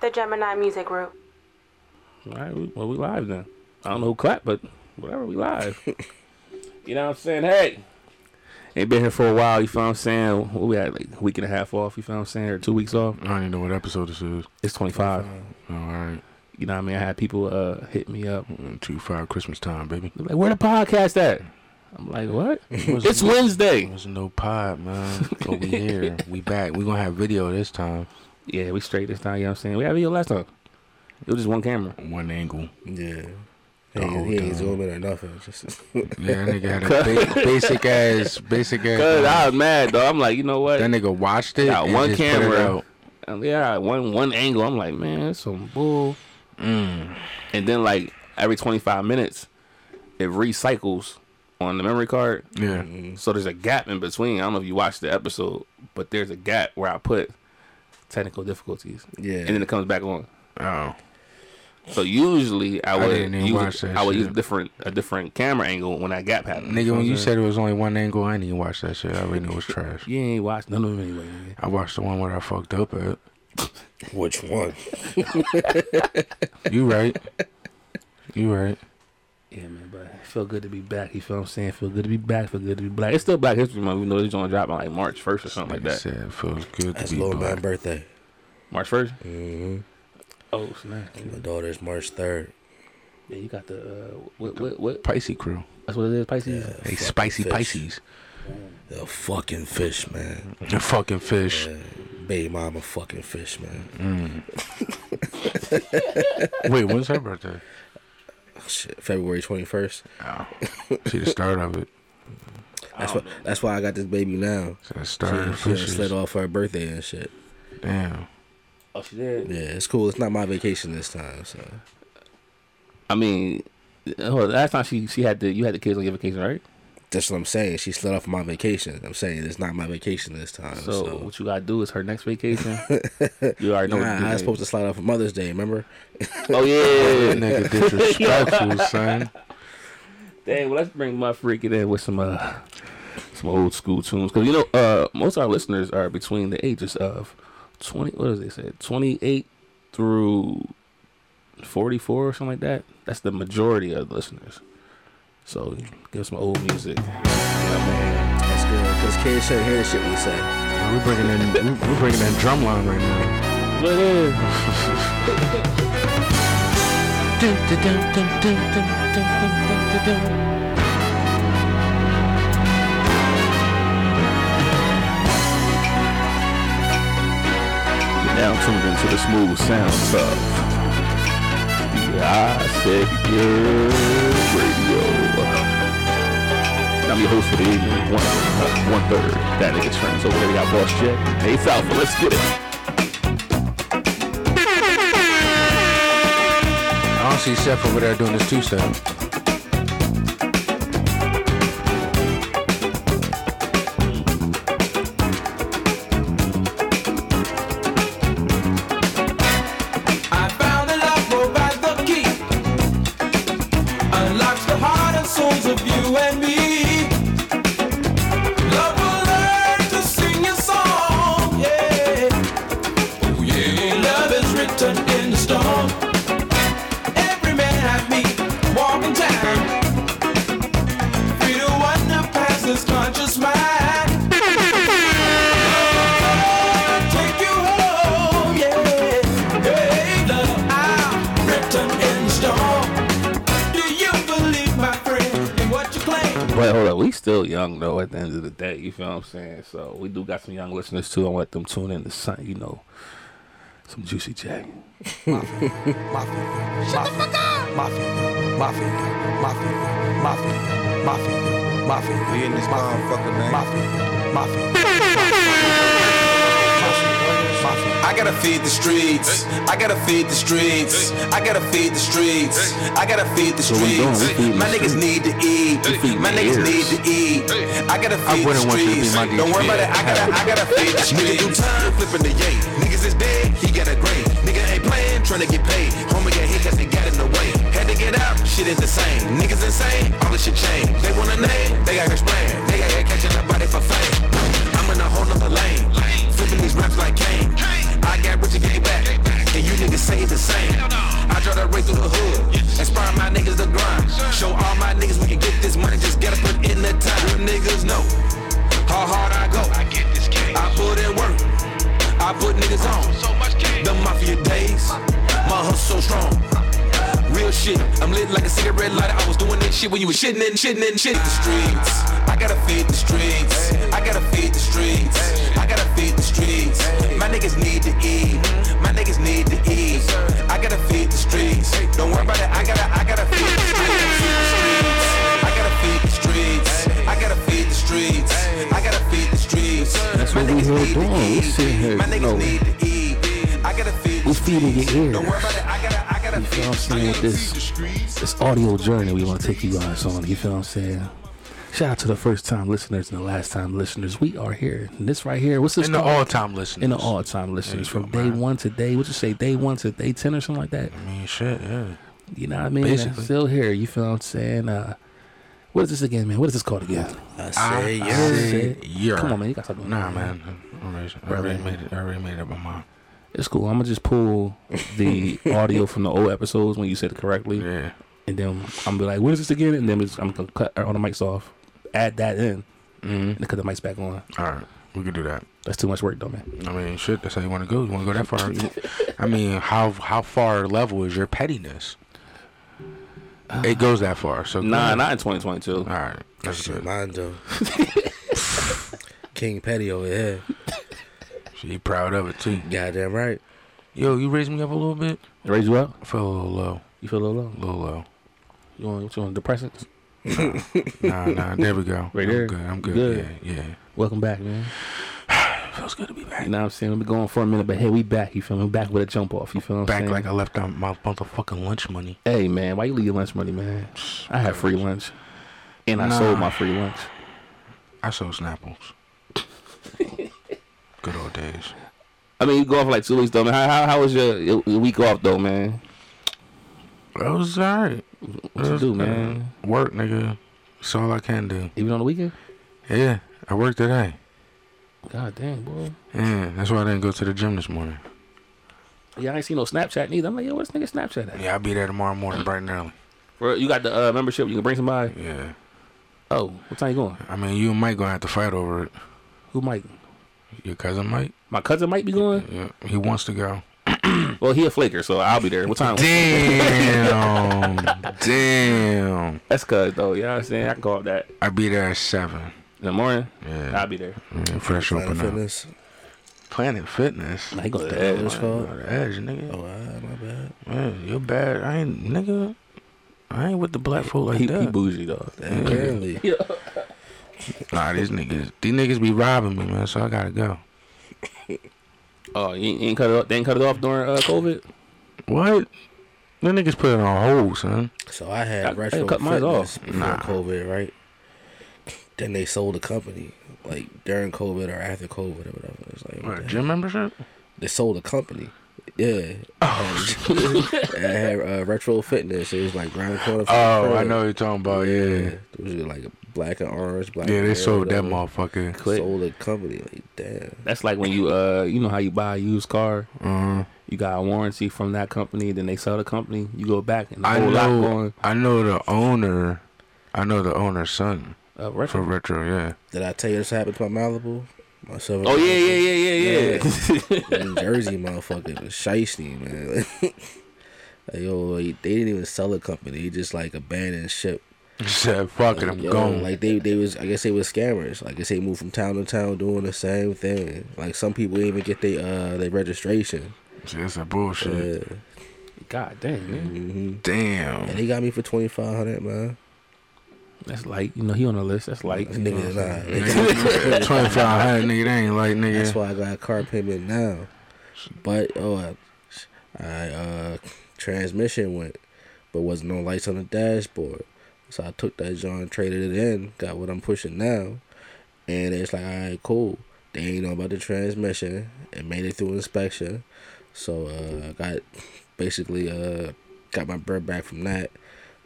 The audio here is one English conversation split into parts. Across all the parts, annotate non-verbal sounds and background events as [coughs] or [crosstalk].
The Gemini Music Group. All right, we, well, we live then. I don't know who clapped, but whatever, we live. [laughs] you know what I'm saying? Hey, ain't been here for a while. You feel what I'm saying? What We had like a week and a half off. You feel what I'm saying? Or two weeks off. I don't even know what episode this is. It's 25. All right, You know what I mean? I had people uh, hit me up. two five Christmas [laughs] time, baby. They're like, where the podcast at? I'm like, what? Wasn't- it's Wednesday. There's no pod, [laughs] man. But we here. We back. We gonna have video this time. Yeah, we straight this time. You know what I'm saying? We had video last time. It was just one camera. One angle. Yeah. He, The whole he ain't time. zooming or nothing. Just Yeah, that nigga had a [laughs] ba- basic ass, basic ass. Cause I was mad though. I'm like, you know what? that nigga watched it. Got and one just put it camera. out. Um, yeah, one one angle. I'm like, man, that's some bull. Mm. And then like every 25 minutes, it recycles on the memory card. Yeah. Mm, So there's a gap in between. I don't know if you watched the episode, but there's a gap where I put technical difficulties. Yeah. And then it comes back on. Oh. So usually I would didn't even use watch that I would shit. use different a different camera angle when that gap happened. Nigga, when you said it was only one angle, I didn't even watch that shit. I already knew it was trash. you ain't watched none of them anyway. nigga. I watched the one where I fucked up at. [laughs] which one? You right. You right. Yeah, man, but it feel good to be back. You feel what I'm saying? Feel good to be back. Feel good to be black. It's still Black History Month. We know this gonna drop on like March first or something like Like I that. said, it feels good That's to be Lil Man's black. birthday. March first. Mm-hmm. Oh snap! My daughter's March 3rd. Yeah, you got the uh, what, what what? Pisces crew. That's what it is. Pisces. Yeah, They fucking spicy fish. Pisces. The fucking fish, man. The fucking fish. Yeah. Baby mama fucking fish, man. Wait, when's her birthday? [laughs] Oh, Shit, February 21st. Oh. See the start of it. That's why, that's why I got this baby now. See the She, start of the she done slid fishes. off her birthday and shit. Damn. Oh, she did. Yeah, it's cool. It's not my vacation this time, so. I mean, oh, last time she she had the you had the kids on your vacation, right? That's what I'm saying. She slid off my vacation. I'm saying it's not my vacation this time. So, So, what you gotta do is her [laughs] next vacation. you already know. what nah, I do. was supposed to slide off for Mother's Day. Remember? Oh [laughs] That yeah. nigga [laughs] disrespectful, son. Dang. Well, let's bring my freaking in with some uh some old school tunes because you know uh most of our listeners are between the ages of twenty. What does they say? Twenty eight through forty four or something like that. That's the majority of the listeners. So give some old music. That's good. Cause kids shouldn't hear the shit we say. We bringing in, we we bringing in drumline right now. What is? You're now tuned into the smooth sounds of BI Secure Radio. I'm your host for the evening, one, uh, one third. That nigga Trent. So over there, we got Boss Jet. Hey, Alpha, let's get it. I don't see Seth over there doing this two step. I found a love provide the key. Unlocks the heart and souls of you and me. Love will learn to sing your song. Yeah. Oh yeah. Love is written in the storm. Every man have me walking time. Free to wander past his conscious mind. Take you home, yeah. Hey, love, I'm written in stone. Do you believe, my friend, in what you claim? But hold on, we still young though. At the end of the day, you feel what I'm saying. So we do got some young listeners too. I want them tune in to something, you know, some juicy jack. We in this motherfucker, man. I gotta feed the streets. I gotta feed the streets. I gotta feed the streets. I gotta feed the we doing? We streets. feeding My the niggas need to eat. feeding My the niggas ears. need to eat. I gotta feed the wouldn't want you to be streets. my Don't worry DJ. about it. I gotta, I gotta feed the streets. Nigga do time flipping the yay. Niggas is dead. He got a grade. Nigga ain't playing. Trying to get paid. Homie got hit cause they got in the way. Had to get out. Shit is the same. Niggas insane. All this shit changed. They want a name. They got to explain. They got to catch a body for fame. I'm in a whole nother lane. Flipping these raps like Kane. I got rich and came back. And you niggas niggas, we can get this money, just gotta put in the time. Real niggas know how hard I go. I get this case. I put in work. I put niggas on. So much case. The mafia days. My hustle so strong. Real shit. I'm lit like a cigarette lighter. I was doing that shit when you was shitting and shitting and shit. The streets. I gotta feed the streets. I gotta feed the streets. I gotta feed the streets. My niggas need to eat. My niggas need to eat. I gotta feed the streets. Don't worry about it. I gotta, I gotta feed the streets. I gotta feed the streets. I gotta feed the streets. I gotta feed the streets. That's what My we niggas here need to doing. We eat. sitting here, My you niggas know, need to eat. I gotta feed the we feeding your streets. ears. Don't worry about it. I gotta, I gotta You feel feed what I'm the saying? streets. With this this audio journey we want to take you guys on. You feel what I'm saying? Shout out to the first time listeners and the last time listeners. We are here. And this right here, what's this And the called? all time listeners. In the all time listeners. you From go, day man. one to day, what you say, day one to day ten or something like that. I mean, shit, yeah. You know what I mean? Basically. Still here, you feel what I'm saying? Uh what is this again, man? What is this called again? I say I- yeah. say yeah. Come on, man. You gotta stop doing Nah, that, man. I already, I already made it. I already made up my mind. It's cool. I'm gonna just pull [laughs] the audio from the old episodes when you said it correctly, Yeah. and then I'm gonna be like, "What is this again?" And then we just, I'm gonna cut all the mics off, add that in, Mm-hmm. and cut the mics back on. All right. We can do that. That's too much work, though, man. I mean, shit. That's how you want to go. You want to go that far? You- I mean, how how far level is your pettiness? It goes that far. So go Nah, ahead. not in 2022. All right. That's Shit, good. mine do. King Petty over here. She proud of it too. Goddamn right. Yo, you raised me up a little bit. Raise you up? I feel a little low. You feel a little low? A little low. You want, what you want depressants? Nah, nah. There we go. Right I'm there. good. I'm good. Good. Yeah, Welcome back, man. yeah. Feels good to be back. You know what I'm saying? We've been going for a minute, but hey, we back. You feel me? Back with a jump off. You feel what I'm Back saying? like I left out my motherfucking lunch money. hey, man, why you leave your lunch money, man? I had free lunch, and I Nah. sold my free lunch. I sold [laughs] Snapples. good old days. I mean, you go off like two weeks though, man. How, how, how was your, your week off though, man? That was alright. What you do, man? Work, nigga. That's all I can do. Even on the weekend? Yeah, I worked today. God damn, boy. Yeah, that's why I didn't go to the gym this morning. Yeah, I ain't seen no Snapchat neither. I'm like, yo, what's nigga Snapchat at? Yeah, I'll be there tomorrow morning, bright and early. Bro, you got the uh, membership. You can bring somebody. Yeah. Oh, what time you going? I mean, you and Mike gonna have to fight over it. Who might? Your cousin Mike? My cousin might be going. Yeah, he wants to go. [laughs] Well, he a flaker, so I'll be there. What time? Damn. Damn. [laughs] That's cuz though. You know what I'm saying? I can call it that I'll be there at 7. in the morning. I'll Yeah. be there. yeah fresh Planet open up. Fitness. Planet Fitness. Nah, he goes to That bed. was called. Oh, the edge, nigga. Oh, ah, my bad. Man, you're bad. I ain't, nigga. I ain't with the black folk like He, that. he bougie though. Apparently. Nah, these niggas, these niggas be robbing me, man. So I gotta go. Oh, you ain't, you ain't cut it off. They ain't cut it off during uh, COVID. What? Them niggas put it on hold, son. So I I- I had retro cut mine fitness off. before Nah. COVID, right? Then they sold the company, like during COVID or after COVID or whatever. It's like what What, the gym membership? heck? they sold the company. Yeah. [laughs] Oh, I had uh, retro fitness. It was like round corner. from the Oh, I crib. know what you're talking about. Yeah, yeah. It was like black and orange. Black and they red, sold that whatever. motherfucker. Quick. Sold the company. Like damn. That's like when you uh, you know how you buy a used car. Uh, You got a warranty from that company, then they sell the company. You go back and the I whole lot know. going I know the owner. I know the owner's son uh, for retro. retro. Yeah. [laughs] Did I tell you this happened to my Malibu? My seven. Oh yeah, yeah, yeah, yeah, yeah. New Jersey motherfucker was shiesty, man. [laughs] Like, yo, like, they didn't even sell the company. They just like abandoned ship. Said fuck it, I'm Yo, gone. Like they, they was. I guess they was scammers. Like I guess they moved from town to town doing the same thing. Like some people didn't even get they uh their registration. That's a bullshit. Yeah. [laughs] God damn, man. hmm Damn. And they got me for twenty five hundred, man. That's like you know he on the list. That's like This nigga, nah. Twenty five hundred nigga. That ain't like nigga. That's why I got a car payment now. But oh, I, I uh, transmission went, but wasn't no lights on the dashboard. So I took that John, traded it in, got what I'm pushing now, and it's like, all right, cool. They ain't know about the transmission. It made it through inspection, so uh, I got basically uh got my bread back from that.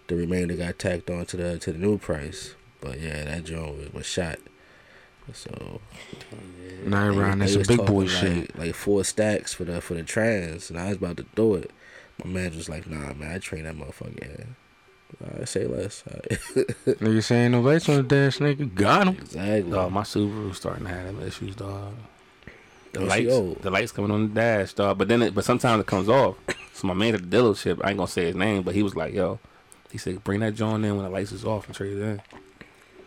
The remainder got tacked on to the to the new price. But yeah, that joint was, was shot. So Now they- around they that's some was big talking boy like, shit. Like four stacks for the for the trans, and I was about to do it. My manager was like, "Nah, man, I train that motherfucker." I say less. [laughs] Nigga saying no lights on the dash, nigga. Got him. exactly. Dog, my Subaru's starting to have them issues, dog. The Is she lights, old? the lights coming on the dash, dog. But then, it, but sometimes it comes off. So my man at the dealership, I ain't gonna say his name, but he was like, "Yo," he said, "Bring that joint in when the lights is off and trade it in."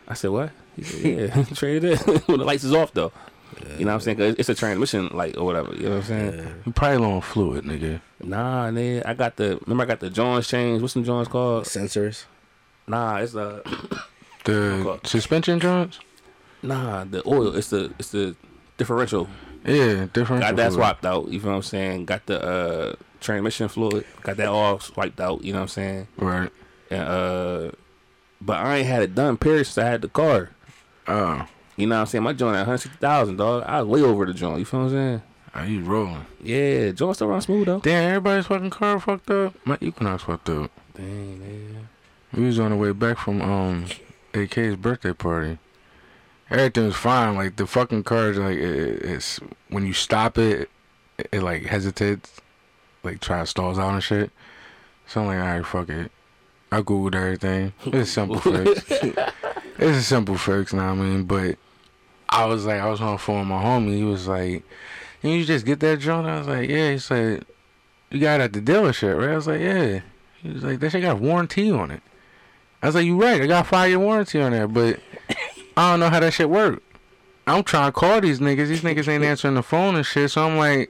I said, "What?" He said, [laughs] "Yeah, [laughs] trade it in when the lights is off, though." You know what I'm saying? 'Cause it's a transmission light or whatever. You know what I'm saying? You probably low on fluid, nigga. Nah, nigga, I got the remember I got the Johns changed. What's some Johns called? Sensors. Nah, it's uh The Fuck. suspension joints? [clears throat] nah the oil. It's the it's the differential. Yeah, different. Got that swapped out. You feel what I'm saying? Got the uh transmission fluid. Got that all swiped out. You know what I'm saying? Right. And, uh, but I ain't had it done. Period. Since I had the car. Oh, You know what I'm saying? My joint at 160,000, dog. I was way over the joint. You feel what I'm saying? are you rolling? Yeah, joint still run smooth though. Damn, everybody's fucking car fucked up. My Equinox fucked up. Dang, man. We was on the way back from um AK's birthday party. Everything's fine. Like the fucking car, is, like it, it- it's when you stop it, it, it, like hesitates, like try stalls out and shit. So I'm like, all right, fuck it. I googled everything. It's a [laughs] simple fix. it's a simple fix, know what I mean? But I was like, I was on the phone with my homie. He was like, "Didn't you just get that drone?" I was like, yeah. He said, you got it at the dealership, right? I was like, yeah. He was like, that shit got a warranty on it. I was like, you right. I got a five year warranty on there, but I don't know how that shit work. I'm trying to call these niggas. These niggas ain't answering the phone and shit. So I'm like,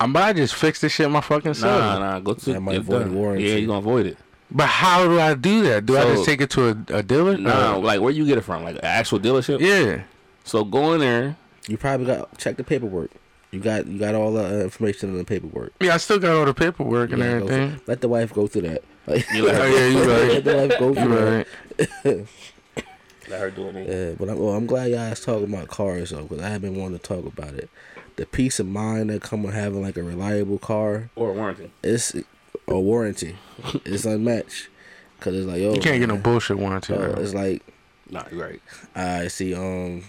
I'm about to just fix this shit my fucking self. Nah, nah, go to That might get void done. warranty. Yeah, you gonna avoid it. But how do I do that? Do I So- just take it to a, a dealer? Nah, Or- like where you get it from? Like an actual dealership? Uh, Yeah. So go in there. You probably got check the paperwork. You got you got all the uh, information in the paperwork. Yeah, I still got all the paperwork and Yeah, go through- everything. let the wife go through that. [laughs] Like, You let her- Oh, yeah, you [laughs] let right. the wife go You through right. Let her do it. that. Yeah, but I'm, well, I'm glad y'all is talking about cars though, because I have been wanting to talk about it. The peace of mind that come with having like a reliable car, Or a warranty. it's a warranty. It's unmatched, because it's like yo, You can't get no man, bullshit warranty. uh, though. it's like Nah, you're right. I see, um,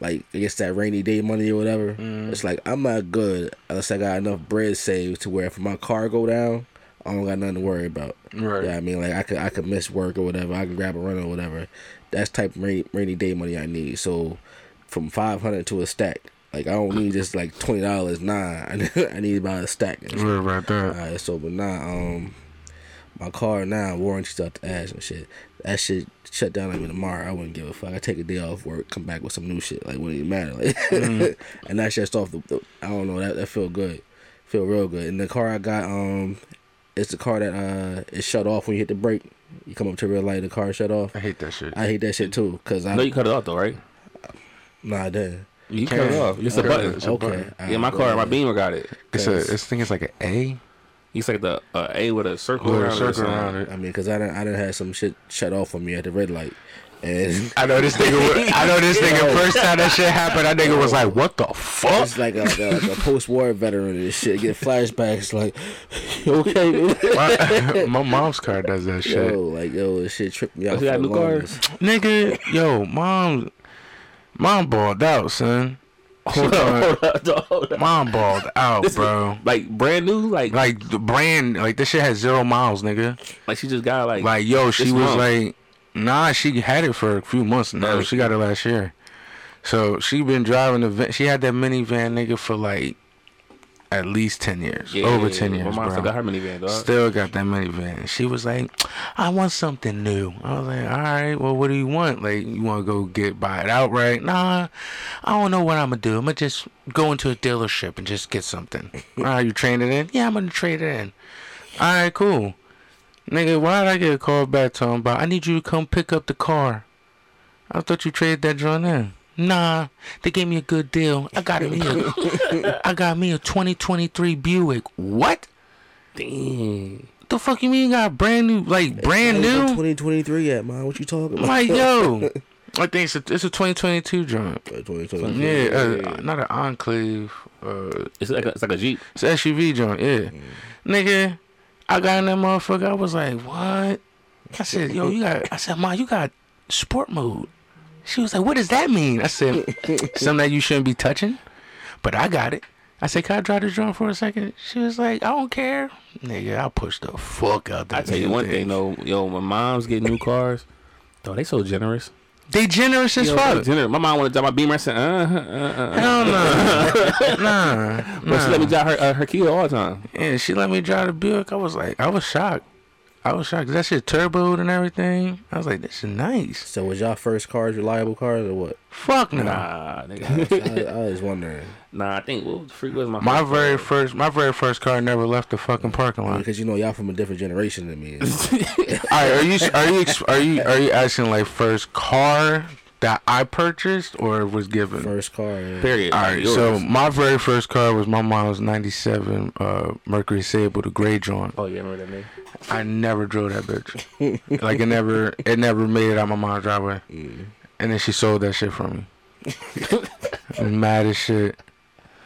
like I guess that rainy day money or whatever. Mm-hmm. It's like I'm not good unless I got enough bread saved to where if my car go down, I don't got nothing to worry about. Right. Yeah, I mean, like I could I could miss work or whatever. I can grab a run or whatever. That's type of rainy, rainy day money I need. So from five hundred to a stack. Like I don't need just like twenty dollars. Nah, [laughs] I need- I need about a stack. Right about that. Alright, so but nah, um, my car now warranties out the ass and shit. That shit shut down like me tomorrow. I wouldn't give a fuck. I take a day off work, come back with some new shit. Like wouldn't even matter. Like, Mm. [laughs] and that shit's off the, the. I don't know. That that feel good, feel real good. And the car I got, um, it's the car that uh, it shut off when you hit the brake. You come up to real light, the car shut off. I hate that shit. I hate that shit too, cause I No, you cut it off though, right? nah damn. You cut it can. off. It's a Okay. button. It's a Okay. button. Yeah, my car, my beamer got it. it's a. This thing is like an A He's like the uh, A with a circle with around a it or circle something. around it. I mean, cause I done I done had some shit shut off on me at the red light, and. I know this nigga. I know this nigga. First time that shit happened, that nigga was like, "What the fuck?" It's like a, like a, like a post-war veteran and shit. Get flashbacks like, [laughs] you okay, dude? My, [laughs] my mom's car does that shit. yo, like yo, this shit tripped me out. you got for the new cars? [laughs] longest. Nigga, yo, mom, mom balled out, son. Hold on, Dog, mom balled out, this is- bro. Like brand new, like like, Like the brand, like this shit has zero miles, nigga. she just got like, Like yo, she This was month. like, nah, she had it for a few months now. Nice. She got it last year, so she been driving the. Van. She had that minivan, nigga, for like at least ten years, yeah, over yeah, ten yeah. years, My mom bro. still got her minivan, dog. Still got that minivan. She was like, I want something new. I was like, all right, well, what do you want? Like, you want to go get buy it outright? Nah, I don't know what I'm going to do. I'm going to just go into a dealership and just get something. all right, you trade it in? Yeah, I'm going to trade it in. All right, cool. Nigga, why did I get a call back talking about, I need you to come pick up the car? I thought you traded that joint in. Nah, they gave me a good deal. I got me a, I got me a 2023 Buick. What? Dang. the fuck you mean you got brand new like brand Ain't no new 2023 yet, man. What you talking about? like yo i think it's a, it's a 2022 joint Uh, 2023. yeah, uh, not an enclave uh It's like a, it's like a Jeep. it's a suv joint yeah Mm. nigga i got in that motherfucker i was like what i said yo you got i said ma you got sport mode [laughs] she was like what does that mean i said something that you shouldn't be touching but i got it I said, "Can I drive this joint for a second? She was like, "I don't care, nigga. I'll push the fuck out that." I tell you nigga one thing. thing though, yo, my mom's getting new cars. Though they so generous. They generous as Yo, fuck. they gener- My mom wanted to drive my Beamer. I said, uh, uh, uh, uh. Hell [laughs] no, nah, But she nah. let me drive her uh, her Kia all the time. Yeah, she let me drive the Buick. I was like, I was shocked. I was shocked. That shit turboed and everything. I was like, this is nice. So was y'all first cars reliable cars or what? Fuck no. Nah, nigga. I, [laughs] [laughs] I was wondering nah, I think what the freak was my My first very first, my very first car never left the fucking parking lot. because you know y'all from a different generation than me. All right, are you are you ex- are you are you asking like first car that I purchased or was given? First car. yeah. period. All right, Yours. so my very first car was my mom's '97 uh, Mercury Sable, the gray joint. oh, you remember that name? I never drove that bitch. like it never, it never made it out my mom's driveway. And then she sold that shit for me. I'm mad as shit.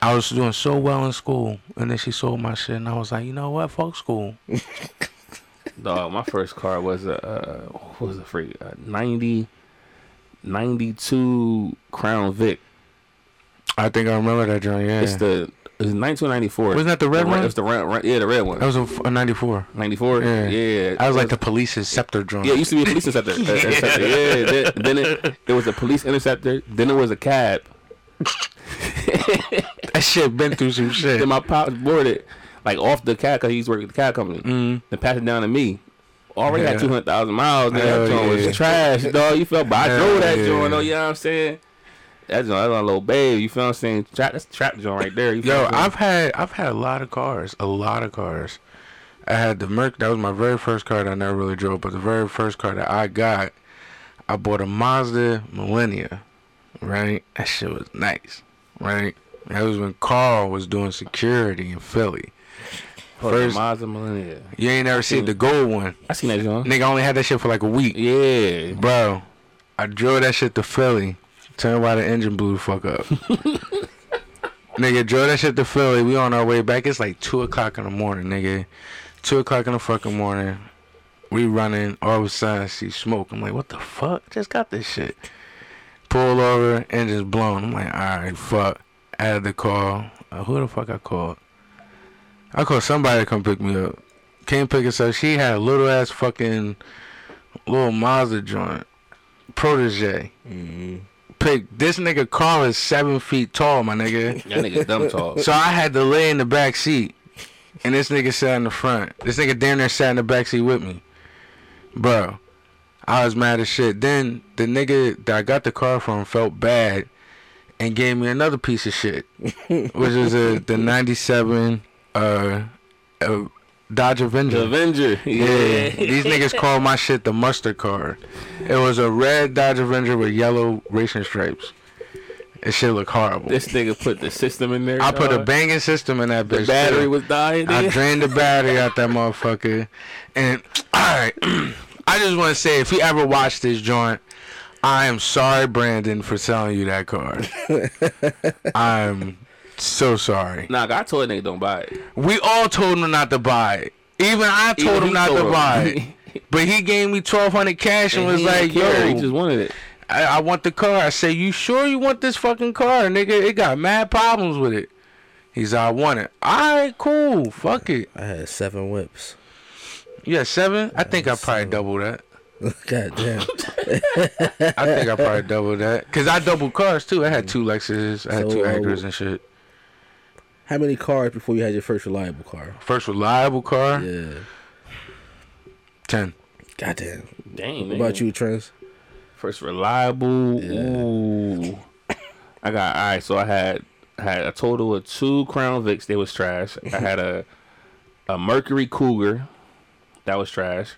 I was doing so well in school, and then she sold my shit, and I was like, you know what, fuck school. Dog, my first car was a uh, what was the freak a 90, 92 Crown Vic. I think I remember that joint. Yeah, It's the it's ninety ninety four. Wasn't that the red one? It's the red, red- yeah, the red that one. was a, '94. Ninety four. Yeah. Yeah. I was like the police's scepter joint. Yeah, it used to be a [laughs] police interceptor. uh, interceptor. Yeah, then, then it, it was a police interceptor. Then it was a cab. that shit been through [laughs] some shit. Then my pops boarded, like off the cab, cause he used to work at the cab company. Mm. Then passed it down to me. Already Mm-hmm. Yeah. had two hundred thousand miles. Man, Hell that joint yeah. was trash, dog. You felt, but I Hell drove that yeah. joint. Oh, you know what I'm saying? That joint, that's a little babe. You feel what I'm saying? Trap, that's trap joint right there. You feel Yo, what I'm saying? I've had I've had a lot of cars, a lot of cars. I had the Merc. That was my very first car that I never really drove, but the very first car that I got, I bought a Mazda Millennia. Right, that shit was nice. Right, that was when Carl was doing security in Philly. Hold on, first- Mazda Millennia. You ain't never seen the gold one. I seen that joint. Nigga I only had that shit for like a week, Yeah, bro. I drove that shit to Philly. Tell me why the engine blew the fuck up. Nigga, drove that shit to Philly. We on our way back. It's like two o'clock in the morning, nigga. Two o'clock in the fucking morning. We running. All of a sudden, I see smoke. I'm like, what the fuck? Just got this shit. Pull over, engine's blown. I'm like, all right, fuck. Added the call. Uh, who the fuck I called? I called somebody to come pick me up. Came pick us up. She had a little ass fucking little Mazda joint, protege. Pick this nigga car is seven feet tall, my nigga. [laughs] that nigga dumb talk. So I had to lay in the back seat, and this nigga sat in the front. This nigga damn near sat in the back seat with me, bro. I was mad as shit. Then the nigga that I got the car from felt bad and gave me another piece of shit, which is a, the '97 uh, uh, Dodge Avenger. The Avenger. Yeah, Yeah. these niggas call my shit the mustard car. It was a red Dodge Avenger with yellow racing stripes. It shit looked horrible. This nigga put the system in there. I put a dog. banging system in that bitch. The battery too. was dying. I nigga. drained the battery out [laughs] that motherfucker. And [clears throat] all right, I just want to say if you ever watch this joint, I am sorry, Brandon, for selling you that car. [laughs] I'm so sorry. Nah, I told that nigga don't buy it. We all told him not to buy it. Even I told Even him he not to told him. buy [laughs] it. But he gave me twelve hundred cash and, was he didn't like, "Yo, care, he just wanted it. I, I want the car." I say, "You sure you want this fucking car, nigga? It got mad problems with it." He's, "I want it." All right, cool. Fuck it. I had seven whips. [laughs] You had seven? I think I probably doubled that. God damn. I think I [laughs] probably doubled that. Cause I doubled cars too. I had two Lexuses. I had So, two uh, Acras and shit. How many cars before you had your first reliable car? First reliable car, Yeah. ten. God damn. Dang. What about you, Trent? First reliable. Yeah. Ooh. I got all right. So I had I had a total of two Crown Vics. They was trash. I had a a Mercury Cougar. That was trash.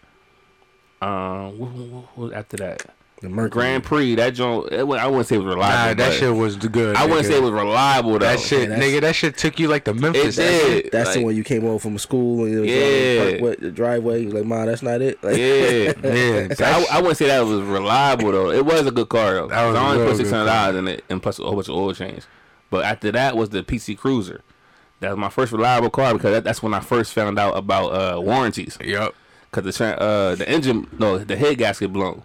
Um, what, what, what, was after that The Mercury. Grand Prix, that joint, it, wa- I wouldn't say it was reliable. Mm. Nah, that but shit was good. I wouldn't nigga. say it was reliable though. that shit, Yeah, that's- nigga. That shit took you like to it Memphis. That shit- did. That's the like, one you came home from school and it was on Yeah. the, parkway- the driveway. You was like, Ma, that's not it. Like, [laughs] Yeah, Yeah, So I, I wouldn't say that was reliable though. It was a good car though. That was So I a only put real good six hundred dollars in it and plus a whole bunch of oil change. But after that was the PC Cruiser. That was my first reliable car because that, that's when I first found out about uh, warranties. Yup. Cause the tra- uh, the engine no the head gasket blown,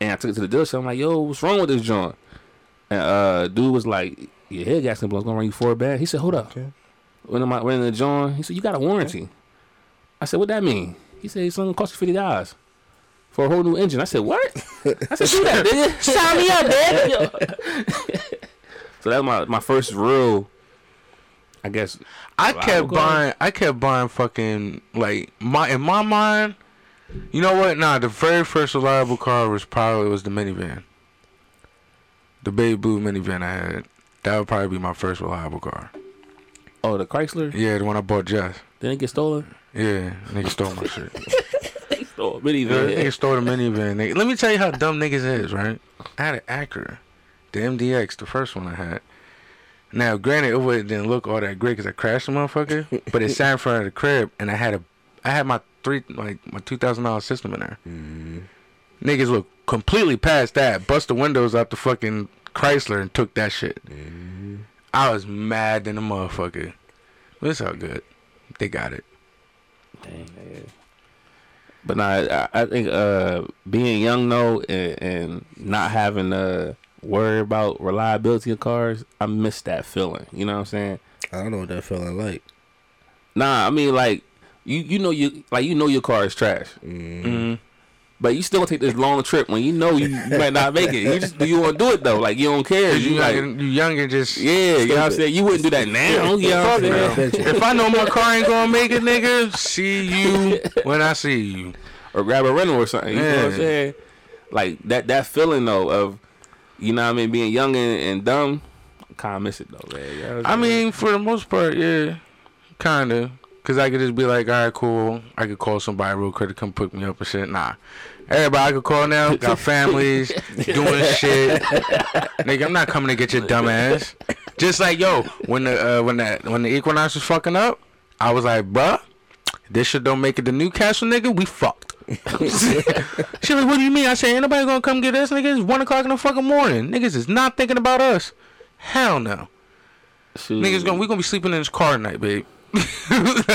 and I took it to the dealership. I'm like, yo, what's wrong with this joint? And uh, dude was like, your head got some blown. It's gonna run you four bad. He said, hold up. Okay. When I'm out running the John, he said, you got a warranty. I said, what that mean? He said, it's only gonna cost you fifty dollars for a whole new engine. I said, what? I said, do [laughs] that, nigga. Sign me up, man. [laughs] so that was my my first real, I guess. I Wow, kept go ahead. buying. I kept buying fucking like my in my mind. You know what? Nah, the very first reliable car was probably was the minivan. The baby blue minivan I had. That would probably be my first reliable car. Oh, the Chrysler Yeah, the one I bought just. didn't get stolen. Yeah, nigga stole my shit. Stole Yeah, minivan. Nigga stole the minivan. Nigga. Let me tell you how dumb niggas is, right? I had an Acura, the MDX, the first one I had. Now, granted, it would didn't look all that great because I crashed the motherfucker, but it sat in front of the crib, and I had a, I had my three like my two thousand dollar system in there. Niggas look completely past that, bust the windows out the fucking Chrysler and took that shit. I was mad than a motherfucker. But it's all good. They got it. Dang, yeah. But nah, I, I think uh, being young though and, and not having to worry about reliability of cars, I miss that feeling. You know what I'm saying? I don't know what that feeling like. Nah, I mean like you you know you like you know your car is trash. Mhm. But you still gonna take this long trip when you know you, you might not make it. You just you want to do it though, like you don't care. You, You young like and- you young and just yeah, you know what I'm saying. You wouldn't do that now. You know what I'm Fuck saying? no. if I know my car ain't gonna make it, nigga, see you when I see you. Or grab a rental or something. You know what I'm Yeah. saying? Like that that feeling though of you know what I mean being young and, and dumb. Kind of miss it though, man. You know what I I'm saying? mean, for the most part, yeah, kinda. Cause I could just be like, all right, cool. I could call somebody real quick to come pick me up and shit. Nah, everybody I could call now got families doing shit. Nigga, I'm not coming to get your dumb ass. Just like yo, when the uh, when that when the Equinox was fucking up, I was like, bruh, this shit don't make it to Newcastle, nigga. We fucked. [laughs] she was, what do you mean? I said, ain't nobody gonna come get us, nigga. It's one o'clock in the fucking morning. Niggas is not thinking about us. Hell no. Shoot. Niggas gonna we gonna be sleeping in this car tonight, babe. [laughs] like,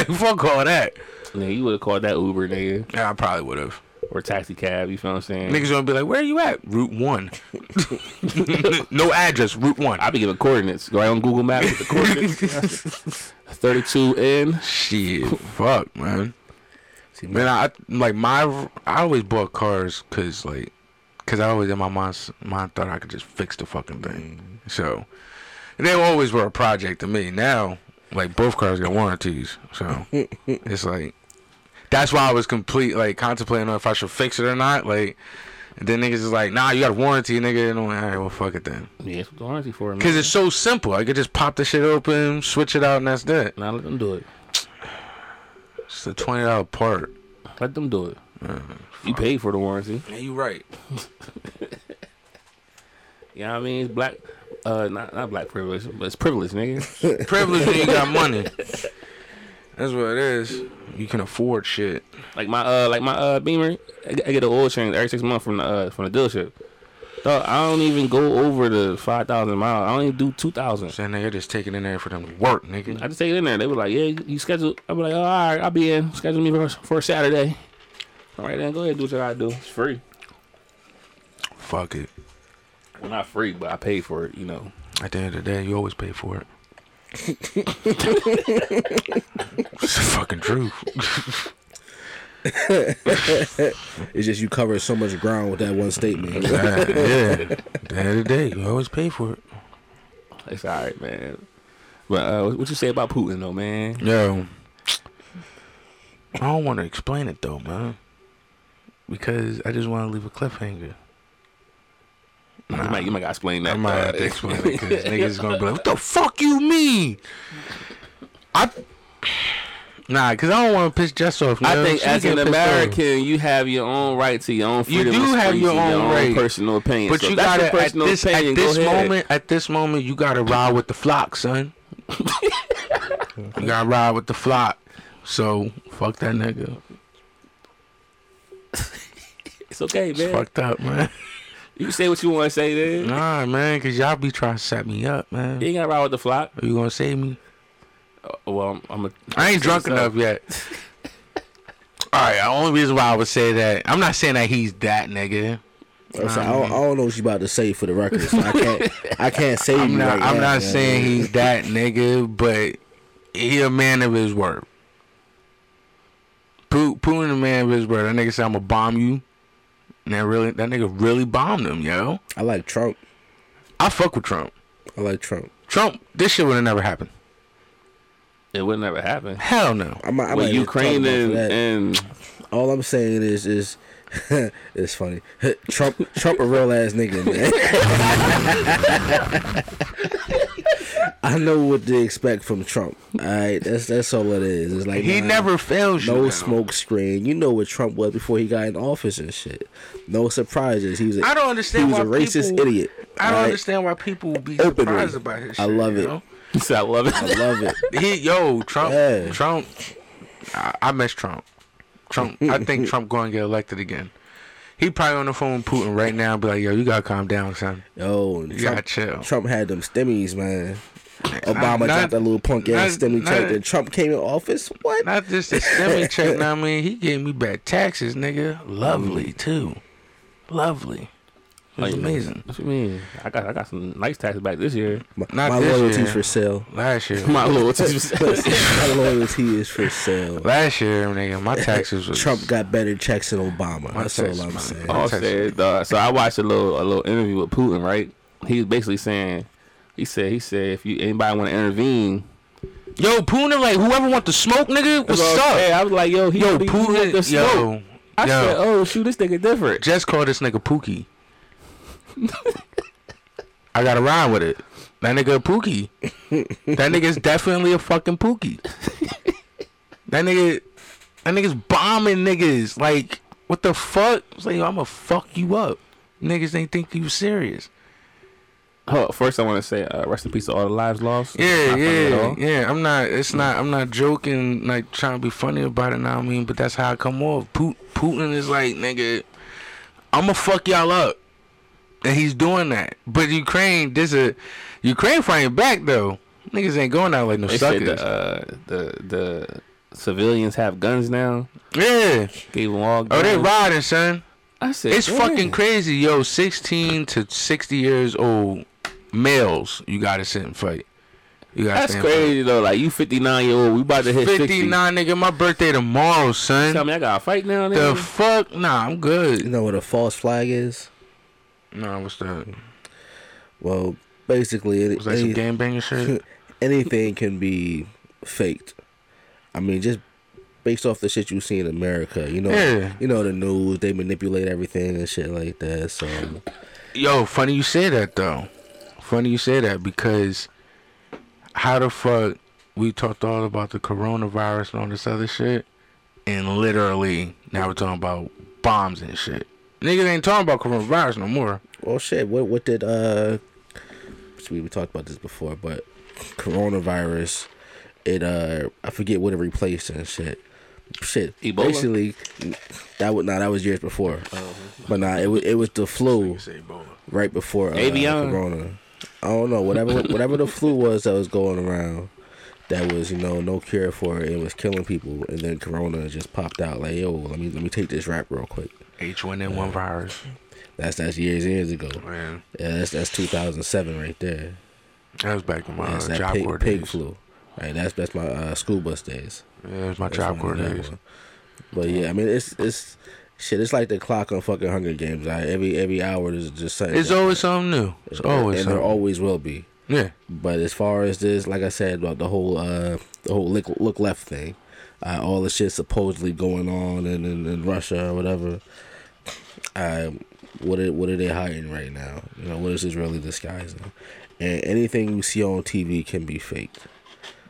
fuck all that. Nigga, you would have called that Uber, nigga, Yeah, I probably would have. or taxi cab. You feel what I'm saying? Niggas gonna be like, where are you at? Route one. [laughs] no address. Route one. I'll be giving coordinates. Go right on Google Maps with the coordinates. [laughs] 32 N. Shit, fuck, man. See, Man, I like my. I always bought cars because like, because I always in my mind's mind thought I could just fix the fucking thing. So they always were a project to me. Now, like both cars got warranties, so it's like that's why I was complete like contemplating on if I should fix it or not. Like, and then niggas is like, nah, you got a warranty, nigga. And I'm like, all right, well, fuck it then, Yeah, it's warranty for him. because it's so simple. I could just pop the shit open, switch it out, and that's that. Now let them do it. It's a twenty dollar part. Let them do it. Mm-hmm. You paid for the warranty. Yeah, you right. [laughs] You know what I mean? It's black, uh, not, not black privilege, but it's privilege, nigga. privilege when you got money. [laughs] That's what it is. You can afford shit. like my, uh, like my, uh, Beamer, I, get- I get an oil change every six months from the, uh, from the dealership. Dog, I don't even go over the 5,000 miles. I don't even do 2,000. Saying nigga just taking in there for them work, nigga. I just take it in there. They were like, yeah, you- you schedule. i be like, oh, all right, I'll be in. Schedule me for, for Saturday. All right, then go ahead and do what you gotta do. It's free. Fuck it. Well, not free, but I paid for it, you know. At the end of the day, you always pay for [laughs] it. it's the fucking truth. It's just you covered so much ground with that one statement. yeah. At the end of the day, you always pay for it. It's all right, man. But uh, what you say about Putin, though, man? Yo. I don't want to explain it though, man. Because I just want to leave a cliffhanger. You might, you might gotta explain that. I might uh, have [laughs] to explain it because niggas gonna be like, "What the fuck you mean?" I nah, because I don't want to piss Jess off. I yo. think She as get an pissed off. American, you have your own right to your own You freedom. do of have speech your and own right. personal opinion. but So you that's your gotta at personal this opinion. at this Go ahead. moment at this moment you gotta ride with the flock, son. you gotta ride with the flock. So fuck that nigga. it's okay, It's man. fucked up, [laughs] man. You say what you want to say, then Nah, man, cause y'all be trying to set me up, you man. ain't gotta ride with the flock. Are you gonna save me? Uh, well, I'm, I'm a, I ain't drunk enough yet. [laughs] All right, the only reason why I would say that, I'm not saying that he's that nigga. [laughs] I'm saying, I, don't, I don't know what she about to say for the record. So I can't. I can't say. I'm you not. right I'm now, not man. saying he's that nigga, but he a man of his word. Pooh, Pooh, a man of his word. That nigga said, "I'ma bomb you." And that really, that nigga really bombed him, yo. I like Trump. I fuck with Trump. I like Trump. Trump, this shit would have never happened. It would never happen. Hell no. I'm, I'm With Ukraine and, and [laughs] all I'm saying is is [laughs] it's funny. [laughs] Trump Trump a real ass nigga, man. [laughs] I know what to expect from Trump. All right, that's that's all it is. It's like He nah, never fails you. no man. smoke screen. You know what Trump was before he got in office and shit. No surprises. He was. I I don't understand He was why a racist people- idiot. I don't All right? understand why people be Openly. surprised about his shit. I love you it. know? he said, I love it. [laughs] love it. He, yo, Trump, Yeah. Trump. I, I miss Trump. Trump. I [laughs] think Trump going to get elected again. He probably on the phone with Putin right now. and Be like, yo, you gotta calm down, son. Yo, and You gotta Trump, chill. Trump had them stimmies, man. Obama not- dropped that little punk ass not- stimmy check. not- Then Trump came in office. What? Not just the stimmy check. Now I mean, he gave me back taxes, nigga. Lovely Mm. too. Lovely. It was Like, amazing. What you mean? I got I got some nice taxes back [laughs] this year. my not my this loyalty's year. for sale. Last year, My [laughs] lord, [laughs] My loyalty is for sale. last year, nigga, my taxes was Trump got better checks than Obama. That's all taxes, I'm man. saying. all said. Uh, so I watched a little a little interview with Putin. Right, he was basically saying, he said he said if you anybody want to intervene, Yo, Putin, like whoever want to smoke, nigga, what's That's all I'm saying. up? I was like, yo, he Yo, he- he want the Putin, smoke. yo, I yo. said, oh shoot, this nigga different. Just call this nigga Pookie. I gotta rhyme with it. That nigga a Pookie. That nigga's definitely a fucking Pookie. That nigga, that nigga's bombing niggas. Like, what the fuck? It's like, I'ma fuck you up. Niggas ain't think you serious. Oh, first I want to say uh, rest in peace to all the lives lost. Not Yeah, funny at yeah, all. yeah. I'm not. It's not. I'm not joking. Like trying to be funny about it. Now I mean, but that's how I come off. Pu- Putin is like, nigga, I'ma fuck y'all up, and he's doing that. But Ukraine, this a Ukraine fighting back though. Niggas ain't going out like no They said suckers. the, uh, the the civilians have guns now. yeah. Gave them all. Guns. Oh, they riding, son. I said It's "Yeah." fucking crazy, yo. 16 to 60 years old males, you gotta sit and fight. You gotta That's stand and fight. crazy though. Like you 59 year old, we about to hit 59. 59, nigga. My birthday tomorrow, son. Tell me I got to fight now. The nigga? fuck? Nah, I'm You good. know what a false flag is? Nah, what's that? Well, basically, it, Was that some any- [laughs] gangbanging shit? anything can be faked. I mean, just based off the shit you see in America, you know, Yeah. you know the news they manipulate everything and shit like that. So Yo, funny you say that though. Funny you say that because how the fuck we talked all about the coronavirus and all this other shit, and literally now we're talking about bombs and shit. Niggas ain't talking about coronavirus no more. Well, shit. What what did uh? We we talked about this before, but coronavirus, it uh, I forget what it replaced and shit. Shit, Ebola? basically, that was nah, that was years before. But nah, it was it was the flu right before uh, Avion? Corona. I don't know whatever whatever the flu was that was going around. That was you know no cure for it. It was killing people, and then Corona just popped out like yo, let me let me take this rap real quick. H1N1 virus. That's that's years years ago. Man, Yeah, that's that's 2007 right there. that was back in my That's uh, that job pig, corps pig days. flu. Right, that's that's my uh, school bus days. Yeah, it was my That's job when corps I did that days. one. But yeah, I mean it's it's shit. It's like the clock on fucking Hunger Games. Right? Every every hour there's just something. It's always something new. It's always and there something. always will be. yeah. But as far as this, like I said about the whole uh the whole look, look left thing, uh, all the shit supposedly going on in, in, in Russia or whatever. I what are, what are they hiding right now? You know what is this really disguising? And anything you see on TV can be faked.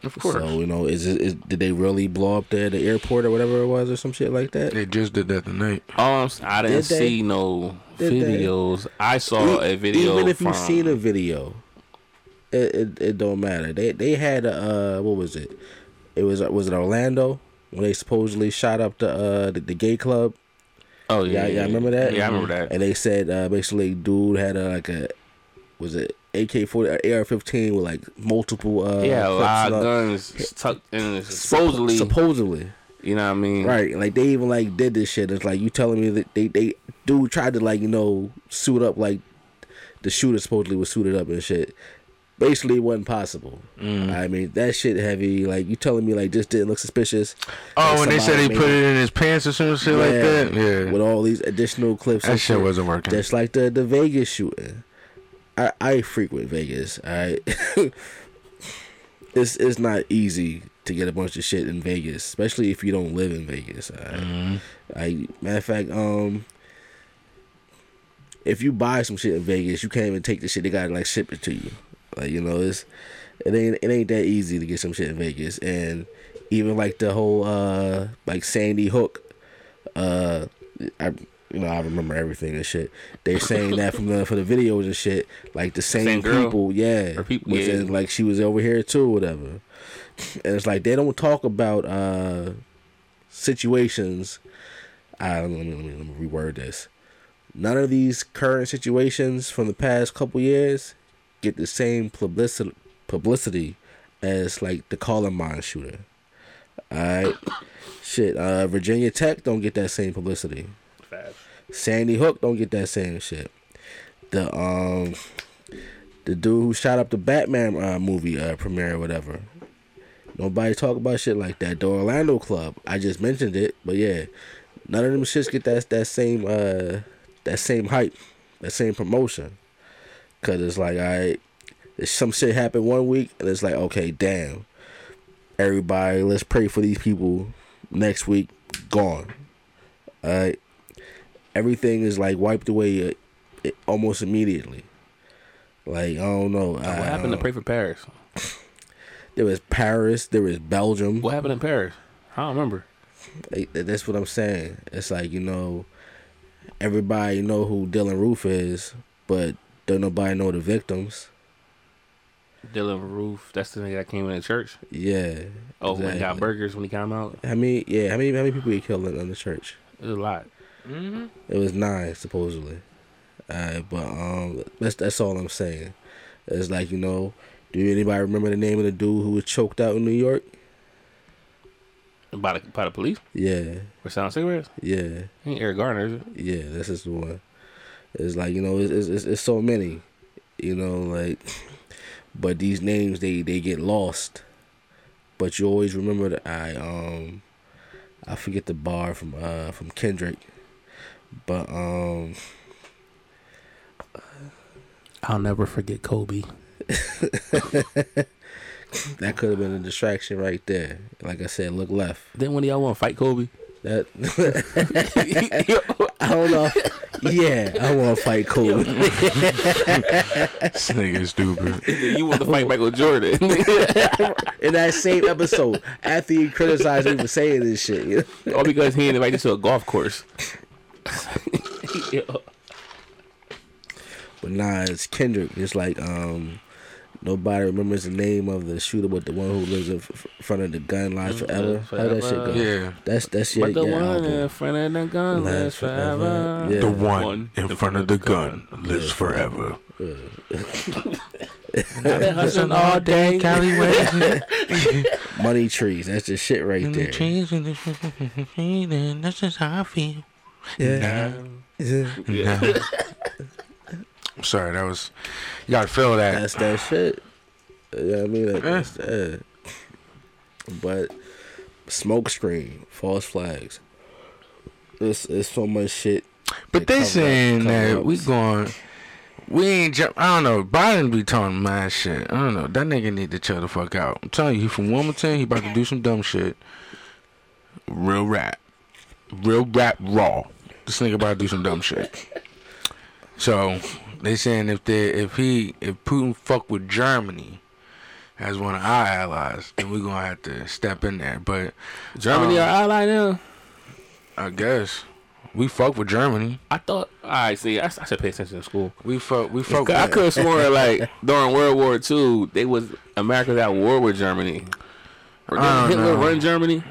Of course. So you know, is, it is did they really blow up the, the airport or whatever it was or some shit like that? They just did that tonight. All I'm, s- I didn't Did they? see no Did they? videos. I saw E- a video. Even if you from- seen a video, it, it it don't matter. They they had uh what was it? It was was it Orlando when they supposedly shot up the uh the, the gay club. oh Yeah, yeah, yeah, I remember that. Yeah, I remember that. And they said uh, basically, dude had a, like a was it AK forty AR fifteen with like multiple uh yeah, a clips lot of up. guns tucked in. Supposedly, supposedly You know what I Mm-hmm. mean? Right. Like they even like did this shit. It's like you telling me that they they dude tried to like you know suit up like the shooter supposedly was suited up and shit. Basically, it wasn't possible. Mm. I mean, that shit heavy. Like you telling me like this didn't look suspicious. Oh, Like, and they said somebody he made put it in his pants or some shit like that. Yeah. With all these additional clips. That and shit wasn't working. Just like the the Vegas shooting. I I frequent Vegas. I [laughs] it's it's not easy to get a bunch of shit in Vegas, especially if you don't live in Vegas. I, I matter of fact, um. If you buy some shit in Vegas, you can't even take the shit. They gotta like ship it to you. Like you know, it's it ain't it ain't that easy to get some shit in Vegas. And even like the whole uh like Sandy Hook uh, I you know I remember everything and shit. They saying that from the for the videos and shit, like the same, Same girl. people, yeah, Or people, was yeah. in, like she was over here too, whatever. And it's like they don't talk about uh situations. I let me, let me, let me reword this. None of these current situations from the past couple years get the same publicity publicity as like the Columbine shooter. All right. Shit, uh, Virginia Tech don't get that same publicity. Sandy Hook don't get that same shit. The um, the dude who shot up the Batman uh, movie uh, premiere or whatever. Nobody talk about shit like that. The Orlando Club, I just mentioned it, but yeah, none of them shits get that that same uh that same hype, that same promotion. Cause it's like I, some shit happened one week and it's like okay, damn everybody let's pray for these people next week gone all right everything is like wiped away uh, it- almost immediately like i don't know what What happened to Pray for Paris? there was paris there was belgium What happened in Paris? I don't remember. Like, th- that's what i'm saying it's like you know everybody know who dylan roof is but don't nobody know the victims Dylan Roof. That's the nigga that came in the church. yeah Oh, and got exactly. burgers when he came out. how many yeah how many how many people you killed in, in the church It was a lot. It was nine supposedly. Uh, but um, that's that's all I'm saying. It's like you know, do anybody remember the name of the dude who was choked out in New York? By the, by the police Yeah, for selling cigarettes. yeah, Ain't Eric Garner, is it? yeah. This is the one. It's like you know, it's it's, it's, it's so many, you know, like, [sighs] but these names they they get lost. But you always remember that I um, I forget the bar from uh from Kendrick, but um. [laughs] I'll never forget Kobe. That could have been a distraction right there. Like I said, look left. Then when y'all want to fight Kobe? [laughs] That [laughs] I don't know. Yeah, I want to fight Kobe. This nigga [laughs] stupid. you want to [laughs] fight Michael Jordan? In that same episode, after you criticized me for saying this shit, you know? All because he ain't invited to a golf course. Yo. but nah, it's Kendrick. It's like um, nobody remembers the name of the shooter, but the one who lives in f- front of the gun lies forever. How that shit go? Yeah. That's that's your, But the your one in album. front of the gun lasts Lasts forever. forever. Yeah. The one, in front of the gun lives forever. Been hustling all day. [laughs] Cali [laughs] West. Money trees. That's just shit right there. That's just how I feel. Yeah. Yeah. I'm sorry, that was. You gotta feel that. that's that shit. You know what I mean? Like, that's that. But smokescreen, false flags. It's it's so much shit. But they cover up- saying cover that we ups. going, we ain't jump. I don't know. Biden be talking mad shit. I don't know. That nigga need to chill the fuck out. I'm telling you, he from Wilmington. He about to do some dumb shit. Real rap, real rap raw. This nigga about to do some dumb shit. So they saying if they if he if Putin fuck with Germany as one of our allies, then we gonna have to step in there. But Germany, um, our ally now. I guess we fuck with Germany. I thought. I see. I, I should pay attention in school. We fuck. We fuck. I with, could [laughs] have sworn like during World War II, they was America was at war with Germany. Or I did don't Hitler know. run Germany?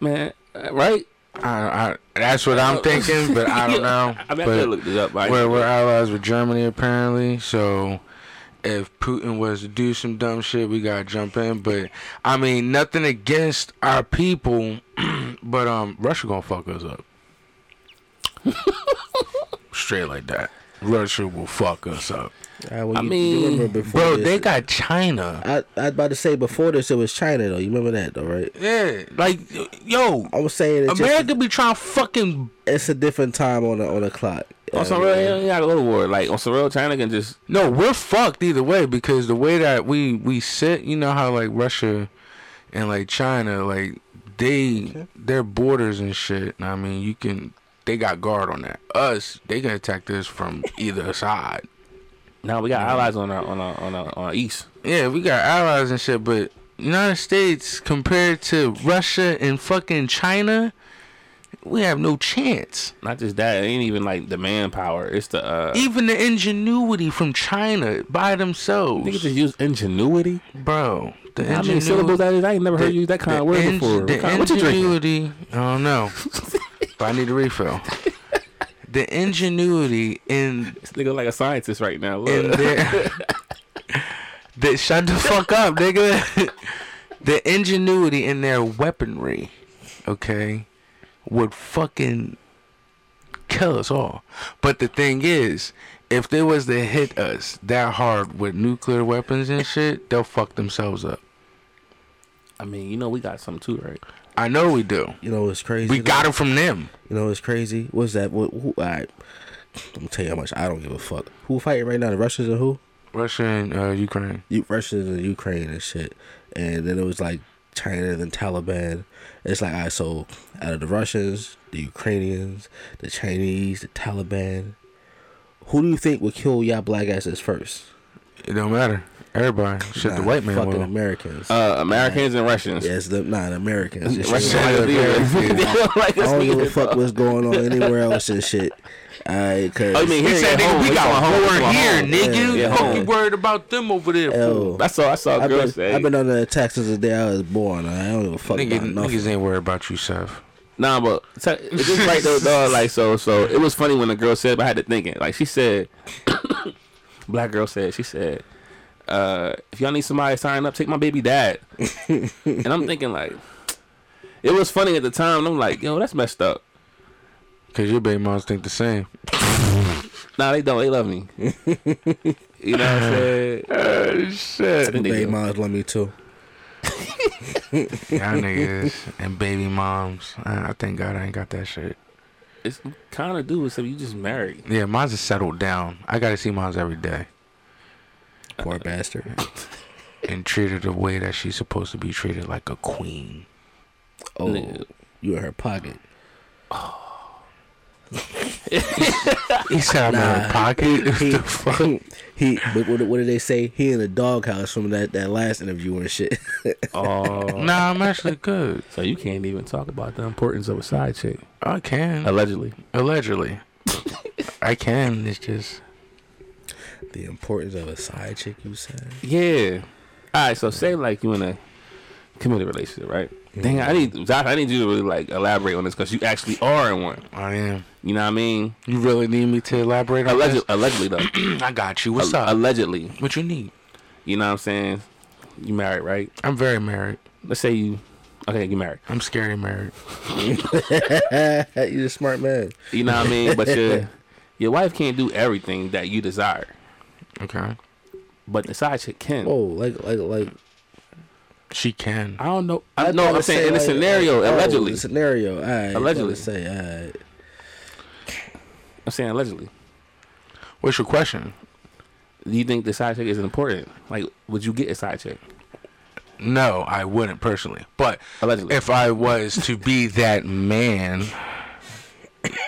Man, uh, right? I, I, that's what [laughs] I'm thinking, but [laughs] I don't know. I mean, I could but look this up. Right? we're, we're allies with Germany apparently, so if Putin was to do some dumb shit, we gotta jump in. But I mean, nothing against our people, [clears throat] But um, Russia gonna fuck us [laughs] up. Straight like that. Russia will fuck us up, Alright, Ah, well, I you- you mean, remember before bro. this- They got China. I I was about to say before this it was China though. You remember that though, right? Yeah, like yo, I was saying it's, just, America be trying to fucking it's a different time on the on the clock. Oh, uh, On some real, you gotta go to war. Like on some real, China can just No, we're fucked either way because the way that we we sit, you know how like Russia and like China, like they their borders and shit. I mean, you can they got guard on that. Us, they can attack this from [laughs] either side. now we got allies on our on our on our, on our east. Yeah, we got allies and shit, but United States compared to Russia and fucking China, we have no chance. Not just that, it ain't even like the manpower. It's the uh, Even the ingenuity from China by Niggas themselves, just use ingenuity. bro. The How many syllables that is? I ain't never heard you use that kind of word ing- before. The What kind- what you drinking? ingenuity. I don't [laughs] know, but I need a refill. The ingenuity in This nigga like a scientist right now. Look. in [laughs] their that shut the fuck up, nigga. the ingenuity in their weaponry, okay, would fucking kill us all. But the thing is, if they was to hit us that hard with nuclear weapons and shit, they'll fuck themselves up. I mean, you know we got some too, right? I know we do. You know it's crazy. We though? got it from them. You know it's crazy. What's that? What? Who, all right. I'm gonna tell you how much I don't give a fuck. Who fighting right now? The Russians and who? Russia and uh, Ukraine. U- Russians and Ukraine and shit. And then it was like China and Taliban. It's like I so out of the Russians, the Ukrainians, the Chinese, the Taliban. Who do you think would kill y'all black asses first? It don't matter. Everybody. Shit, the Nah, white man fucking will. Americans. Uh, Americans and Russians. yes, the not Americans. It's Russians just- don't like us either. [laughs] They don't like I us don't give a either. fuck what's going on anywhere else and shit. Alright, cause [laughs] Oh, you mean He here said, at nigga, home, we it's got on home, it's war on here, home. nigga. Yeah, Fuck you hell. worried about them over there. fool. L. I saw I saw a I've girl been, say. I've been under attack since the day I was born. I don't give a fuck Nigga, about nothing. niggas ain't worried about you, Seth. Nah, but t- it's just right though, [laughs] dog. Like so, so it was funny when the girl said, but I had to think it. Like she said, [coughs] black girl said, she said, uh, if y'all need somebody to sign up, take my [laughs] baby dad. and I'm thinking like, it was funny at the time. And I'm like, yo, that's messed up. Because your baby moms think the same. Nah, they don't. They love me. you know what I'm saying? shit. think they Baby do. moms love me too. Y'all [laughs] niggas and baby moms. I, I thank God I ain't got that shit. It's kind of do except you just married. Yeah, mine's is settled down. I got to see mine's every day [laughs] Poor bastard. and treat her the way that she's supposed to be treated like a queen. Oh, Nigga. you in her pocket. He said I'm in her Nah. pocket. What [laughs] He, the fuck? he but what, what did they say? He in the doghouse from that, that last interview and shit. [laughs] Oh, Nah, I'm actually good. [laughs] so you can't even talk about the importance of a side chick, I can. allegedly. Allegedly. I can. It's just. the importance of a side chick, you said. [laughs] Yeah. All right. So say like you in a committed relationship, right? Dang, I need Josh. I need you to really like elaborate on this because you actually are in one. I am. You know what I mean? You really need me to elaborate on Allegedly, allegedly [clears throat] though. this? [clears throat] I got you. What's up? allegedly, what you need? you know what I'm saying? You married, right? I'm very married. Let's say you. Okay, you married. I'm scary married. You're a smart man. You know what I mean? But [laughs] your your wife can't do everything that you desire, Okay. but the side chick can. Whoa, Oh, like like like. She can. I don't know. I I know. thought Oh, I'm it saying said in a like- scenario, oh, allegedly. the scenario. All right, Allegedly. Say all right. I'm saying allegedly. What's your question? Do you think the side chick is important? Like, would you get a side chick? No, I wouldn't personally. But Allegedly. if I was to be that man,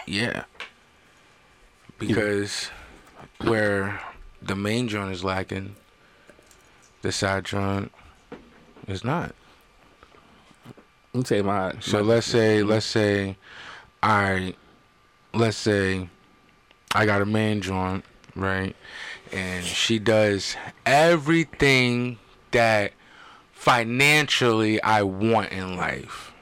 yeah. Because where the main joint is lacking, the side joint is not. Let me tell you my. So my- let's say, let's say, I, let's say, I got a man joint, right? And she does everything that financially I want in life.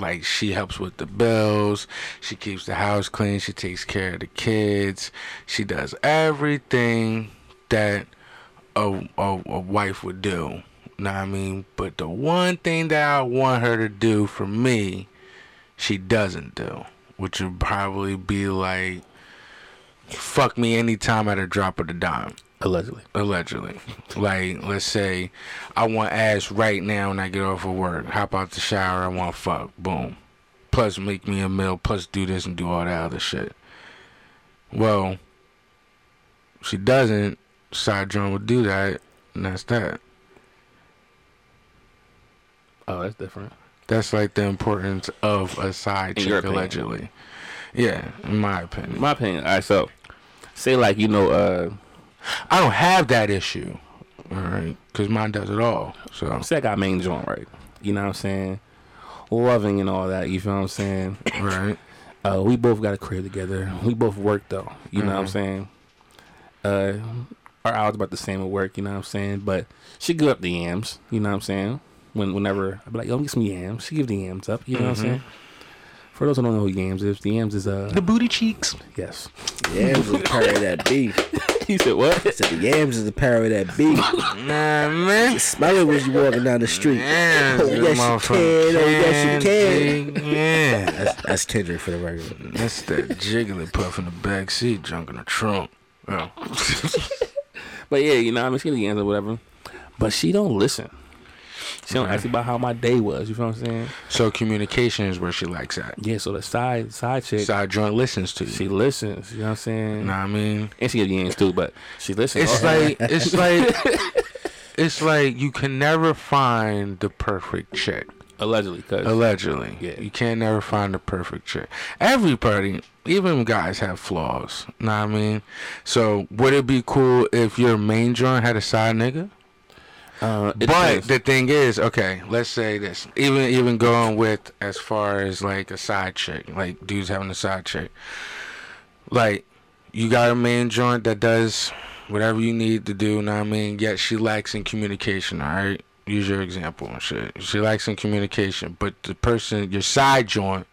Like she helps with the bills, she keeps the house clean, she takes care of the kids, she does everything that a a, a wife would do. Know what I mean? But the one thing that I want her to do for me she doesn't do, which would probably be like, fuck me anytime at a drop of the dime Allegedly. allegedly. Like, let's say I want ass right now when I get off of work. Hop out the shower. I want fuck. Boom. Plus, make me a meal. Plus, do this and do all that other shit. Well, she doesn't. Side drum would do that, and that's that. Oh, that's different. That's like the importance of a side In chick, your opinion. allegedly. Yeah, in my opinion. My opinion. All right, so say like you know, uh, I don't have that issue. All right, because mine does it all. So say I got main joint right. You know what I'm saying? Loving and all that. You feel what I'm saying? right. Uh, we both got a career together. We both work though. You know what I'm Mm-hmm. saying? Uh, our hours about the same at work. You know what I'm saying? But she give up the yams. You know what I'm saying? When whenever I be like, yo, get some yams. She give the yams up. You know what I'm saying? For those who don't know who yams is, the yams is uh Mm-hmm. The booty cheeks. yes. [laughs] Yams is a parry that beef. you said what? [laughs] Said the yams is a parry that beef. Nah, man. Smell it when you walking down the street. Yeah, Oh, yes, you can. Oh, yes, you can. Yeah. That's, that's Kendrick for the record. That's that jiggly puff in the back seat, junk in the trunk. Oh. But yeah, you know, I mean, she the yams or whatever. But she don't listen. She don't ask me about how my day was. You feel what I'm saying? So communication is where she likes at. Yeah. So the side side chick, Side joint listens to you. she listens. You know what I'm saying? know what I mean? And she get yams too, but she listens. It's like it's [laughs] like it's like you can never find the perfect chick. allegedly, cause Allegedly. Yeah. You can never find the perfect chick. Everybody, even guys have flaws. Know what I mean? So would it be cool if your main joint had a side nigga? uh, it but depends. the thing is, okay, let's say this. Even even going with as far as like a side chick, like dudes having a side chick. Like, you got a main joint that does whatever you need to do, know what I mean? Yet she lacks in communication, alright? Use your example and shit. She lacks in communication. But the person your side joint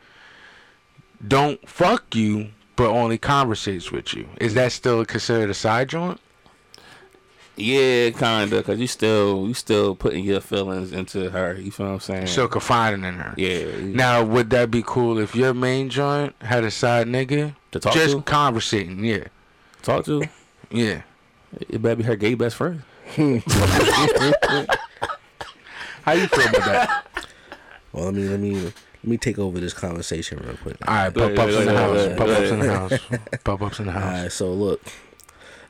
don't fuck you but only conversates with you. Is that still considered a side joint? yeah, kinda, cause you still you still putting your feelings into her. You feel what I'm saying? Still confiding in her. yeah, you- Now, would that be cool if your main joint had a side nigga To talk just to? conversating? Yeah, talk to her. [laughs] yeah. it better be her gay best friend. How you feel about that? Well, let me let me let me take over this conversation real quick. All right, pop Go ups ahead, in the go house. ahead, Pop go ups in the house. Pop ups in the All house. right, so look,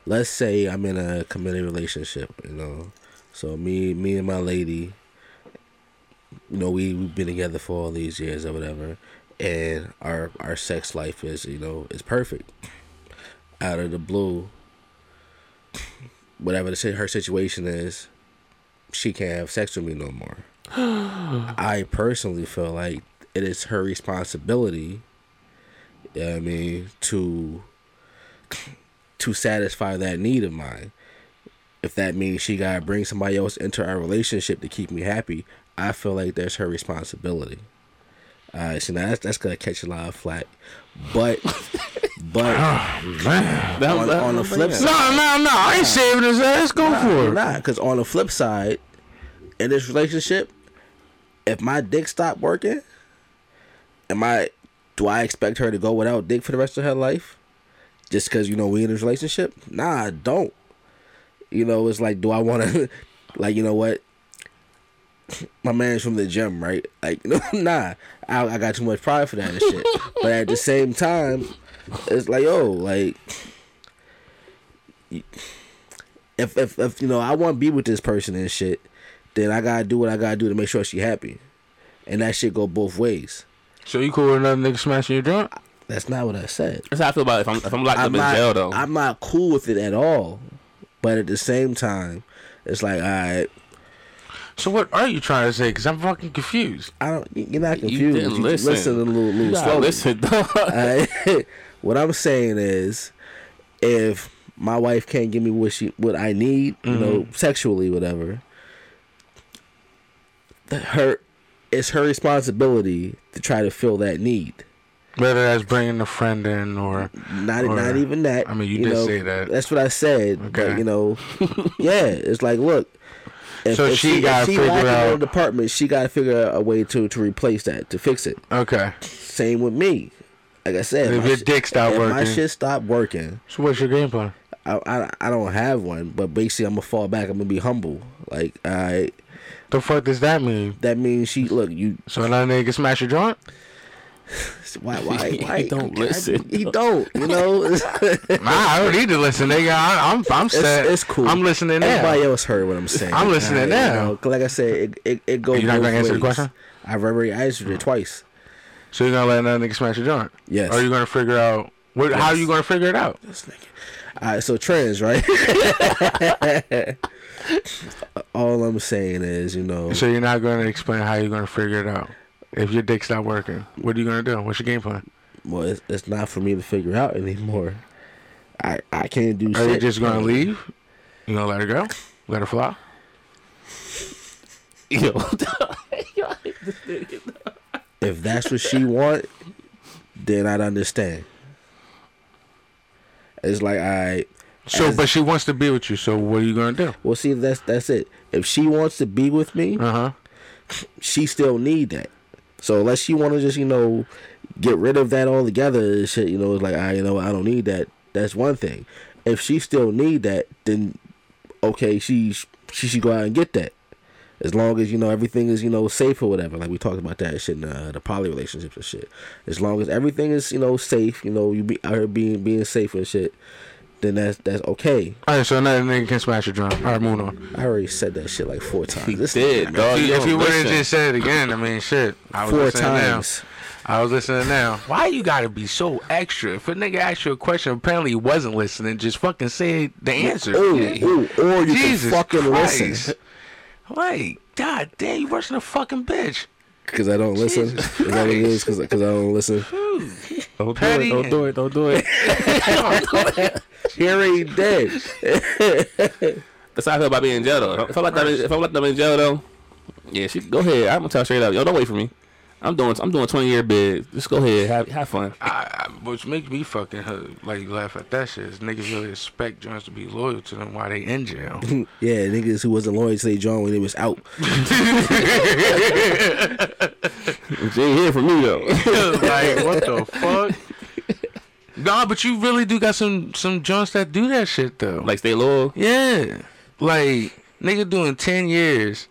let's say I'm in a committed relationship, you know. So me, me and my lady, you know, we we've been together for all these years or whatever, and our our sex life is, you know, is perfect. Out of the blue, whatever the si- her situation is, she can't have sex with me no more. I personally feel like it is her responsibility. Yeah, I mean to to satisfy that need of mine. If that means she gotta bring somebody else into our relationship to keep me happy, I feel like that's her responsibility. All right, so now that's, that's gonna catch a lot of flack, but but Man. [laughs] That, on, on the flip No, side, no, no. I ain't saving his ass. Go for it. nah, because on the flip side, in this relationship, if my dick stopped working, am I do I expect her to go without dick for the rest of her life? Just because you know we in this relationship? Nah, I don't. You know, it's like, do I want to, [laughs] like, you know what? My man's from the gym, right? Like, [laughs] no, nah, I, I got too much pride for that and shit. but at the same time, it's like, oh, like, if if if you know I want to be with this person and shit, then I gotta do what I gotta do to make sure she happy, and that shit go both ways. So you cool with another nigga smashing your joint? That's not what I said. That's how I feel about it. if I'm if I'm locked I'm up in jail not, though. I'm not cool with it at all, but at the same time, it's like all right, So what are you trying to say? Because I'm fucking confused. I don't. You're not confused. you didn't just listen. a little, You little gotta slowly. listen, [laughs] dog. I, [laughs] what I'm saying is, if my wife can't give me what she what I need, you Mm-hmm. know, sexually, whatever, that her it's her responsibility to try to fill that need. Whether that's bringing a friend in or Not Or- not even that. Oh, I mean, you did know, say that. [laughs] That's what I said. but, Okay. you know, yeah, it's like look, If, So if she gotta if she figure lacking in her out- department. She got to figure out a way to to replace that to fix it. Okay. Same with me. Like I said, If my your shi- dick stop if my working. shit stop working. So what's your game plan? I, I, I don't have one, but basically I'm gonna fall back. I'm gonna be humble. Like I The fuck does that mean? that means she look you So another nigga can smash your joint? why [laughs] why why He don't listen. he don't you know Nah, I don't need to listen, nigga. I, I'm I'm set. It's, it's cool. I'm listening now. Everybody else heard what I'm saying. [laughs] I'm listening Alright, now. You know, 'cause like I said, it it, it goes. You're not gonna both answer the ways. question? I've already answered it twice. So you're gonna let another nigga smash your joint? Yes. Or are you gonna figure out what, how you gonna figure it out? This nigga. All right, so trends, right? [laughs] All I'm saying is, you know, So you're not gonna explain how you're gonna figure it out. If your dick's not working, what are you gonna do? What's your game plan? well, it's, it's not for me to figure out anymore. I I can't do. Are shit. you just gonna leave? You gonna let her go? Let her fly? Yo, yo, I hate this nigga. If that's what she want, then I'd understand. It's like I So, As- but she wants to be with you. So what are you gonna do? well see that's that's it. If she wants to be with me, Uh huh. she still need that. So unless she want to just you know get rid of that altogether, and shit, you know, it's like I you know I don't need that. That's one thing. If she still need that, then okay, she she should go out and get that. As long as you know everything is you know safe or whatever, like we talked about that shit in uh, the poly relationships and shit. As long as everything is you know safe, you know you be out here being being safe and shit, then that's that's okay. All right. So another nigga can smash your joint. All right, moving on. I already said that shit like four times. He This- dead, dog. Oh, if don't you would have listen. just said it again, I mean, shit. I was four listening times. Now. I was listening now. Why you gotta be so extra? If a nigga asked you a question, apparently he wasn't listening. Just fucking say the answer. Ooh, Yeah. ooh, or you Jesus can fucking Christ. listen. Like, god damn, you rushing a fucking bitch. Because I don't listen. Jesus Is that what it is? Because I don't listen. Don't do Petty. it. Don't do it. Don't do it. He already dead. That's how I feel about being in jail though. If I let them, if I let them in jail though, yeah, she go ahead. I'm gonna tell her straight up, yo, don't wait for me. I'm doing, I'm doing 20 year bid. Just go ahead, have, have fun. [laughs] I, I, which makes me fucking uh, like laugh at that shit. Is niggas really expect joints to be loyal to them while they in jail? [laughs] Yeah, niggas who wasn't loyal to their John when they was out. She ain't here for me though. [laughs] like what the fuck? [laughs] Nah, but you really do got some some joints that do that shit though. like stay loyal. yeah, like nigga doing ten years.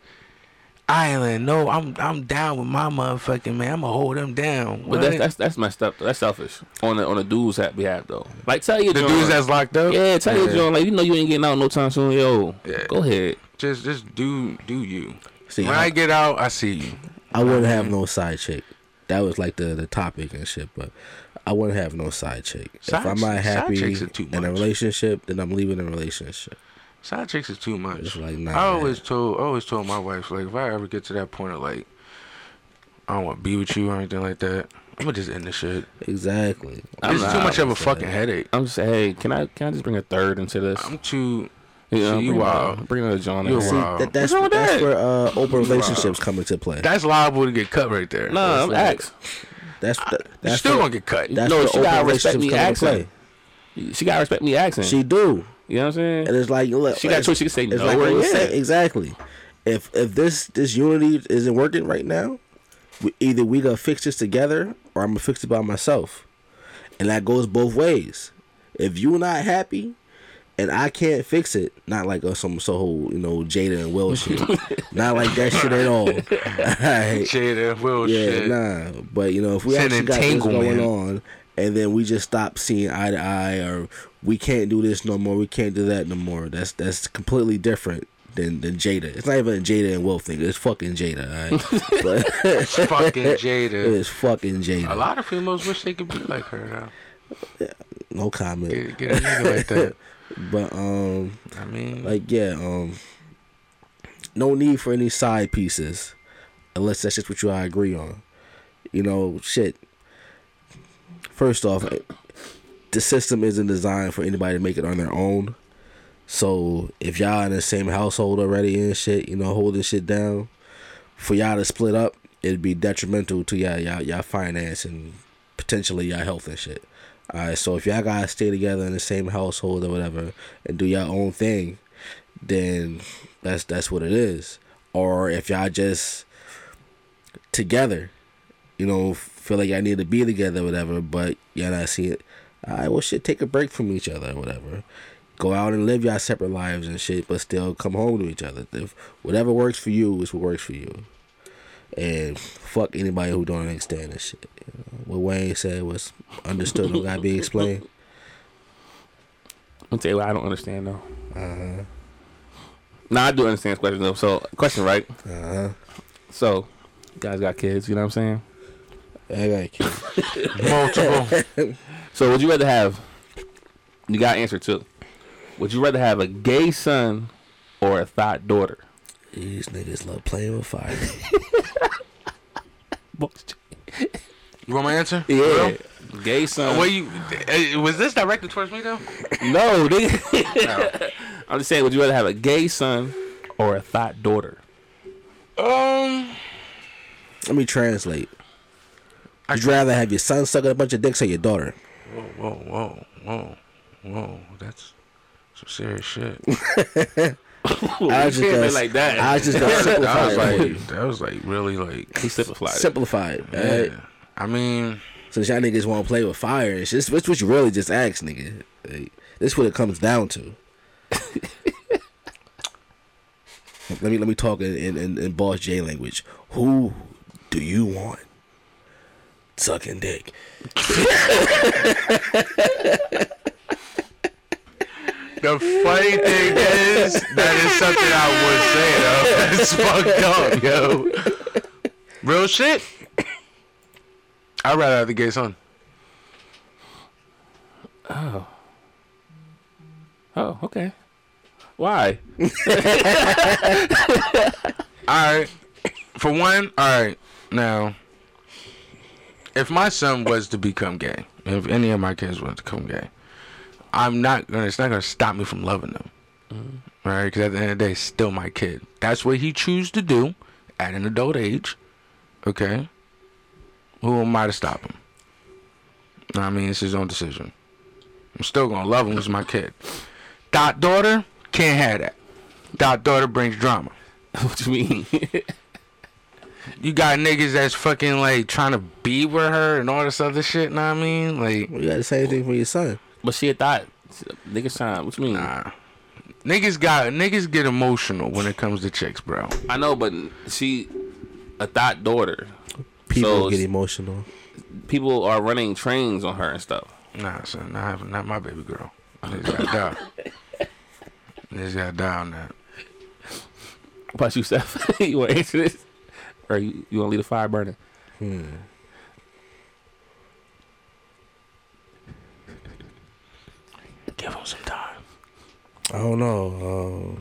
Island, no, I'm I'm down with my motherfucking man. I'ma hold him down. But that's that's that's messed up. Though. That's selfish on the on the dudes that we have though. Like tell your the joint, dudes that's locked up. yeah, tell your joint, like you know you ain't getting out no time soon, yo. Yeah. Go ahead. Just just do do you. See, when I- I get out, I see you. I wouldn't have no side chick. That was like the, the topic and shit, but I wouldn't have no side chick. Side if I'm not chick- side happy chicks are too in a much. relationship, then I'm leaving the relationship. Side chicks is too much. It's like, nah, I always told, I always told my wife, like, if I ever get to that point of like, I don't want to be with you or anything like that, I'm gonna just end the shit. Exactly. I'm It's not- too much of a say fucking that. headache. I'm just hey, can I can I just bring a third into this? I'm too. You know, see, you bring, wild. another- bring another John. You in. wild. See, Wow. that, that's What's wrong with that's that? where uh, open relationships come into play. That's liable to get cut right there. Nah, I'm ax. that's that, you that's still where, gonna get cut. that's No, where she gotta open respect relationships me come into play. accent. She gotta respect me accent. She do. you know what I'm saying? And it's like, look, Mm-hmm. She got it's- choice. She can say it's no like or I was yeah. saying- exactly. If if this this unity isn't working right now, we, either we gonna fix this together or I'm gonna fix it by myself, and that goes both ways. If you not happy, and I can't fix it, not like uh, some so whole you know Jada and Will [laughs] shit, not like that shit at all. [laughs] Alright. Shit, that will Yeah, shit. nah. But you know, if we It's an actually got this going on, entanglement. and then we just stop seeing eye to eye, or we can't do this no more, we can't do that no more. That's that's completely different than than Jada. It's not even a Jada and Will thing. It's fucking Jada. All [laughs] right? but It's [laughs] fucking it Jada. is fucking A Jada. lot of females wish they could be like her. No Though. comment. Get, get a nigga like that. But um, I mean, like yeah, um, no need for any side pieces, unless that's just what you all agree on. You know, shit. First off, eh, the system isn't designed for anybody to make it on their own. So if y'all in the same household already and shit, you know, holding shit down, for y'all to split up, it'd be detrimental to y'all y'all y'all finance and potentially y'all health and shit. Alright, so if y'all gotta stay together in the same household or whatever and do your own thing, then that's that's what it is. Or if y'all just together, you know, feel like y'all need to be together, whatever. But y'all not see it. I well, shit, take a break from each other, whatever. Go out and live y'all separate lives and shit, but still come home to each other. If whatever works for you is what works for you. And fuck anybody who don't understand this shit. You know, what Wayne said was understood, don't gotta be explained. I'll tell you what I don't understand though. Uh-huh. Nah, I do understand this question though. So question, right? Mm-hmm. Uh huh. So guys got kids, you know what I'm saying? I got kids. Multiple. So would you rather have you got answer two. Would you rather have a gay son or a thought daughter? These niggas love playing with fire. you want my answer? Yeah. Gay son. What you? eh, Was this directed towards me though? No, nigga. [laughs] I'm just saying, would you rather have a gay son or a thought daughter? Um. Let me translate. Would you rather have your son sucking a bunch of dicks or your daughter? Whoa, whoa, whoa, whoa, whoa. That's some serious shit. I was You can't be gonna- like that. I was just gonna I [laughs] simplify it. was for you. like, that was like really like. He simplified. it. Simplify it. alright? Yeah. I mean, Since y'all niggas want to play with fire, it's just that's what you really just ask, nigga. Like, this what it comes down [laughs] to. let me let me talk in, in, in, in boss J language. Who do you want sucking dick? the funny thing is that is something I would say though. It's fucked [laughs] up, yo. Real shit. I'd rather have the gay son. Oh, okay. Why? [laughs] All right. For one, all right. Now, if my son was to become gay, if any of my kids were to become gay, I'm not gonna. It's not gonna stop me from loving them. Right? Because at the end of the day, it's still my kid. That's what he choose to do at an adult age. Okay. Who am I to stop him? I mean, it's his own decision. I'm still gonna love him. It's my kid. Dot daughter can't have that. Dot daughter brings drama. what you mean? [laughs] You got niggas that's fucking like trying to be with her and all this other shit. Know what I mean? Like, Well, you got the same thing for your son. but she a thought. Nigga time. What you mean? nah. Niggas got niggas get emotional when it comes to chicks, bro. I know, but she a thought daughter. People So- get emotional. People are running trains on her and stuff. Nah, son, not not my baby girl. Niggas got down. Niggas got down that. What about you, Seth? [laughs] you want to answer this? Or you, you want to leave the fire burning? Hmm. Give him some time. I don't know.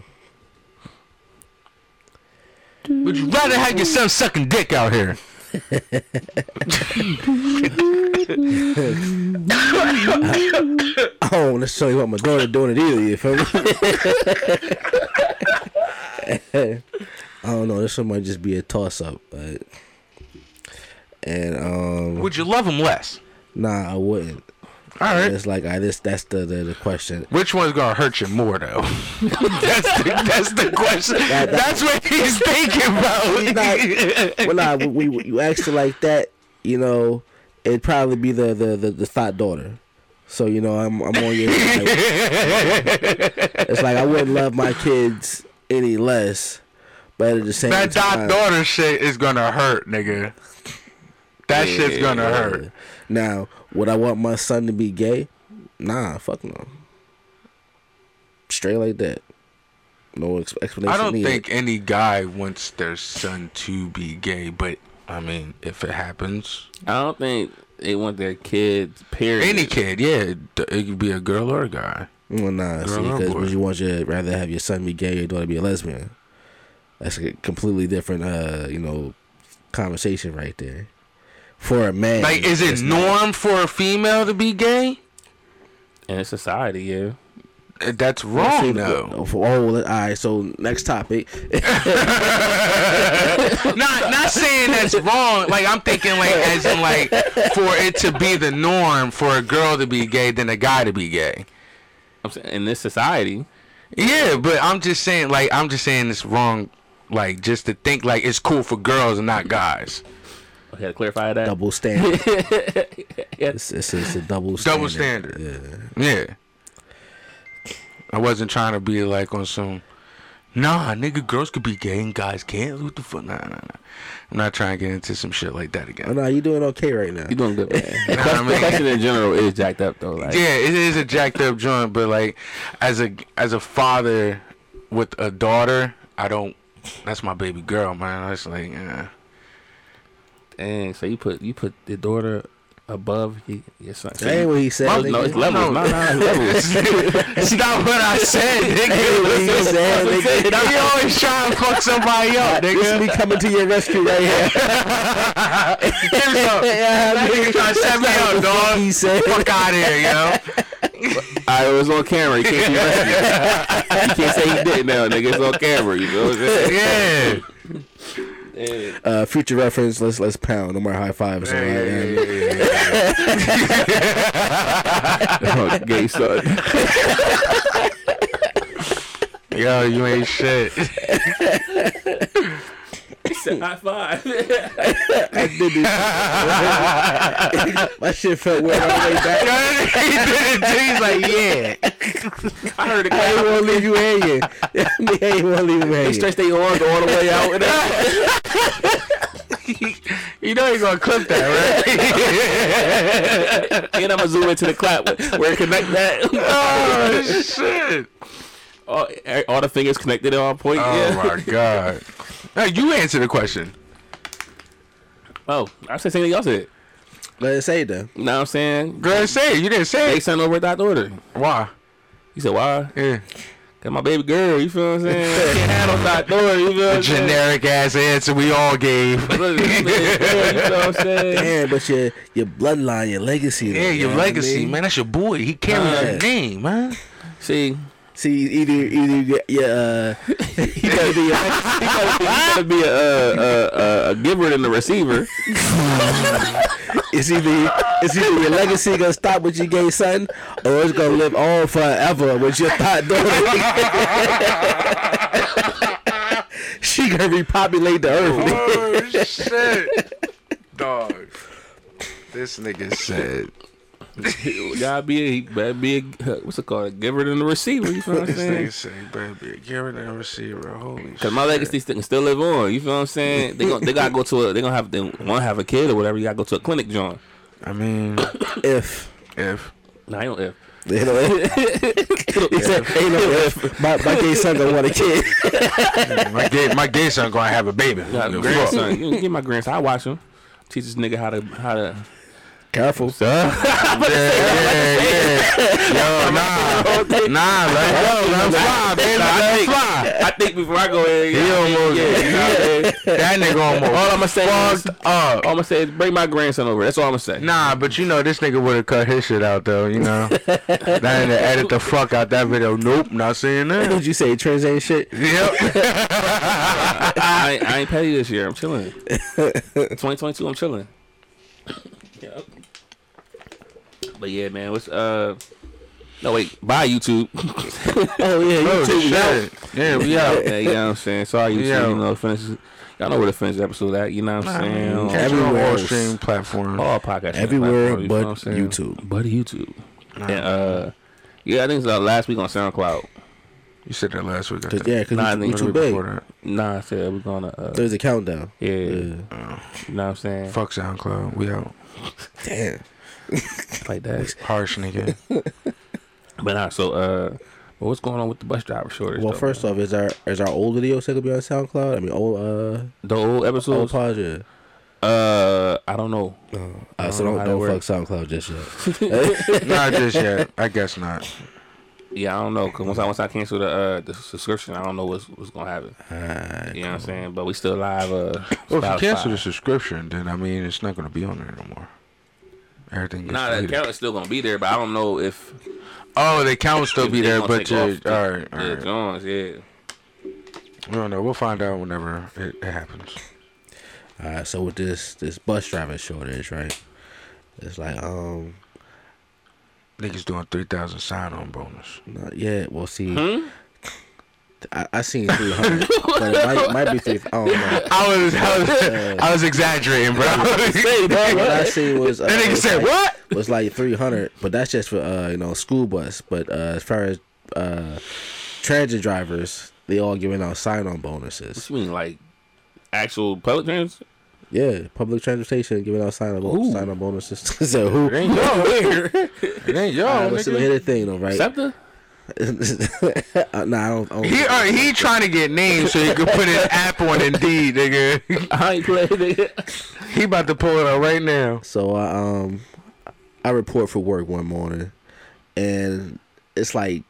um, Would you rather have your son sucking dick out here? Um, I don't necessarily want my daughter doing it either. You feel me? [laughs] I don't know. This one might just be a toss up, but and um, Would you love him less? nah, I wouldn't. All right. It's like I this that's the the, the question. Which one's gonna hurt you more though? [laughs] that's the that's the question. that's what he's thinking about. not- Well, nah, we, we you asked it like that, you know, it'd probably be the the the, the thought daughter. So you know, I'm I'm on your. like, it's like I wouldn't love my kids any less, but at the same [laughs] That time, dot daughter shit is gonna hurt, nigga. That shit's gonna hurt. Now, would I want my son to be gay? Nah, fuck no. Straight like that. No ex- explanation. I don't needed. think any guy wants their son to be gay, but I mean, if it happens, I don't think they want their kids. Period. any kid, yeah, it, it could be a girl or a guy. Well, nah, see, Girl or because boy? would you want your rather have your son be gay or your daughter be a lesbian? That's a completely different, uh, you know, conversation right there. For a man, Like, is it it's norm for a female to be gay? in a society, yeah. Uh, That's not- wrong, though. Oh, for- oh, all right. So next topic. [laughs] not not saying that's wrong. Like I'm thinking, like as in, like for it to be the norm for a girl to be gay than a guy to be gay. I'm saying in this society. Yeah, but I'm just saying, like, I'm just saying it's wrong. Like, just to think like it's cool for girls and not guys. I had to clarify that. Double standard. [laughs] Yeah. It's, it's, it's a double standard. Double standard. Yeah. I wasn't trying to be like on some. Nah, nigga, girls could be gay and guys can't. What the fuck? Nah, nah, nah. I'm not trying to get into some shit like that Oh again. no, you doing okay right now? You doing [laughs] good, man. The Nah, I question, the mean- question in general is jacked up though. Like, Yeah, it is a jacked up joint, but like, as a as a father with a daughter, I don't. That's my baby girl, man. That's like, uh, yeah. dang. So you put you put the daughter above your, your son. So That ain't you- what he said. no, nigga. no, it's levels. No, No. no, it's [laughs] levels. It's not what I [laughs] said, what he nigga. said, nigga. He always trying to fuck somebody up, This is nigga. me coming to your rescue right [laughs] here. [laughs] That nigga trying to set me up, dog. He said. Fuck out of here, [laughs] yo. I was on camera. [laughs] You can't be rescued. You can't say he did now, nigga. It's on camera. You know. What I'm saying? [laughs] Yeah. Uh, future reference. Let's let's pound. No more high fives. all right, man. Oh, gay son. Yo, you ain't shit. [laughs] High five. [laughs] [laughs] I did this. My shit felt weird on the way back. he did it too. [laughs] He's like, yeah. I heard it. I ain't wanna leave you hanging. [laughs] I ain't wanna leave you They hanging. stretch their arms all the way out. [laughs] And that. You know you gonna clip [laughs] that, right? and I'm gonna zoom into the clap where it connect [laughs] that. oh shit. all, eh, all the fingers connected at all point. Oh yeah. my god. Now you answer the question. Oh, I said something y'all said. Let it say though. You know what I'm saying? Girl, say it. You didn't say They it. sent over that order. Why? You said why? Yeah. Got my baby girl. You feel what [laughs] I'm saying? Can't handle that daughter. You feel what I'm saying? Generic ass answer we all gave. [laughs] Look, my baby girl, you feel what [laughs] I'm saying? Damn, but your your bloodline, your legacy. though, Yeah, you your know what I legacy, mean? man. That's your boy. He carries Uh, your name, man. See, See, either either you get- yeah, uh, [laughs] you gotta [laughs] be a, you gotta be, you gotta be a, a, a, a giver than the receiver. it's either it's either your legacy gonna stop with your gay son, or it's gonna live on forever with your thought daughter. [laughs] she gonna repopulate the earth. Oh [laughs] shit, dog. This nigga said. gotta be a, gotta be a, what's it called? A giver than the receiver. You feel what I'm This saying? nigga said, baby, give it a receiver. Holy Cause my legacy st- can still live on. You feel what I'm saying? They gon' they gotta go to a they gonna have they want to have a kid or whatever. You gotta go to a clinic, John. I mean, [laughs] If if No, I don't if. you know, Yeah. ain't no if my, my gay son gonna want a kid. my gay my gay son gonna have a baby, Got a Fuck. grandson. You get my grandson. I watch him. Teach this nigga how to how to. Careful. yeah, yeah, yeah. Yo, nah, nah, let go, let him fly, baby, let him fly. I think before I go in, He almost, [laughs] that nigga all almost I'm gonna say, is, all fucked up. I'm gonna say is bring my grandson over. That's all I'm gonna say. Nah, but you know this nigga would have cut his shit out though. You know, that nigga edit the fuck out that video. Nope, not seeing that. What you say? Trans ain't shit. Yep. I, ain't- I ain't petty this year. I'm chilling. 2022, I'm chilling. Yep. But yeah, man. What's uh? No wait. Bye YouTube. [laughs] Oh yeah, you [laughs] Oh [laughs] too. shit. Yeah, we out. yeah, you know what I'm saying. Sorry YouTube. Yeah. You know, finish. Y'all know where to finish the episode at. You know what I'm saying. Catch On it on Everywhere all else. streaming platforms. all podcast Everywhere platforms, you but know what I'm saying? YouTube. But YouTube. And, uh, yeah, I think it's uh, last week on SoundCloud. You said that last week. I Cause, think. yeah, Nah, I because think we it's too Before big. that. Nah, I said we're gonna. Uh, There's a countdown. yeah, Yeah. you know what I'm saying. Fuck SoundCloud. We out. Damn. Like that. Harsh nigga. But nah, so uh, but what's going on with the bus driver shortage? Well, though, first man? off, is our is our old video still gonna be on SoundCloud? I mean, old uh, the old old episodes. Oh, pod, yeah. uh, I don't know. Uh, so don't don't know how don't fuck that works. SoundCloud just yet. not just yet. I guess not. Yeah, I don't know. Cause once I once I cancel the uh the subscription, I don't know what's what's gonna happen. Ah, you know what I'm saying? But we still live. Uh, Well, Oh, if Spotify. you cancel the subscription, then I mean it's not gonna be on there no more. Everything. Gets Nah, the deleted. account is still gonna be there, but I don't know if oh, the account will still if be they there, gonna but take your, all off the- right, all the right. Johns, yeah. We don't know. We'll find out whenever it, it happens. All right, so with this this bus driver shortage, right? It's like um, Niggas doing three thousand sign on bonus. not yet. We'll see. I, I seen 300, but it might, might be 300. I don't know. I was, I [laughs] was, I was exaggerating, [laughs] bro. [laughs] What I that seen was uh, nigga was said like, what? was like 300, but that's just for uh, you know school bus. But uh, as far as uh, transit drivers, they all giving out sign-on bonuses. you mean like actual public transit? Yeah, public transportation giving out sign-on Ooh. bo- sign-on bonuses. [laughs] so who? It ain't y'all here. It ain't All y'all, right, but see, here's nigga. the thing though, right? Scepter? [laughs] uh, nah, I don't. I don't He, uh, he trying to get names so he could put [laughs] his app on Indeed, nigga. I ain't playing nigga. He about to pull it out right now. So I um I report for work one morning and it's like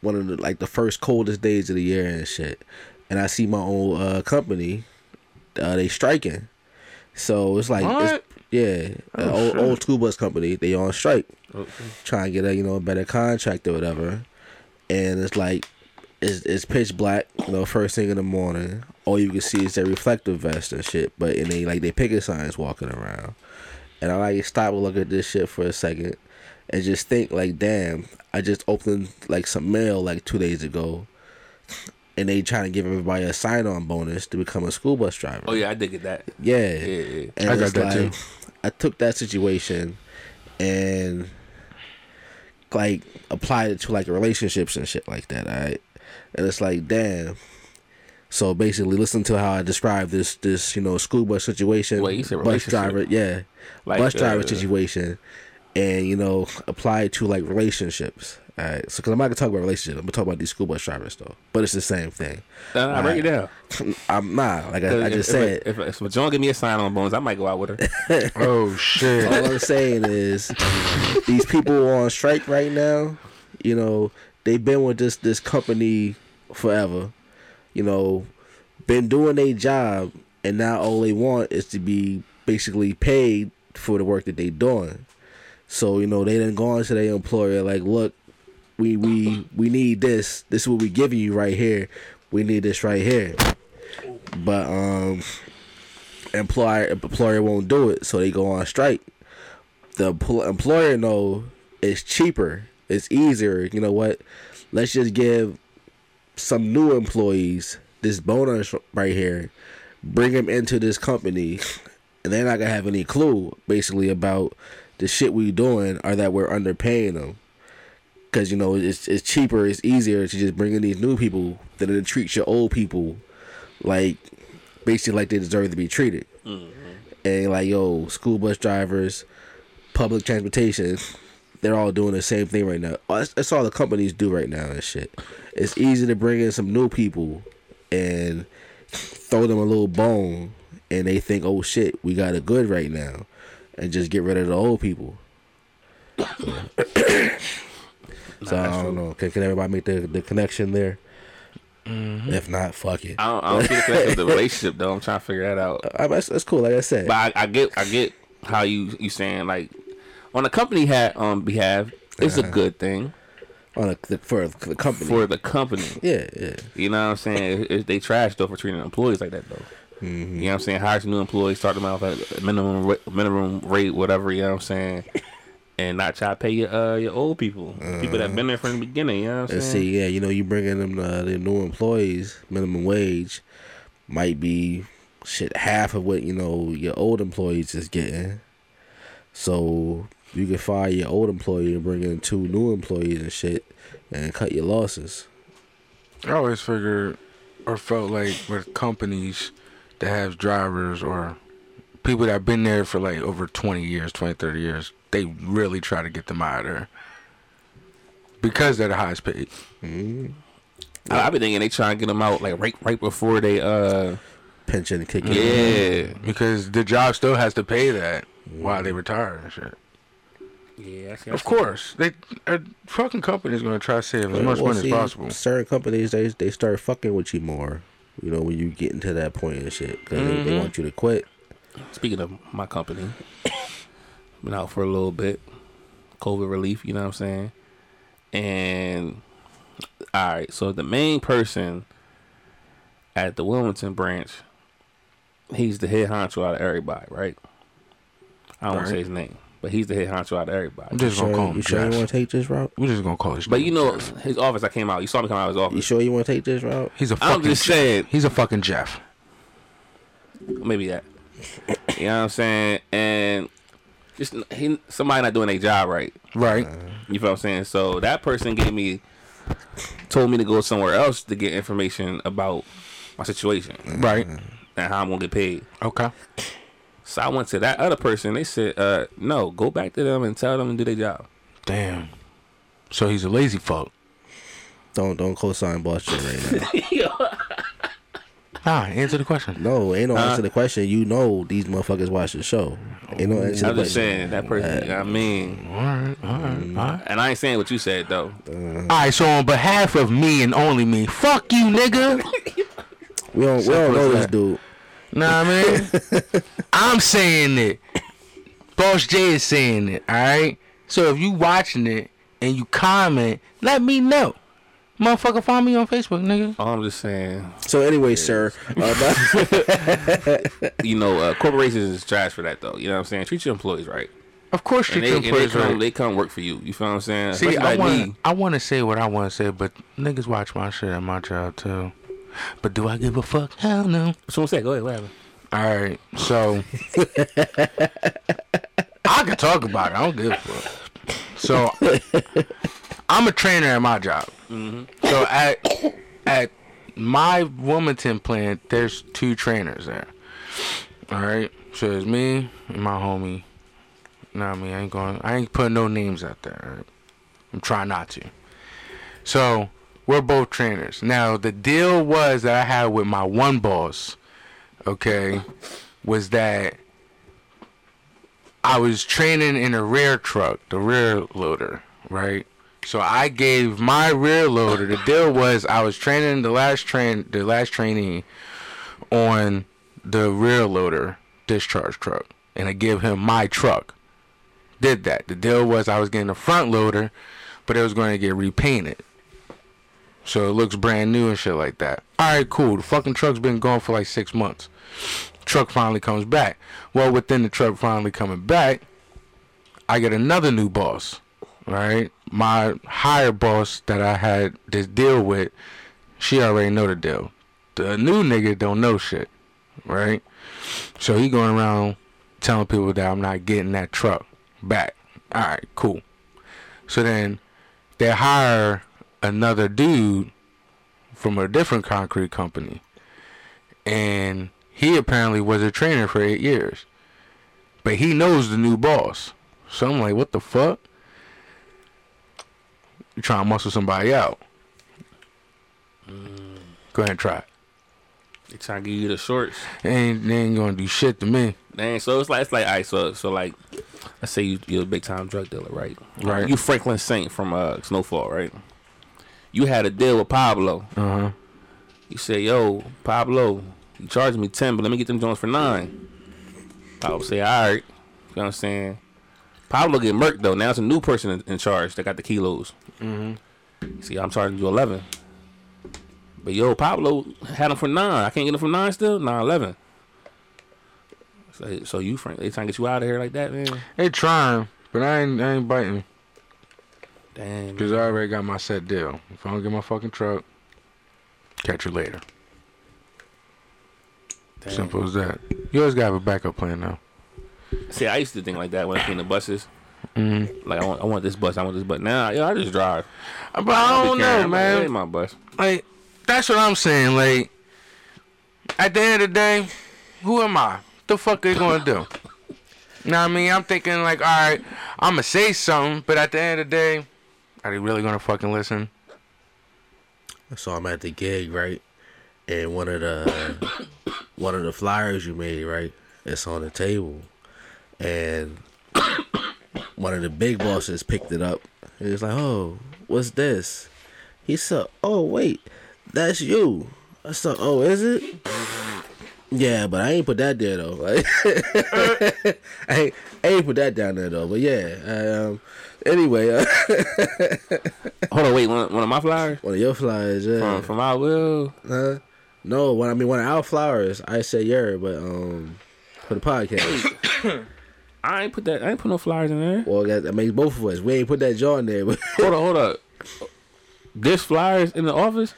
one of the like the first coldest days of the year and shit. And I see my own uh company uh they striking. So it's like it's, What? yeah, uh, old, old school bus company, they on strike trying to get a you know a better contract or whatever. And it's like it's it's pitch black, you know, first thing in the morning. All you can see is their reflective vest and shit. But and they like they picket signs walking around. And I like stop and look at this shit for a second and just think like, damn, I just opened like some mail like two days ago. And they trying to give everybody a sign-on bonus to become a school bus driver. Oh yeah, I did get that. Yeah. Yeah, yeah. And I got it's that too. like, I took that situation and like applied it to like relationships and shit like that. All right. And it's like, damn. So basically, listen to how I describe this this you know school bus situation, Wait, you said bus relationship. driver, yeah, Like, bus driver uh, situation, and you know apply it to like relationships. All right, so because I'm not gonna talk about relationships, I'm gonna talk about these school bus drivers though, but it's the same thing. Nah, nah, break it down. I'm not like I, I If- just if- said. If, if, if John give me a sign on bones, I might go out with her. Oh All shit! I'm saying is these people are on strike right now. You know, they've been with this this company forever. You know, been doing their job, and now all they want is to be basically paid for the work that they doing. So you know, they didn't go on to their employer like, look, we we we need this. This is what we giving you right here. We need this right here. But um employer employer won't do it, so they go on strike. The empl- employer know it's cheaper, it's easier. You know what? Let's just give some new employees this bonus right here, bring them into this company, [laughs] and they're not gonna have any clue basically about the shit we doing or that we're underpaying them. Cause you know it's it's cheaper, it's easier to just bring in these new people than to treat your old people like basically like they deserve to be treated. And like yo, school bus drivers, public transportation, they're all doing the same thing right now. Oh, That's, that's all the companies do right now and shit. It's easy to bring in some new people and throw them a little bone, and they think, oh shit, we got it good right now, and just get rid of the old people. So I don't know. Can, can everybody make the, the connection there? If not, fuck it. I don't, I don't see the connection with the relationship though. I'm trying to figure that out. I, that's, that's cool. Like I said, But I, I get, I get how you you saying like on a company hat um behalf, it's a good thing on a, the, for the company. for the company. yeah, yeah. You know what I'm saying? If, if they trash though for treating employees like that though. You know what I'm saying? Hire some new employees, start them out at a minimum ra- minimum rate, whatever. You know what I'm saying? And not try to pay your uh, your old people, people that been there from the beginning. You know what I'm And saying? see, yeah, you know, you bring in them uh, the new employees, minimum wage might be shit half of what you know your old employees is getting. So you can fire your old employee and bring in two new employees and shit, and cut your losses. I always figured or felt like with companies that have drivers or people that have been there for like over 20 years, 20, 30 years, they really try to get them out of there because they're the highest paid. I, I be thinking they trying to get them out like right right before they uh Pension kicking. yeah Because the job still has to pay that while Mm. they retire and shit. yeah. I see- I Of see. course, they a fucking company is gonna try to save as But, much well, money as see, possible. Certain companies they they start fucking with you more. You know when you get into that point and shit because Mm-hmm. they, they want you to quit. Speaking of my company, been out for a little bit, COVID relief. You know what I'm saying? And all right, so the main person at the Wilmington branch, he's the head honcho out of everybody, right? I don't want Right. to say his name. But he's the head honcho out of everybody. I'm just Sure, gonna call him you sure you want Jeff. to take this route? We're just gonna call him. But you know his office. I came out. You saw me come out of his You office. sure you want to take this route? he's a fucking. I'm just Jeff. saying. He's a fucking Jeff. Maybe that. You know what I'm saying? And just he, somebody not doing their job right. Right. Mm-hmm. You feel what I'm saying? So that person gave me, told me to go somewhere else to get information about my situation right. and how I'm gonna get paid. Okay. So I went to that other person. They said, uh, "No, go back to them and tell them to do their job." Damn. So he's a lazy fuck. Don't don't co-sign boss shit [laughs] right now. Ah, answer the question. no, ain't no answer the question. You know these motherfuckers watch the show. Ain't no answer the Oh, I'm just question. saying that person. I mean, All right. All right. All right. and I ain't saying what you said though. All right. So on behalf of me and only me, fuck you, nigga. We don't we don't know this dude. Nah, man. [laughs] I'm saying it. Boss J is saying it. All right. So if you watching it and you comment, let me know. Motherfucker, find me on Facebook, nigga. All I'm just saying, So anyway, sir, [laughs] uh, you know, uh, corporations is trash for that though. You know what I'm saying? Treat your employees right. Of course, And treat they, your and they employees come, right. they come work for you. You feel what I'm saying? See, Especially I like want me. I want to say what I want to say, but niggas watch my shit at my job too. But do I give a fuck? Hell no. So I'm saying, go ahead, whatever. All right, so I can talk about it. I don't give a fuck. So I'm a trainer at my job. So at at my Wilmington plant, there's two trainers there. All right, so it's me and my homie. Nah, I mean, I ain't going. I ain't putting no names out there. all right? I'm trying not to. So we're both trainers. Now the deal was that I had with my one boss okay, was that I was training in a rear truck, the rear loader, right? So I gave my rear loader. The deal was I was training the last train, the last trainee, on the rear loader discharge truck, and I give him my truck. Did that. The deal was I was getting a front loader, but it was going to get repainted. So it looks brand new and shit like that. All right, cool. The fucking truck's been gone for like six months. Truck finally comes back. Well, within the truck finally coming back, I get another new boss. Right, my higher boss that I had this deal with, she already know the deal. The new nigga don't know shit. Right, so he going around telling people that I'm not getting that truck back. All right, cool. So then they hire another dude from a different concrete company. And he apparently was a trainer for eight years. But he knows the new boss. So I'm like, what the fuck? You trying to muscle somebody out. Go ahead and try it. They trying to give you the shorts. They ain't, they ain't gonna do shit to me. Dang, so it's like it's like I so so like let's say you you're a big time drug dealer, right? Right. You Franklin Saint from uh Snowfall, right? You had a deal with Pablo. Uh-huh. You say, yo, Pablo, you charged me ten, but let me get them joints for nine. Pablo say, all right. You know what I'm saying? Pablo get murked though. Now it's a new person in, in charge that got the kilos. Mm-hmm. See, I'm charging you eleven. But yo, Pablo had him for nine. I can't get him for nine still. Nah, eleven. So, so you, Frank, they trying to get you out of here like that, man. They trying, but I ain't, I ain't biting. Damn. Because I already got my set deal. If I don't get my fucking truck, catch you later. damn. Simple as that. You always gotta have a backup plan now. See, I used to think like that when I came to buses. Like I want, I want this bus. I want this bus. Now, yo, I just drive. But I don't Be careful, know, I'm like, "That ain't man. my bus. Like, that's what I'm saying. Like, at the end of the day, who am I? The fuck are you gonna [laughs] do? know what I mean? I'm thinking like, all right, I'ma say something, but at the end of the day, are they really gonna fucking listen? so I'm at the gig, right? And one of the one of the flyers you made, right? It's on the table, and one of the big bosses picked it up. He was like, "Oh, what's this?" He said, "Oh, wait, that's you." I said, "Oh, is it?" Yeah, but I ain't put that there though. [laughs] Like, I, ain't, I ain't put that down there though. But yeah, I, um, anyway, [laughs] uh, Hold on, wait. One, one of my flyers one of your flyers. Yeah. from from I will. Huh? No, when I mean one of our flowers, I said yeah, but um for the podcast. I ain't put that. I ain't put no flyers in there. Well, that, that makes both of us. We ain't put that jaw in there, but [laughs] Hold up, hold up. There's flyers in the office.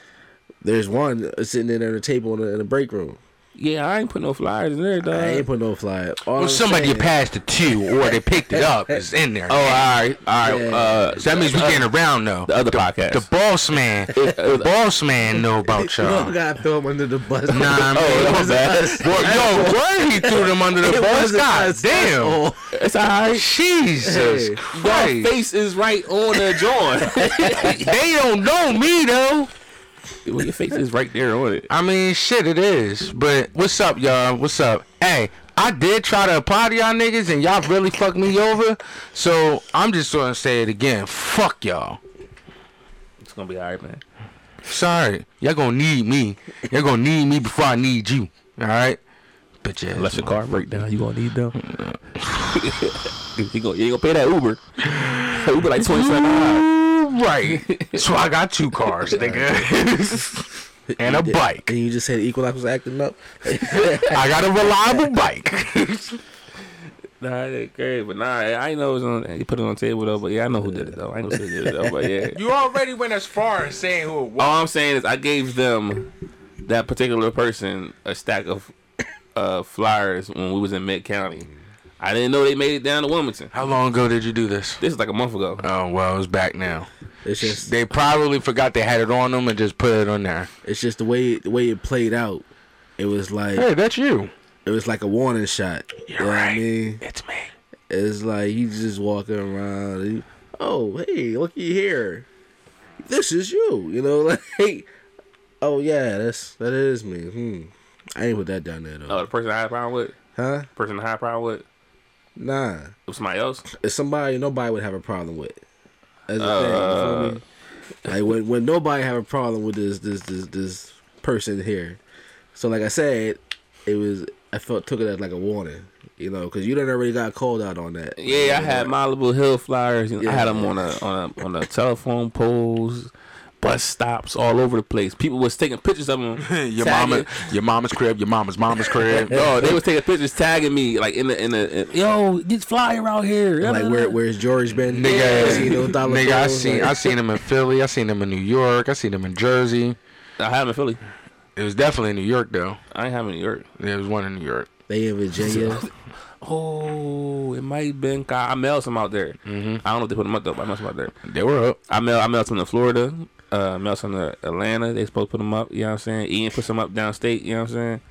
there's one sitting in there on the table in the, in the break room. Yeah, I ainain't put no flyers in there, dog. I ain't put no fly. up. All Uh, Well, I'm somebody saying- passed it to, or they picked it up. It's in there. oh, all right, all right. Yeah. Uh, so that means we getting around though. the other podcast. The boss man, the boss man know about [laughs] You y'all. don't gotta throw him under the bus. Nah, [laughs] man. Oh, my bad. Well, yo, word, he threw them under the It bus. wasn't God us, damn. that's it's all right. Jesus Hey. Your Christ. face is right on the [laughs] joint. They don't know me, though. well, your face is right there on it. I mean, shit, it is. But what's up, y'all? What's up? Hey, I did try to apply to y'all niggas, and y'all really fucked me over. So I'm just gonna say it again. Fuck y'all. It's gonna be all right, man. Sorry, y'all gonna need me. Y'all gonna need me before I need you. All right, bitch ass. Unless your car break down, you gonna need them. [laughs] you gonna you gonna pay that Uber? Uber like twenty seven dollars. Right. So I got two cars, [laughs] nigga. and a bike. And you just said Equinox was acting [laughs] up. [laughs] I got a reliable bike. Nah, that's great, but nah, I I know it was on. You put it on the table though, but yeah, I know who did it though. I know who did it though, but yeah. [laughs] You already went as far as saying who it was. All I'm saying is I gave them that particular person a stack of uh, flyers when we was in Mid County. I didn't know they made it down to Wilmington. How long ago did you do this? This is like a month ago. Oh well, it's back now. It's just They probably forgot they had it on them and just put it on there. It's just the way the way it played out. It was like Hey, that's you. it was like a warning shot. you know what I mean? It's me. It's like you just walking around. And you, oh, hey, looky here. This is you. You know, [laughs] like oh yeah, that's that is me. Hmm. I ain't put that down there Oh, though. the person I had a problem with, Huh? person I had a problem with, it Nah. was somebody else. It's somebody nobody would have a problem with. That's the Uh. thing. You feel me? Like when when nobody have a problem with this this this this person here. So like I said, it was I felt took it as like a warning, you know, because you done already got called out on that. Yeah, I had Malibu Hill flyers. You know, I had Yeah. them on a on a on a telephone poles, bus stops, all over the place. People was taking pictures [laughs] of them. Your tagging- mama, your mama's crib, your mama's mama's crib. [laughs] Yo, they was taking pictures, tagging me like in the in the in- yo, this flyer out here. Like where where's George been? [laughs] Nigga, Is he no dollar nigga, I bills? seen, I Like, seen him in Philly. I seen him in New York. I seen him in Jersey. I had them in Philly. It was definitely in New York though. I ain't have 'em in New York. There was one in New York. they in [laughs] Virginia. Oh, it might have been. Ka- I mailed some out there. Mm-hmm. I don't know if they put them up though, but I mailed some out there. They were up. I mailed, I mailed some to Florida. Uh, mailed some to Atlanta. They supposed to put them up. You know what I'm saying? Ian put some up downstate. You know what I'm saying?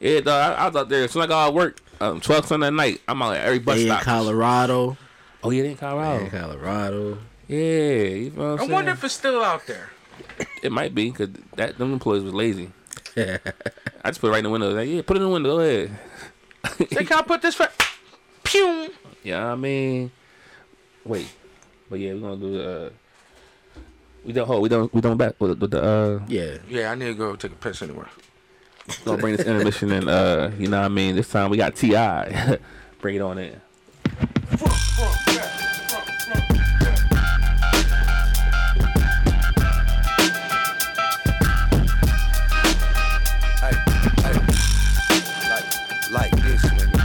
Yeah, dawg, I, I was out there. As soon as I got out of work, um, 12 Sunday night, I'm out at every bus They in stop. Colorado. Oh, yeah, they in They Colorado. in Colorado. Yeah, you know what I'm saying? it's still out there. it might be because that them employees was lazy. I just put it right in the window. Like, yeah, put it in the window. Go ahead. They can't put this for. Pew. Yeah, I mean, wait, but yeah, we're gonna do the. Uh, we don't hold. We don't. We don't back with, with the. Uh, Yeah. Yeah, I need to go take a piss anywhere. gonna bring this intermission and uh, you know what I mean. This time we got Ti. [laughs] bring it on in. Hey, hey, like, like this, nigga.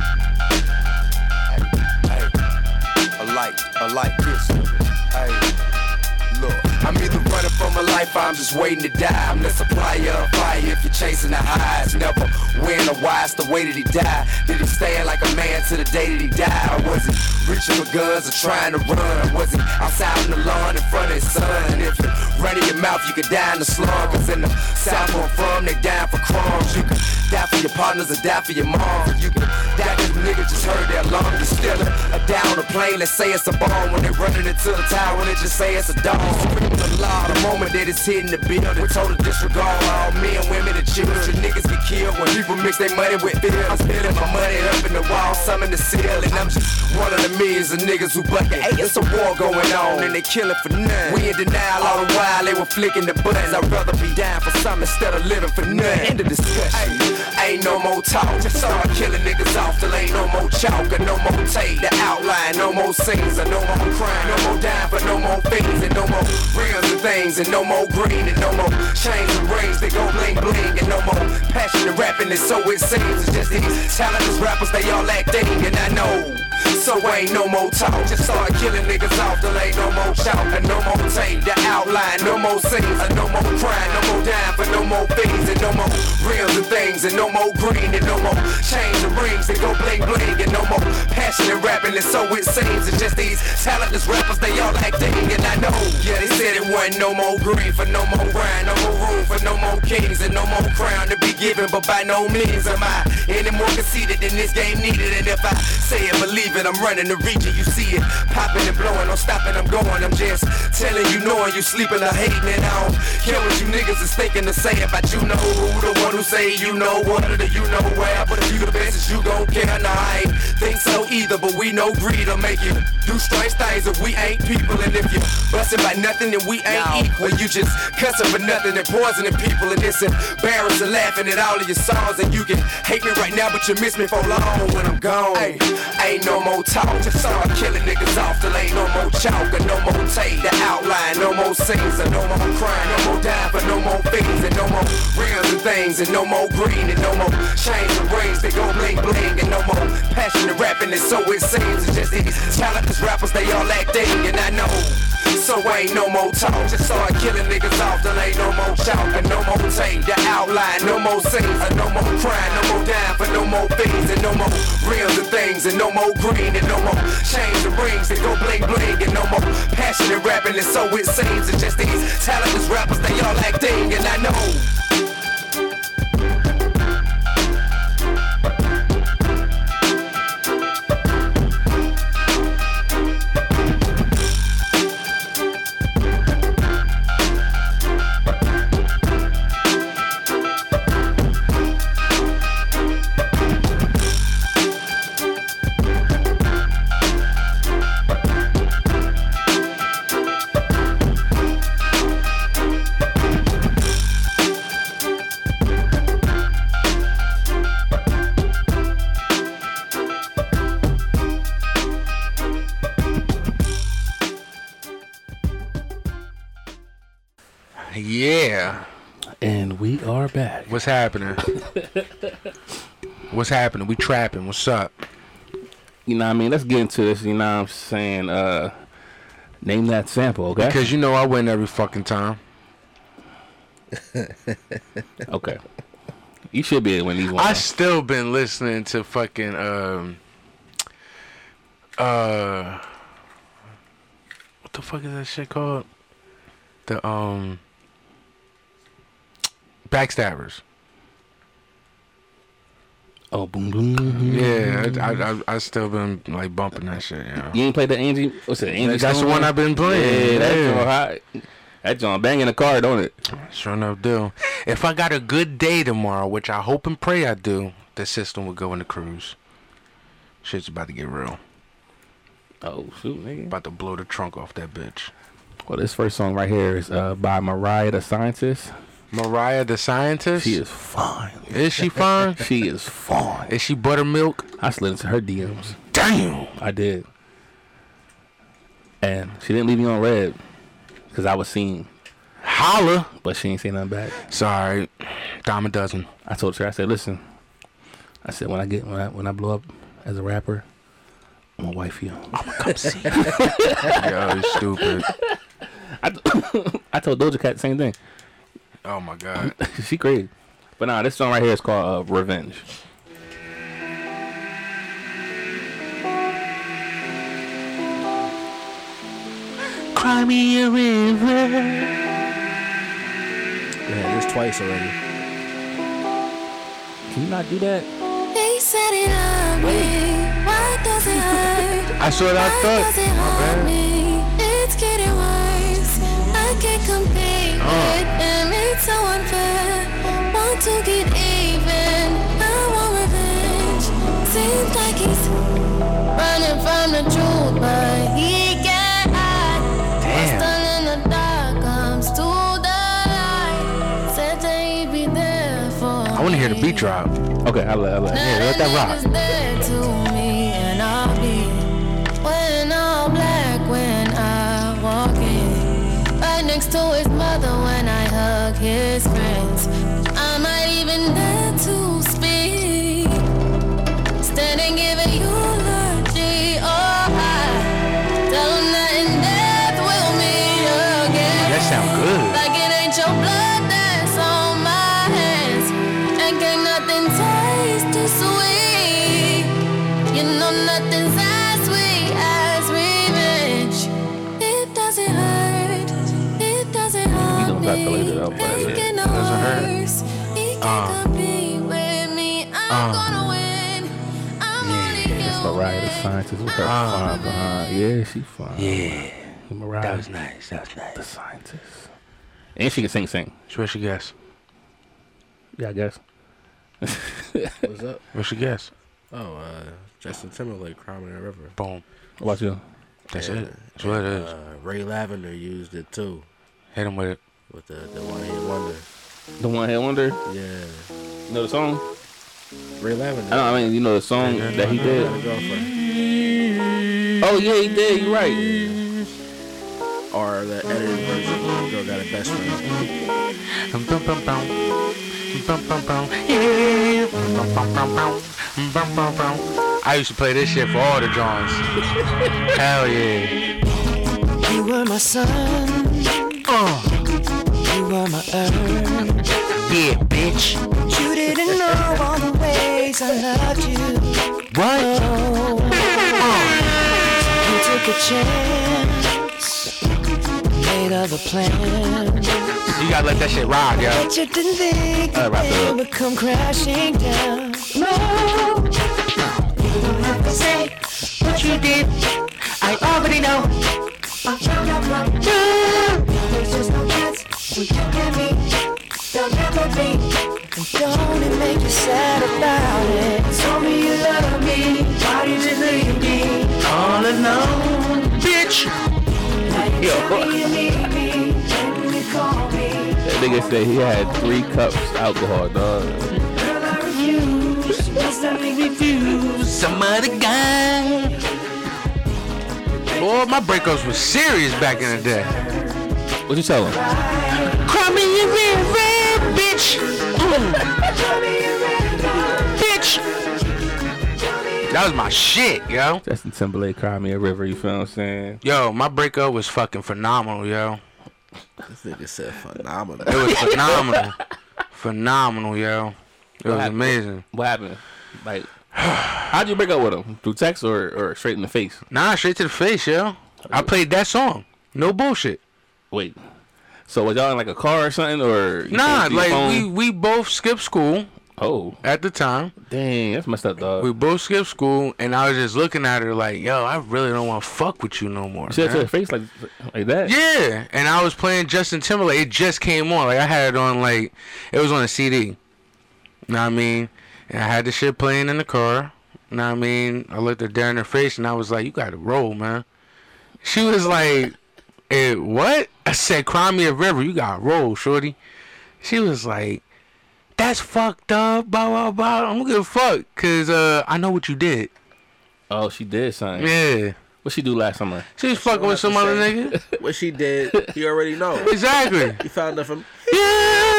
Hey, hey, I like, I like this, nigga. Hey, look, I'm either running from a life, or I'm just waiting to die. I'm the supplier of fire. If you're chasing the highs, never win or why. It's the way that he died. Did he stand like a man to the day that he died? Or was it reaching for guns or trying to run? Or was it outside on the lawn in front of his son? And if you run in your mouth, you could die in the slum. Cause in the south where I'm from, they die for crumbs. You could die for your partners or die for your mom. You could die cause them niggas just heard their alarm. You still a, a die on a plane, let's say it's a bomb. When they running into the tower, when they just say it's a dome. Supreme the law, the moment that it's hitting the bill. They total disregard all men, women, and children. Niggas get killed when people mix their money with fear. I'm spilling my money up in the wall, some in the ceiling. I'm just one of the millions of niggas who buck it. Hey, it's a war going on, and they killing for nothing. We in denial all the while, they were flicking the buttons. I'd rather be dying for some instead of living for nothing. End of discussion. Hey, ain't no more talk. Just start killing niggas off till ain't no more chalk. And no more tape, the outline, no more scenes, and no more crime. No more dying for no more things, and no more reels and things, and no more green, and no more chains and rings. They go bling bling, and no more passion and rapping, and so it seems. It's just these talentless rappers, they all act thing, and I know. So ain't no more talk. Just start killing niggas off. There ain't no more shout. And no more tape. The outline. No more scenes. And no more crying. No more dying for no more things. And no more reels and things. And no more green. And no more change the rings. And go bling bling. And no more passionate rapping. And so it seems. It's just these talentless rappers. They all acting. And I know. Yeah, they said it wasn't no more green for no more rhyme. No more room for no more kings. And no more crown to be given. But by no means am I any more conceited than this game needed. And if I say it, believe it, I'm running the region. You see it popping and blowing, I'm stopping, I'm going. I'm just telling you, knowing you sleeping or hating it. I don't care what you niggas is thinking to say about you know who, the one who say you know what or the you know where. But if you the best, is you gon' care. Nah, I ain't think so either. But we know greed'll make you do strange things if we ain't people. And if you bustin' by nothing, then we ain't equal. You just cussing for nothing and poisoning people. And it's embarrassing laughing at all of your songs. And you can hate me right now, but you miss me for long when I'm gone. Ay, ain't no more talk, just start killing niggas off. There ain't no more chalk and no more tape. The outline, no more scenes and no more crying, no more dying for no more things and no more reels and things and no more green and no more chains and rings. They go bling bling and no more passionate rapping. And so it seems it's just these talentless rappers, they all acting, and I know. So ain't no more talk, just start killing niggas off. There ain't no more chalk and no more tape. The outline, no more scenes and no more crying, no more dying for no more things and no more reels and things and no more green and no more chains and rings and go bling bling and no more passionate rapping. And so it seems it's just these talentless rappers they all acting, and I know. Yeah. And we are back. What's happening? What's happening? We trapping. What's up? You know what I mean? Let's get into this. You know what I'm saying? Uh, name that sample, okay? Because you know I win every fucking time. okay. You should be able to win these I ones. still been listening to fucking um uh what the fuck is that shit called? The um backstabbers. oh, boom, boom, boom. Yeah, I, I I I still been like bumping that shit. You know? You ain't played the Angie? What's it? Angie That's the Stone one I've been playing. Yeah, that Yeah. joint hot. That joint banging the car, don't it? Sure enough, do. If I got a good day tomorrow, which I hope and pray I do, the system will go in the cruise. Shit's about to get real. Oh shoot, nigga. About to blow the trunk off that bitch. Well, this first song right here is uh, by Mariah the Scientist. Mariah the scientist. She is fine. Is she [laughs] fine? She is fine. Is she buttermilk? I slid into her DMs. Damn. I did. And she didn't leave me on red because I was seen, Holla. but she ain't say nothing back. Sorry. Dime a dozen. I told her, I said, listen, I said when I get when I when I blow up as a rapper, I'm gonna wife you. Yo, you stupid. I told Doja Cat the same thing. Oh my god. [laughs] she crazy. But nah, this song right here is called uh, Revenge. Cry me a river. Yeah, there's twice already. Can you not do that? They said it hurt me. Why does it [laughs] hurt? That's what I Why does thought. it hurt me? It's getting worse. I can't compete Ah. it, and it's so unfair. Want to get even? I want revenge. Seems like he's running from the truth, but he got out. Still in the dark, comes to the light. Said that he'd be there for I want to hear the me. beat drop. Okay, I love, I love. Yeah, let that rock. Next to his mother when I hug his friends. I'm not even there to speak. Standing giving eulogy. Oh, sound good. Like it ain't your blood that's on my hands. And can nothing taste too sweet. You know nothing's as sweet as revenge. It doesn't hurt. It doesn't hurt. don't calculate me. it out, but Ain't it getting doesn't hurt. worse. He can't compete with me. I'm gonna win. I'm only That's Mariah the scientist with her fine behind. Ah. Yeah, she fine. Yeah, Mariah that was nice. That was the nice. scientist. And she can sing, sing. What's your guess? Yeah, I guess. What's up? What's your guess? Oh, uh, Justin Timberlake, Crime in the River. Boom. What about you? That's it. That's what it is. Uh, Ray Lavender used it too Hit him with it. with the, the one hit wonder. The one hit wonder. Yeah, You know the song? Ray I Lavender. know. I mean, you know the song that he Got a did. girlfriend. Oh yeah, he did. You right. Or the edited version. The girl got a best friend. Bum, bum, bum. Bum, bum, bum. Yeah. Bum, bum, bum, bum. Bum, bum, bum. I used to play this shit for all the Johns. Hell yeah. You were my sun, Oh, you were my earth. yeah, bitch. You didn't know all the ways I loved you. What? You took a chance, made other plans. You gotta let that shit ride, yo. But you didn't think All right, wrap it they up. would come crashing down. No, you don't have to say what you did. I already know. I found out from you. There's just no chance we can get me. Don't ever be. And don't it make you sad about it? Tell me you love me. Why did you leave me all alone? Bitch. Now you tell me you need me. Can you call me? That nigga said he had three cups alcohol, dog. Girl, I refuse. There's nothing we do. Some other guy. Boy, my breakups was serious back in the day. What you tell him? Cry me a river, bitch. Mm. bitch. That was my shit, yo. Justin Timberlake, cry me a river. You feel what I'm saying? Yo, my breakup was fucking phenomenal, yo. This nigga said phenomenal. It [laughs] was phenomenal. phenomenal, yo. It was happened? amazing. What happened? Like, how'd you break up with him? Through text or, or straight in the face? Nah, straight to the face, yo. I played that song. No bullshit. Wait. So was y'all in like a car or something, or you Nah, came through your like phone? we we both skipped school Oh, at the time. dang, that's messed up, dog. We both skipped school, and I was just looking at her like, "Yo, I really don't want to fuck with you no more." She said man." to her face like like that. Yeah, and I was playing Justin Timberlake. It just came on. Like I had it on like it was on a CD. Know what I mean? And I had the shit playing in the car. Know what I mean? I looked at her in her face and I was like, "You got to roll, man." She was like, eh, "What?" I said, "Cry me a river. You got to roll, shorty." She was like, "That's fucked up." Blah blah blah. I don't give a fuck, cause uh, I know what you did. Oh, she did something. Yeah. What she do last [laughs] summer? She was fucking with some other nigga. what she did, he already know. Exactly. He found out from. Yeah.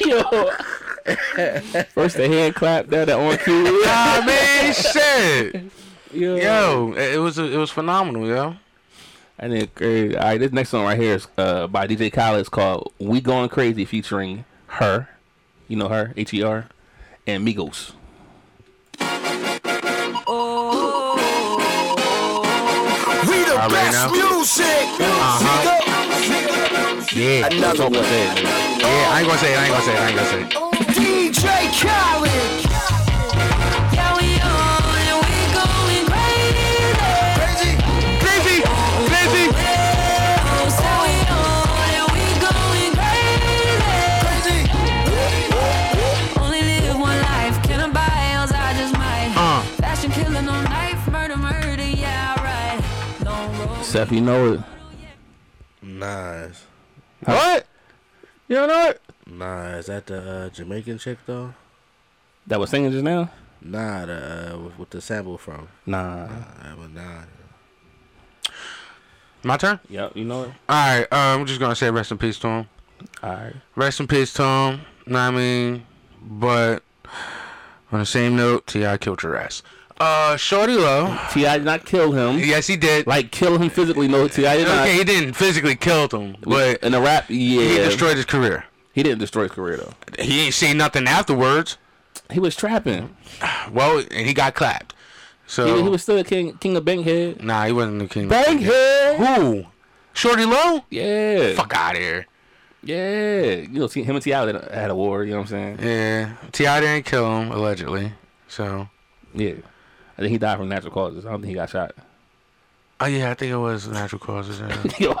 Yo. [laughs] First the hand clap, then the on [laughs] cue. Nah, man, shit. Yo. Yo, it it was it was phenomenal, yo. And then, uh, all right, this next song right here is uh, by DJ Khaled. It's called "We Going Crazy" featuring her, you know her, H E R, and Migos. We the Already know. best music. Yeah, yeah. Another one. I ain't gonna say it. I ain't gonna say it. I ain't gonna say it. DJ Khaled. Yeah, we on and we going crazy. Crazy. Busy, busy. So we on and we going crazy. Only live one life, can I buy else? I just might. Uh. Fashion killing on knife, murder, murder, yeah, right. Long road. Seth, you know it. Nas. What? You know what? Nah, is that the uh, Jamaican chick though? That was singing just now. Nah, the, uh, with, with the sample from. Nah. Uh, but nah. My turn. Yep, you know it. All right. Uh, I'm just gonna say rest in peace to him. All right. Rest in peace to him. Know what I mean? But on the same note, Ti killed your ass. Um, Uh, Shorty Low. Ti did not kill him. Yes, he did. Like kill him physically. No, Ti did not. okay, he didn't physically kill him, but in the rap, yeah, he destroyed his career. He didn't destroy his career though. He ain't seen nothing afterwards. He was trapping. Oh. Well, and he got clapped. He, So was- he was still king, king of Bankhead. nah, he wasn't the king. Bankhead. Who? Shorty Low? Yeah. Fuck out here. Yeah. You know, T- him and Ti had a, had a war. You know what I'm saying? Yeah, Ti didn't kill him allegedly. So, Yeah. I think he died from natural causes. I don't think he got [laughs] shot. oh yeah, I think it was natural causes. yeah. [laughs] Yo,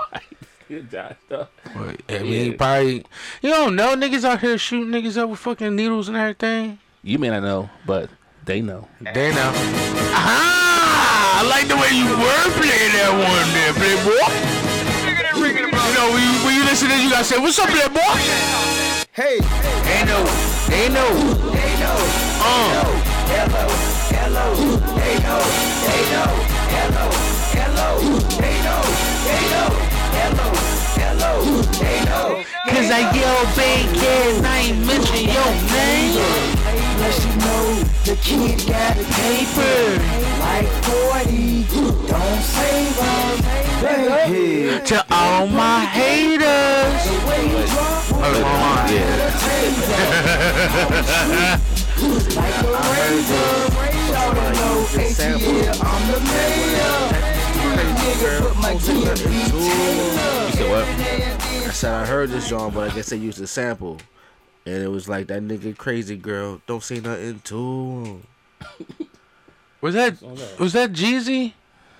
you died though. But, I mean, he Yeah. probably you don't know niggas out here shooting niggas up with fucking needles and everything. You may not know, but they know. They know. Ah, I like the way you were playing that one there, playboy. You know, when you, when you listen to this, you gotta say, "What's up, playboy?" Hey, They know. They know. Uh. Cause I yell big kids, I ain't mention your name. Unless you know the kid got a paper Like 40, don't save him Baby, To all my haters. the way you drop will Oh, my yeah. entertain them. Like a razor, y'all don't know ATL, I'm the mayor Nigga, put my kid in Taylor So what? I said I heard this song, but I guess they used a sample. And it was like that nigga crazy girl, don't say nothing to him. Was that was that Jeezy?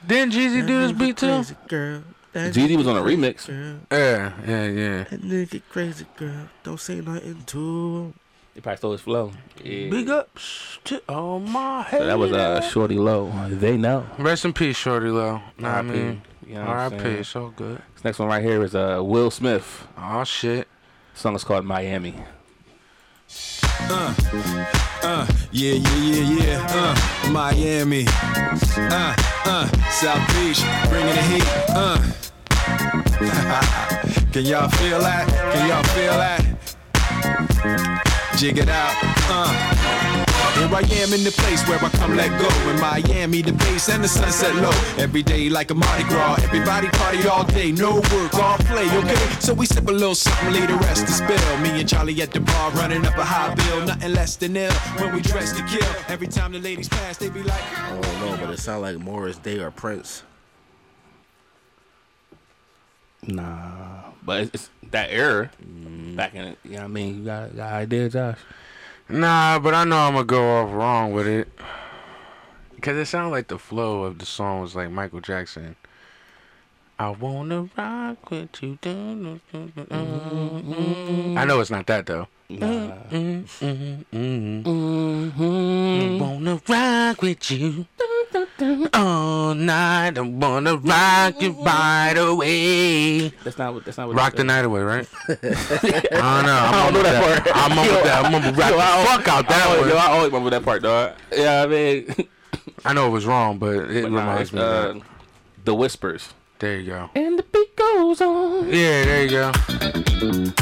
Didn't Jeezy do this beat too? Crazy girl. That Jeezy was on a remix. girl, Yeah, yeah, yeah. that nigga crazy girl, don't say nothing to him. He probably stole his flow. Yeah. Big ups to all my So haters. that was uh, Shorty Low. They know. Rest in peace, Shorty Low. Know what I R.I.P.. mean, You know what I'm R.I.P. saying? It's all good. This next one right here is uh, Will Smith. Oh shit. song is called Miami. Uh, yeah, yeah, yeah, yeah. Uh, Miami. Uh, uh, South Beach, bringing the heat. Uh. [laughs] Can y'all feel that? Can y'all feel that? Jig it out. Uh. Here I am in the place where I come let go. In Miami, the base and the sunset low. Every day like a Mardi Gras. Everybody party all day, no work, all play, okay? So we sip a little something, leave the rest to spill. Me and Charlie at the bar running up a high bill. Nothing less than ill when we dress to kill. Every time the ladies pass, they be like, I don't know, but it sounded like Morris Day or Prince. Nah, but it's, it's that era back in. You know what I mean? You got, got an idea, Josh? Nah, but I know I'm gonna go off wrong with it. Cause it sounded like the flow of the song was like Michael Jackson. I wanna rock with you. dun, dun, dun, dun, Mm-hmm. dun. I know it's not that though. Mm-hmm. Mm-hmm. I wanna rock with you all night. I wanna rock you right away. That's not what. That's not what. Rock it the said. night away, [laughs] right? I don't know. I'm know on that. that part. I'm on [laughs] Yo, with that. I'm on with rock yo, I the don't- fuck out I that always, yo, one. I always remember that part, dog. Yeah, I mean, I know it was wrong, but it but nah, reminds it's, me. of uh, that. the whispers. There you go. And the beat goes on. Yeah, there you go.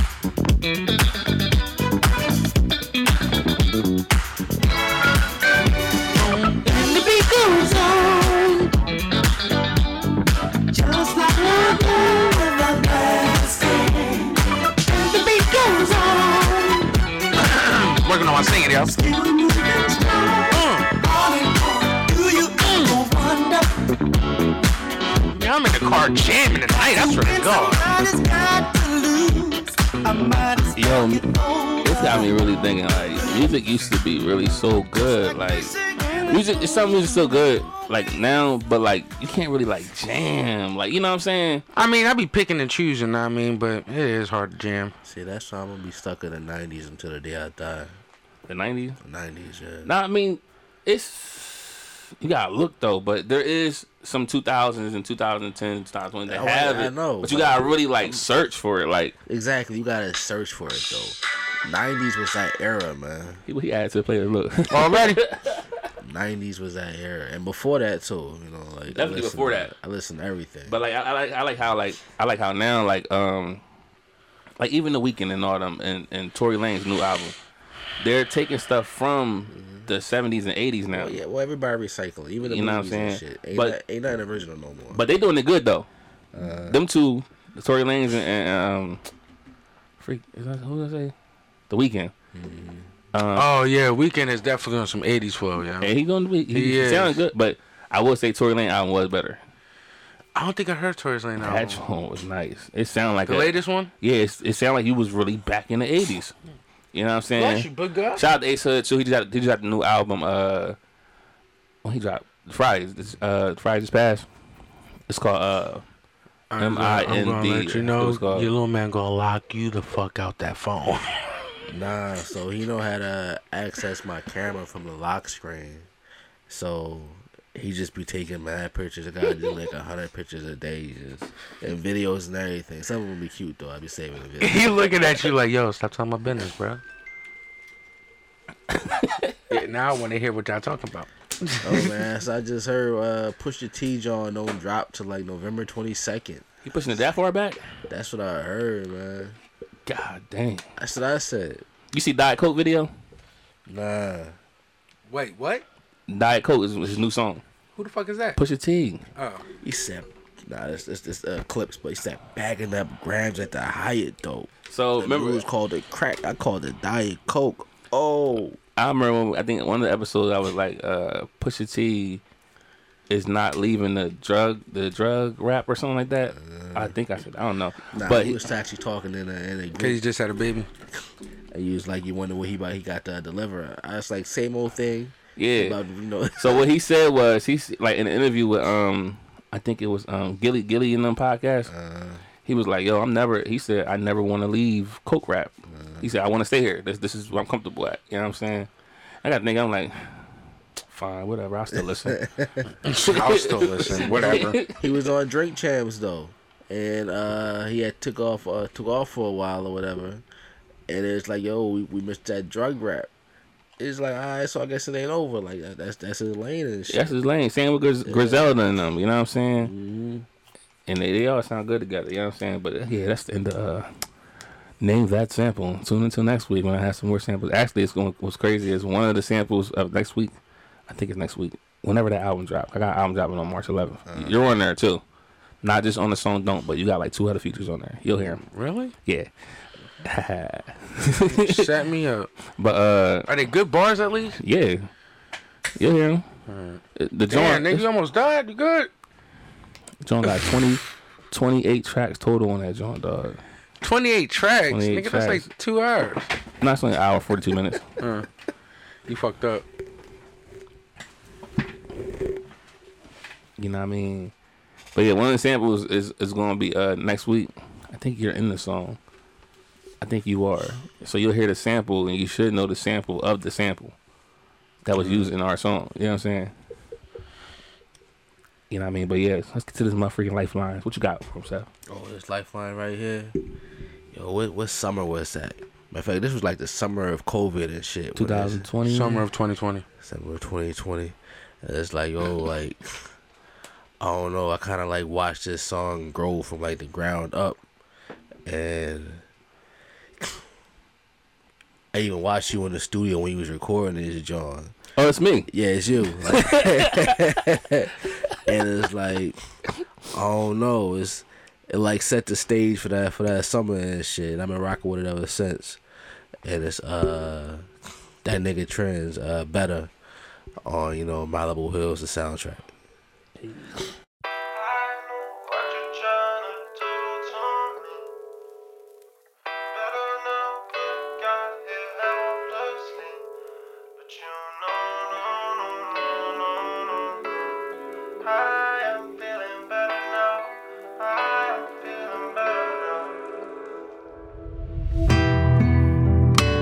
And the beat goes on. Just like love, love, love, lasting. And the beat goes on. Working on my singing, y'all. Still moving strong. Yeah, I'm in the car jamming tonight. That's where to go. Yo, this got me really thinking. Like, music used to be really so good. Like, music, it's some music so good. Like now, but like you can't really like jam. Like, you know what I'm saying? I mean, I be picking and choosing. I mean, but it is hard to jam. See, that's why I'm gonna be stuck in the 90s until the day I die. The '90s. The 90s, yeah. Now, I mean, it's you gotta look though, but there is some 2000s and 2010s, 2020 that I- have I it. know, Oh, but you but- gotta really like search for it. Like Exactly, you gotta search for it though. 90s was that era, man. he, he added to the playlist. Look, Already? 90s was that era, and before that too. You know, like I Definitely listened- before that. I listened to everything. [laughs] but like I, I like I like how like I like how now like um like even the weekend and all them and and Tory Lane's new album. they're taking stuff from the 70s and 80s now. Well, yeah, well, everybody recycling, even the You know what I'm movies and saying? shit. Ain't, But- not, ain't nothing original no more. But they doing it good though. Them two, Tory Lanez and, and um, freak is that who did I say? The Weekend. oh yeah, weekend is definitely on some '80s flow. Yeah, And he gonna be he, he He sound is. good, but I would say Tory Lane album was better. I don't think I heard Tory's Lane album. That joint was nice. It sounded like Oh. The a- latest one. Yeah, it's, it sounded like you was really back in the eighties. You know what I'm saying? Shout out to Ace Hood too. He just got he just got the new album. Uh, when he dropped Fridays, this, uh, Fridays just passed. It's called uh, I'm gonna- I'm gonna M.I.N.D., let you it know was called. your little man gonna lock you the fuck out that phone. Nah, so he know how to access my camera from the lock screen. So he just be taking mad pictures. I gotta do like a hundred pictures a day, just and videos and everything. Some of them be cute though. I be saving the [laughs] videos. he looking at you like, yo, stop talking about business, bro. [laughs] yeah, now I want to hear what y'all talking about. oh man, so I just heard uh, Pusha T John don't drop to like November twenty second. he pushing it that far back. That's what I heard, man. God dang! That's what I said. You see Diet Coke video? Nah, Wait, what? Diet Coke is his new song. Who the fuck is that? Uh, Pusha T. he said. Nah, it's it's, it's uh, clips, but he said bagging up grams at the Hyatt though. So remember, it was called it crack. I called it Diet Coke. Oh, I remember when, I think one of the episodes I was like, uh, Pusha T is not leaving the drug the drug rap or something like that. I think I said I don't know, Uh, Nah, but he was actually talking in a, in a Cause group. you just had a baby. And you was like, you wonder what he about. He got the deliverer. I was like, same old thing. yeah. About, you know, [laughs] So what he said was he s- like in an interview with um I think it was um Gilly Gilly in them podcast. Uh, he was like, "Yo, I'm never." He said, "I never want to leave coke rap." uh, he said, "I want to stay here. This this is where I'm comfortable at." You know what I'm saying? I got to think. I'm like, [sighs] fine, whatever. I'll [laughs] still listen. I'll still listen. Whatever. he was on Drink Champs though, and uh, he had took off uh, took off for a while or whatever. And it's like, yo, we, we missed that drug rap. It's like, all right, so I guess it ain't over. Like that, that's that's his lane and shit. That's his lane. Same with Gris- Griselda and them. You know what I'm saying? Mm-hmm. And they, they all sound good together. You know what I'm saying? But uh, yeah, that's the end of. Uh, Name that sample. Tune until next week when I have some more samples. Actually, it's going. What's crazy is one of the samples of next week. I think it's next week. Whenever that album drop, I got an album dropping on March 11th. You're on there too, not just on the song "Don't," but you got like two other features on there. You'll hear them. really? Yeah. [laughs] Shut me up. But uh, Are they good bars at least? yeah, you'll hear them. The Damn, joint, nigga, you almost died. You good? joint got 20, 28 tracks total on that joint, dog. 28 tracks. 28 nigga, that's tracks. like two hours. Not only an hour forty two minutes. You fucked up. You know what I mean? But yeah, one of the samples is is gonna be uh next week. I think you're in the song. I think you are. So you'll hear the sample and you should know the sample of the sample that was used in our song. You know what I'm saying? You know what I mean? But yeah, let's get to this motherfucking lifelines. What you got from Seth? Oh, this lifeline right here. Yo, what what summer was that? Matter of fact, this was like the summer of COVID and shit. What is it? 2020. Summer of 2020. September 2020. And it's like, yo, like, I don't know. I kind of like watched this song grow from like the ground up. And I even watched you in the studio when you was recording this, John. Oh, it's me. Yeah, it's you. [laughs] and it's like, I don't know. It's it like set the stage for that for that summer and shit. I've been rocking with it ever since. And it's uh that nigga trends uh better on you know Malibu Hills the soundtrack.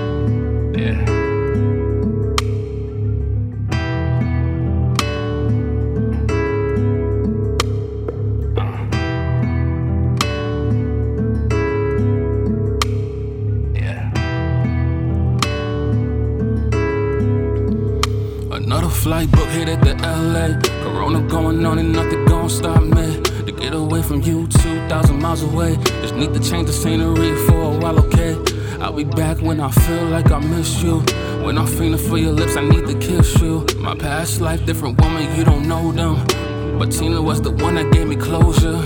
Yeah. Another flight book headed to LA. Corona going on and nothing gon' stop me. To get away from you, 2,000 miles away. Just need to change the scenery for a while, okay? I'll be back when I feel like I miss you. When I'm feeling for your lips, I need to kiss you. My past life, different woman, you don't know them. But Tina was the one that gave me closure.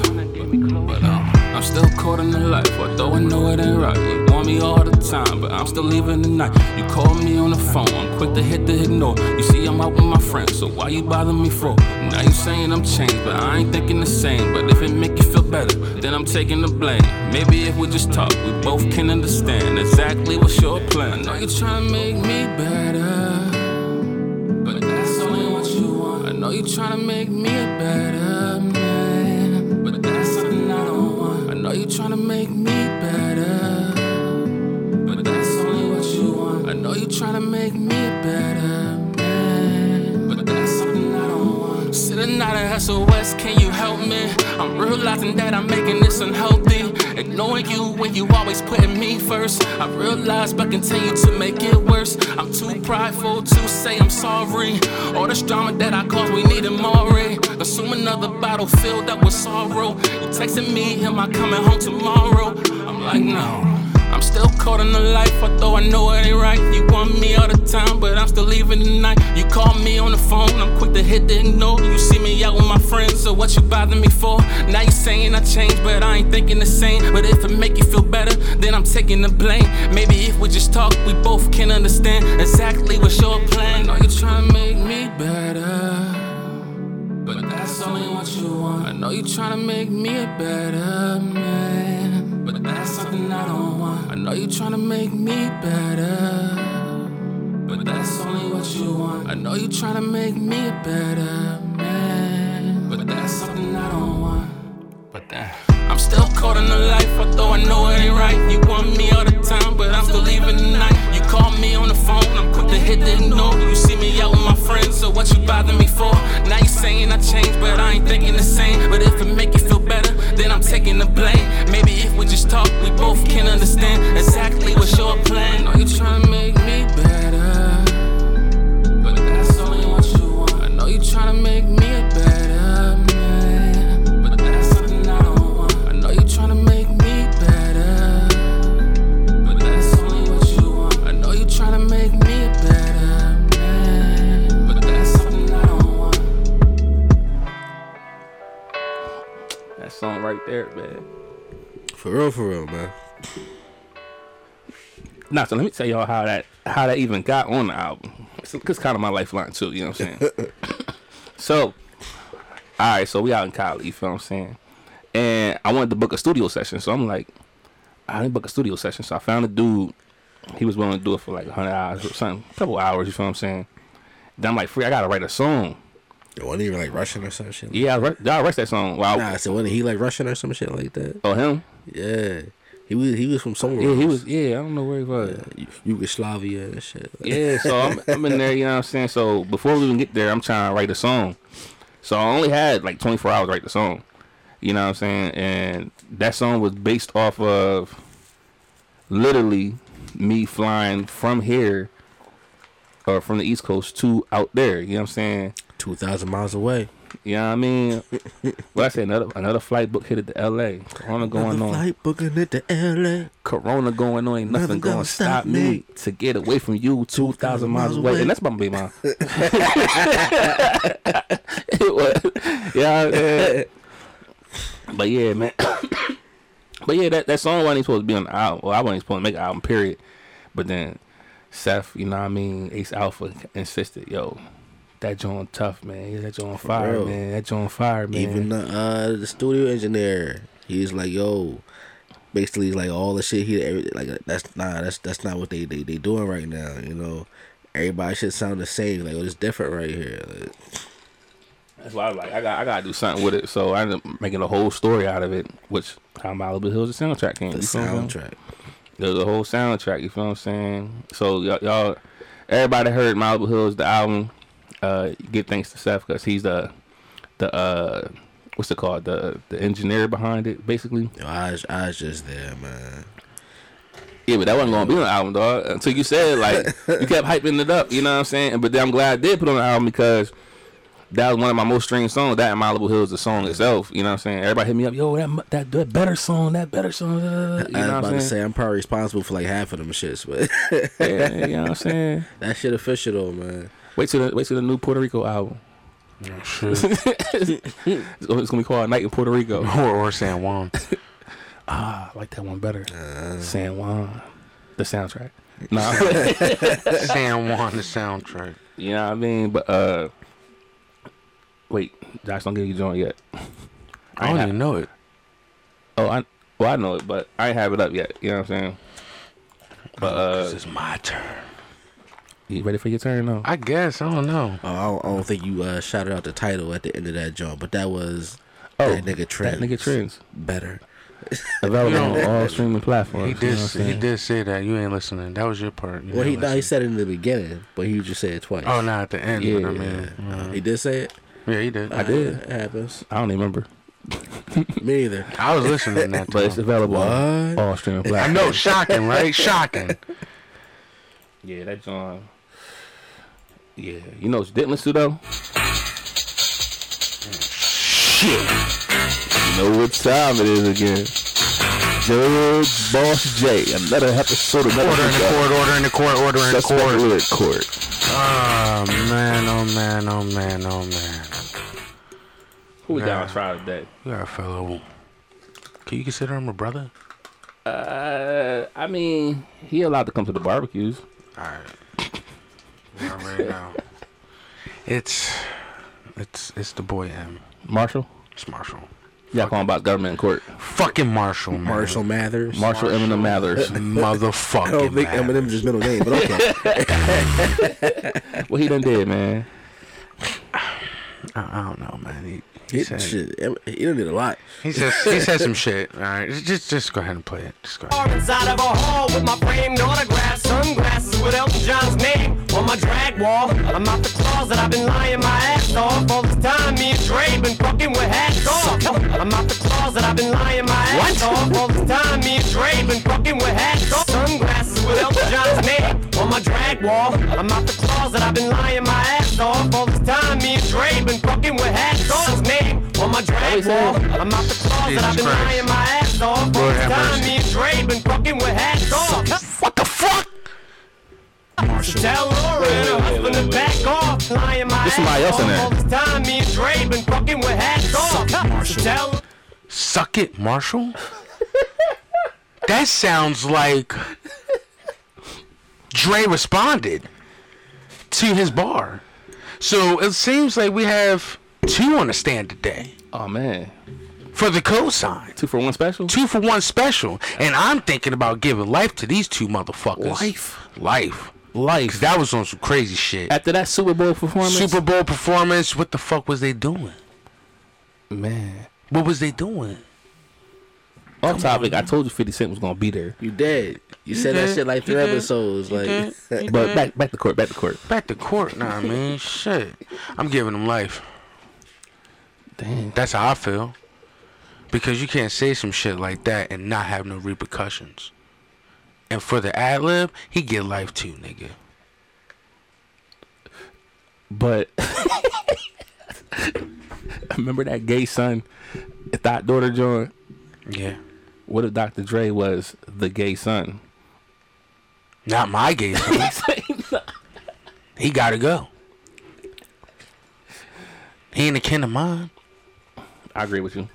But um, I'm still caught in the life, although I know it ain't right. You want me all the time, but I'm still leaving tonight. You call me on the phone, I'm quick to hit the ignore. You see, I'm out with my friends, so why you bother me for? Now you saying I'm changed, but I ain't thinking the same. But if it make you feel better, then I'm taking the blame. Maybe if we just talk, we both can understand exactly what's your plan. Now you tryna make me better, but that's only what you want. I know you tryna make me a better man, but that's something I don't want. I know you tryna make me better, but that's only what you want. I know you tryna make me a better man, but that's something I don't want. Sitting out of SOS, can you help me? I'm realizing that I'm making this unhealthy. Ignoring you when you always putting me first. I realize but continue to make it worse. I'm too prideful to say I'm sorry. All this drama that I caused, we need him already. Assume another bottle filled up with sorrow. You texting me, am I coming home tomorrow? I'm like, no. I'm still caught in the life, although I know it ain't right. You want me all the time, but I'm still leaving tonight. You call me on the phone, I'm quick to hit the ignore. You see me out with my friends, so what you bother me for? Now you saying I changed, but I ain't thinking the same. But if it make you feel better, then I'm taking the blame. Maybe if we just talk, we both can understand exactly what's your plan. I know you tryna make me better, but that's only what you want. I know you tryna make me a better man. But that's something I don't want. I know you tryna make me better. But that's only what you want. I know you tryna make me a better man. But that's something I don't want. But that. I'm still caught in the life, although I know it ain't right. You want me all the time, but I'm still leaving tonight. You call me on the phone, I'm quick to hit the ignore. You see me out with my friends, so what you bother me for? Now you saying I changed, but I ain't thinking the same. But if it make you feel better, then I'm taking the blame. Maybe if we just talk, we both can understand exactly what's your plan. Are you tryna make me better? But that's only what you want. I know you tryna make me a better man. But that's something I don't want. I know you tryna make me better. But that's only what you want. I know you tryna make me a better man. But that's something I don't want. That song right there, man. For real, for real, man. Nah, so let me tell y'all how that how that even got on the album. It's, it's kind of my lifeline too. You know what I'm saying? so, all right. So we out in Cali. You feel what I'm saying? And I wanted to book a studio session. So I'm like, I didn't book a studio session. So I found a dude. He was willing to do it for like 100 hours or something, a couple hours. You feel what I'm saying? Then I'm like, free. I gotta write a song. It wasn't even like Russian or some shit. Yeah, I write, I write that song. Wow. Nah, so wasn't he like Russian or some shit like that? Oh him? Yeah, he was. He was from somewhere. Yeah, he else. was. Yeah, I don't know where he was. Y- Yugoslavia and shit. Like, Yeah, so I'm, I'm in there, you know what I'm saying? So before we even get there, I'm trying to write a song. So I only had like 24 hours to write the song. You know what I'm saying? And that song was based off of literally me flying from here or from the East Coast to out there. You know what I'm saying? two thousand miles away. You know what I mean? well, I said another another flight book headed to LA. Corona going Another on. flight booking it to L.A. Corona going on, ain't nothing, Nothing gonna, gonna stop stop me, me. to get away from you 2,000 miles away. And that's gonna be [laughs] mine. it was. Yeah. I- But yeah, man. [coughs] but yeah, that, that song wasn't even supposed to be on the album. Well, I wasn't even supposed to make an album, period. But then Seth, you know what I mean? Ace Alpha insisted, yo, that joint tough, man. That joint fire, real. man. That joint fire, man. Even the uh, the studio engineer, he's like, yo, basically he's like all the shit he every, like that's nah, that's that's not what they they they doing right now. You know, everybody should sound the same. Like, oh, it's different right here. Like, That's why I was like, I got, I got to do something with it. So I ended up making a whole story out of it, which how Malibu Hills the soundtrack came. the you feel what I'm saying? soundtrack. There's a whole soundtrack. You feel what I'm saying? So y'all, y'all everybody heard Malibu Hills the album. Uh, give thanks to Seth because he's the the uh, what's it called the the engineer behind it, basically. Yo, I was, I was just there, man. Yeah, but that wasn't gonna be on the album, dog. Until you said like you kept hyping it up, you know what I'm saying? But then I'm glad I did put it on the album because that was one of my most streamed songs. That and Malibu Hills, the song itself. You know what I'm saying? Everybody hit me up, yo, that mu- that, that better song, that better song. da, da, da, da," You know I was what I'm about saying? to say I'm probably responsible for like half of them shits, but [laughs] Yeah, you know what I'm saying? that shit official though, man. Wait till the wait till the new Puerto Rico album. Oh, shit. It's gonna be called Night in Puerto Rico. [laughs] or, or San Juan. Ah, Oh, I like that one better. San Juan, the soundtrack. Nah, [laughs] San Juan, the soundtrack. you know what I mean. But uh, wait, Josh, don't give you joint yet. I don't even know it. Oh, I well I know it, but I ain't have it up yet. You know what I'm saying? But uh, This is my turn. you ready for your turn now? I guess. I don't know. Oh, I, don't, I don't think you uh, shouted out the title at the end of that joint, but that was Oh, that nigga That trend. nigga trends better. available You on know, all streaming platforms. He you did. know what I'm He saying? did say that. You ain't listening. That was your part. You Well, he ain't no, he listening. said it in the beginning, but he just said it twice. Oh, not at the end. Yeah, Yeah. Mm-hmm. I mean, Uh, he did say it. yeah, he did. I did. It happens. [laughs] I don't even remember, Me either. I was [laughs] listening that but it's time. available on uh, What? all streaming I platforms. know, shocking, right? Shocking. Yeah, that joint. Yeah, you know what you didn't listen to though? Shit. You know what time it is again. Joe Boss J. Another episode, another Order in the court, order in the court, order in the court. court. court. Oh man, oh man, oh man, oh man. Who we down down to trial today? You are a fellow. Can you consider him a brother? Uh, I mean, he allowed to come to the barbecues. Alright. Not right now. It's it's it's the boy M. Marshall? It's Marshall. Yeah, calling about government in court. Fucking Marshall, man. Marshall Oh, Mathers. Marshall Eminem Mathers. [laughs] Motherfucking. I don't think Eminem's his middle name, but okay. what he done did, man? I, I don't know, man. He, he, he, said, shit, Em- he done did a lot. he said he said some shit. Alright. Just just go ahead and play it. Just go ahead. Inside of a hall with my framed autograph, sunglasses with Elton John's name on my drag wall. I'm out the closet, I've been lying my ass off all this time. Me and Dre been fucking with hats off. I'm out the closet, I've been lying my ass off all this time. Me and Dre been fucking with hats off. Sunglasses with Elton John's name on my drag wall. I'm out the closet, I've been lying my ass off all this time. Me and Dre been fucking with hats off. Name on my drag wall. I'm out the closet, I've been Jesus Christ. lying my ass off. Lord have Time mercy. me and Dre been fucking with hats off. What the fuck? Tell Laura and her husband to back off. Lying my There's somebody ass else off. in there. All this time me and Dre been fucking with hats off. So Tell Suck it, Marshall. that sounds like Dre responded to his bar. So it seems like we have two on the stand today Oh man, for the cosign. two for one special. Two for one special. And I'm thinking about giving life to these two motherfuckers. Life? Life. Life 'Cause that was on some crazy shit. after that Super Bowl performance. Super Bowl performance, what the fuck was they doing? man. What was they doing? Off topic, I told you 50 Cent was gonna be [laughs] there. You dead. You said that did. shit like You three did. episodes. You Like, did. But back back to court, back to court. Back to court now, I mean, shit. I'm giving them life. Dang. That's how I feel. Because you can't say some shit like that and not have no repercussions. And for the ad lib, he get life too, nigga. But [laughs] remember that gay son, that daughter joint. Yeah. What if Dr. Dre was the gay son? [laughs] Not my gay [laughs] son. he gotta go. He ain't a kin of mine. I agree with you.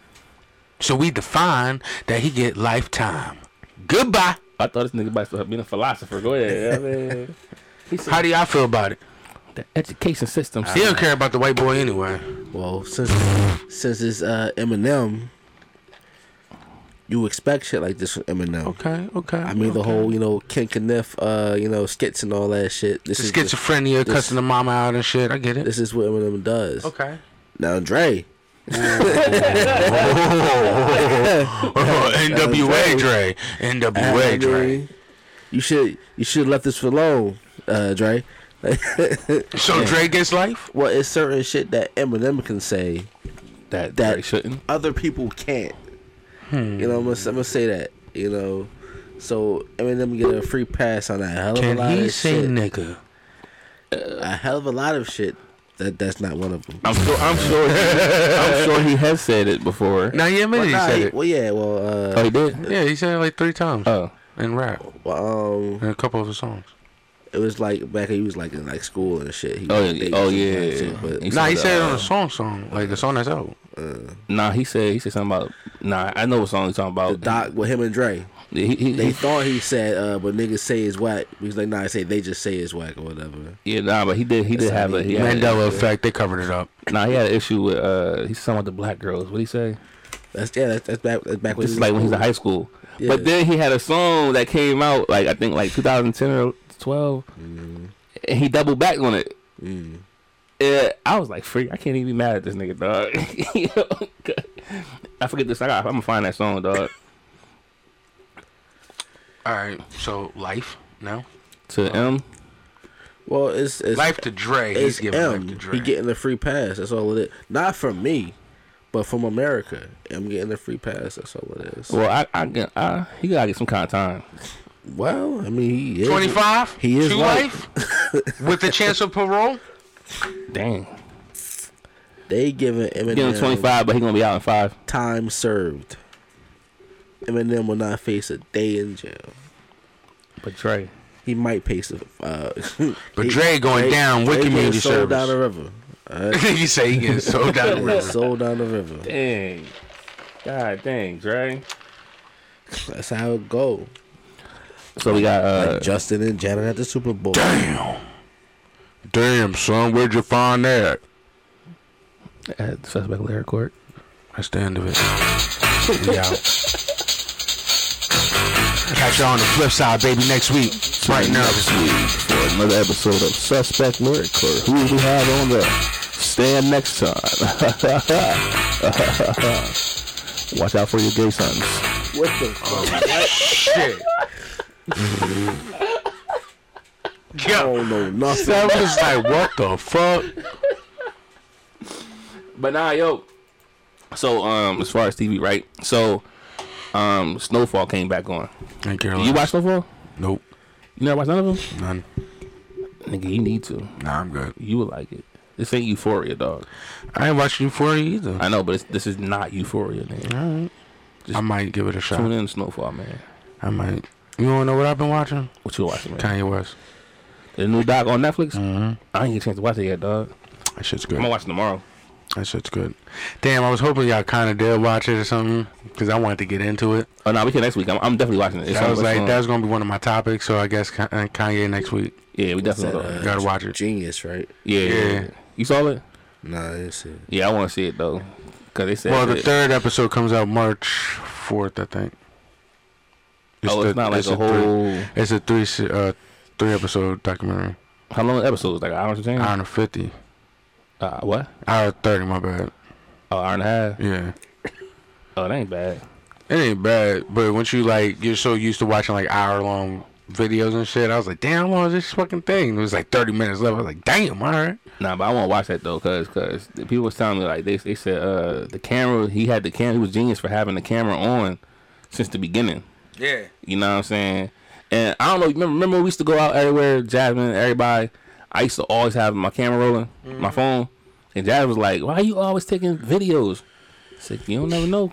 So we define that he get lifetime. Goodbye. I thought this nigga about being a philosopher. Go [laughs] ahead. I mean, How do y'all feel about it? the education system. He don't care about the white boy anyway. well, since since it's uh, Eminem, you expect shit like this from Eminem. Okay, okay. I mean, the whole you know Ken Kniff, uh, you know skits and all that shit. This The is schizophrenia, cussing the mama out and shit. I get it. this is what Eminem does. [laughs] Okay. Now Dre, Oh, [laughs] NWA Dre. NWA Dre. you should you should have left this alone, uh, Dre. So Dre gets life? Well, it's certain shit that Eminem can say that that- Dre shouldn't. other people can't. Hmm. You know, I'm gonna, I'm gonna say that. You know, so Eminem get a free pass on a hell of a Can lot he of say shit. nigga? a hell of a lot of shit that that's not one of them. I'm sure. I'm sure. He, I'm sure he has said it before. Now he Well, admitted nah, he said he- it. well, yeah, well, Oh, uh, he did. [laughs] Yeah, he said it like three times Oh, in rap well, um, in a couple of his songs. it was like back when he was like in like school and shit. He Oh, was yeah, dating oh, some yeah, young yeah, chick, yeah. but He Nah, he said, said it uh, on a song, song like a song that's out. nah. He said. He said something about. Nah, I know what song he's talking the about. doc with him and Dre. He, he, he- [laughs] They thought he said, uh, but niggas say it's whack. He was like, nah, I say they just say it's whack or whatever. yeah, nah, but he did. He did That's how have a. he- He had, Mandela Effect. They covered it up. nah, he had an issue with. Uh, he's talking about the black girls. What would he say? That's yeah, that's, that's back. That's back when he This was is like when he's in cool. high school. Yeah. But then he had a song that came out like I think like 2010 or 12, Mm-hmm. and he doubled back on it. Mm. Yeah, I was like, freak! I can't even be mad at this nigga, dog. [laughs] I forget this. I got. I'm gonna find that song, dog. All right, so life now. Uh-huh. To M. Well, it's, it's Life to Dre. It's He's giving life M. to Dre. He getting a free pass. That's all it is. Not from me, but from America. I'm getting a free pass. That's all it is. Well, I, I, get- I, he gotta get some kind of time. Well, I mean, he is 25? He is to white. life? with the chance of [laughs] parole? Dang. They giving Eminem Give him 25, but he gonna be out in five. time served. Eminem will not face a day in jail. But Trey, He might face a. Uh, [laughs] But Dre going down with community sold service. down the river. you say he getting [laughs] sold down the river. sold down the river. dang. God dang, Dre. That's how it go. So we got Like uh, Justin and Janet at the Super Bowl. Damn. Damn, son, where'd you find that? at suspect lyric court. That's the end of it. we out. Catch y'all on the flip side, baby, next week. Right now. for another episode of Suspect Lyric Court. Who do we have on the stand next time? Watch out for your gay sons. What the fuck? Shit. I don't know nothing. [laughs] That was like, what the fuck? But nah, yo. So um, as far as TV, right? So um, Snowfall came back on. Thank Did you watch Snowfall? Nope. You never watched none of them? None. Nigga, you need to. Nah, I'm good. You would like it. This ain't Euphoria, dog. I ain't watching Euphoria either. I know, but it's, this is not Euphoria, nigga. All right. I might give it a Tune shot. in, to Snowfall, man. I might. You wanna know what I've been watching? What you watching, man? Kanye West. The new doc on Netflix. Mm-hmm. I ain't get a chance to watch it yet, dog. That shit's I'm gonna good. watch it tomorrow. That shit's good. Damn, I was hoping y'all kind of did watch it or something because I wanted to get into it. Oh no, we can next week. I'm, I'm definitely watching it. It's I on- was it's like, on. that was gonna be one of my topics, so I guess Ka- uh, Kanye next week. yeah, we That, definitely. uh, Gotta watch it. Genius, right? yeah, yeah. you saw it? Nah, it's it. Yeah, I want to see it though, cause they said. Well, the that- third episode comes out March fourth, I think. oh, it's the- not like Three, a whole. it's a three se- uh, three episode documentary. How long are the episodes? Like an hour and change? Hour and fifty. Uh, what? Hour thirty. My bad. Oh, hour and a half. Yeah. Oh, that ain't bad. It ain't bad, but once you like, you're so used to watching like hour long videos and shit. I was like, damn, how long is this fucking thing? It was like 30 minutes left. I was like, damn, all right. Nah, but I want to watch that though, cause cause the people was telling me like they they said uh the camera he had the camera he was genius for having the camera on since the beginning. Yeah. You know what I'm saying? And I don't know. Remember, remember we used to go out everywhere, Jasmine, everybody. I used to always have my camera rolling, Mm-hmm. my phone, and Jasmine was like, "Why you always taking videos?" I said, "You don't never know.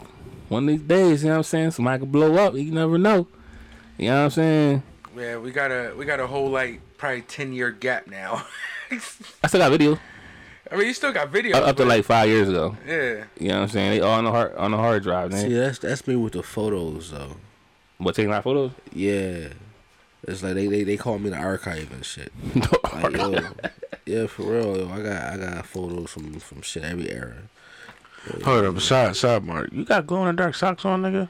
One of these days, you know what I'm saying? Somebody could blow up. You never know. You know what I'm saying? Yeah, we got a we got a whole like probably 10 year gap now. [laughs] I still got video I mean, you still got videos. up, up to like five years ago. yeah. You know what I'm saying? They all on the hard on the hard drive, man. See, that's that's me with the photos though. What taking my photos? Yeah, it's like they they, they call me the archive and [laughs] shit. Like, yo, yeah, for real. Yo, I got I got photos from from shit every era. Hold up, side side mark. You got glow in the dark socks on, nigga.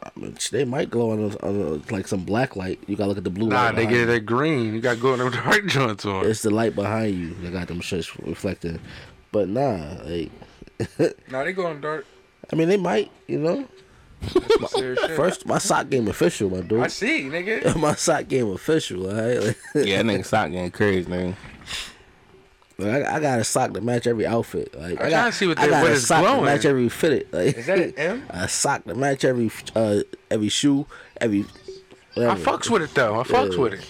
I mean, sh- they might glow on, a, on a, like some black light. You gotta look at the blue. Nah, light they behind get you. that green. You got glow in the [laughs] dark joints on. It's the light behind you. They got them shits reflecting. But nah, like Nah, they glow in the dark. I mean, they might. You know, first my sock game official, my [laughs] dude. see, nigga. my sock game official. All right? Like, [laughs] Yeah, that nigga sock getting crazy, man. Like, I, I got a sock to match every outfit. Like, I'm I got, trying to see what I the- got what a is sock glowing. to match every fitted. Like, [laughs] Is that an M? A sock to match every uh every shoe, every. I whatever. fucks with it though. I fucks with it.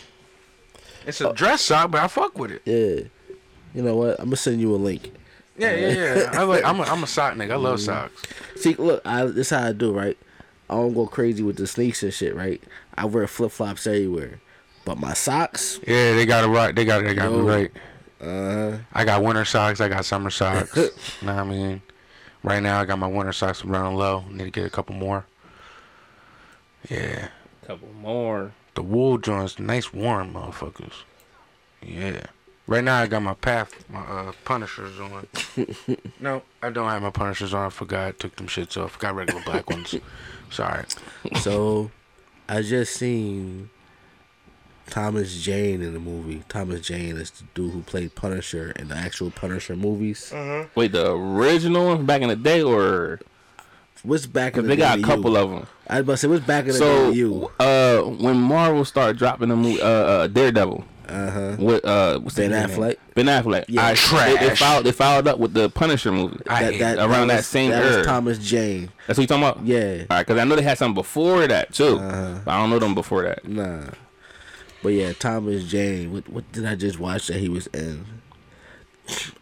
It's a dress sock, but I fuck with it. Yeah. You know what? I'm gonna send you a link. Yeah, yeah, yeah. I like. I'm a, I'm a sock nigga. I love socks. See, look, I, this how I do, right? I don't go crazy with the sneaks and shit, right? I wear flip flops everywhere, but my socks, Yeah, they got it right. They got it. They got it Yo. right. uh, I got winter socks. I got [laughs] summer socks. know what I mean? Right now, I got my winter socks running low. Need to get a couple more. Yeah. Couple more. The wool joints, nice warm motherfuckers. Yeah. Right now, I got my path, my uh, [laughs] Punishers on. no, I don't have my Punishers on. I forgot. I took them shits off. Got regular black [laughs] ones. Sorry. so [laughs] I just seen Thomas Jane in the movie. Thomas Jane is the dude who played Punisher in the actual Punisher movies. Wait, the original one back in the day, or What's back in because the they day got to a you? couple of them. I was about to say, what's back in the day So, to you? uh, when Marvel started dropping the movie, uh, uh Daredevil. Uh huh. With uh, what's the Ben dude's name? Affleck? Ben Affleck. Yeah. I, They, they Trash. followed. They followed up with the Punisher movie. I hate that. around that was- same that era. was Thomas Jane. That's what you talking about. Yeah. All right, because I know they had something before that too. Uh-huh. But I don't know them before that. Nah. But yeah, Thomas Jane. What what did I just watch that he was in?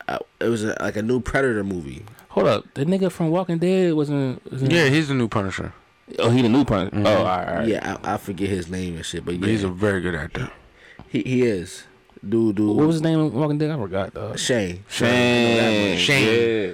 I, it was a, like a new Predator movie. Hold up, the nigga from Walking Dead wasn't. wasn't Yeah, he's the new Punisher. Oh, he the new Punisher. Oh, all right. all right. Mm-hmm. Yeah, I, I forget his name and shit, but, But yeah, he's a very good actor. he, he is. Dude, dude. What was his name? in Walking Dead. I forgot. Dog. Shane? Shane. Shane. Yeah.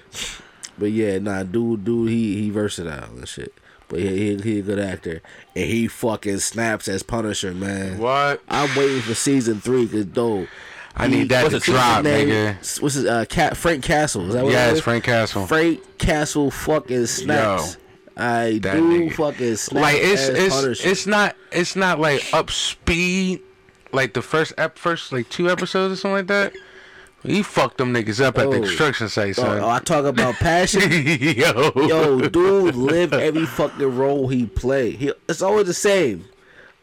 But yeah, nah, dude, dude, he he versatile and shit. But yeah, he he a good actor, and he fucking snaps as Punisher, man. What? I'm waiting for season three, cause though. I need that to drop, nigga. What's his uh, Cat Frank Castle? Is that what Yeah, it it's is? Frank Castle. Frank Castle fucking snaps. I that do nigga. fucking snaps. like it's as it's Punisher. it's not it's not like up speed like the first ep- first like two episodes or something like that. He fucked them niggas up at the Oh. construction site, Oh, son. [laughs] oh, I talk about passion. yo, [laughs] Yo, dude, live every fucking role he play. He, it's always the same,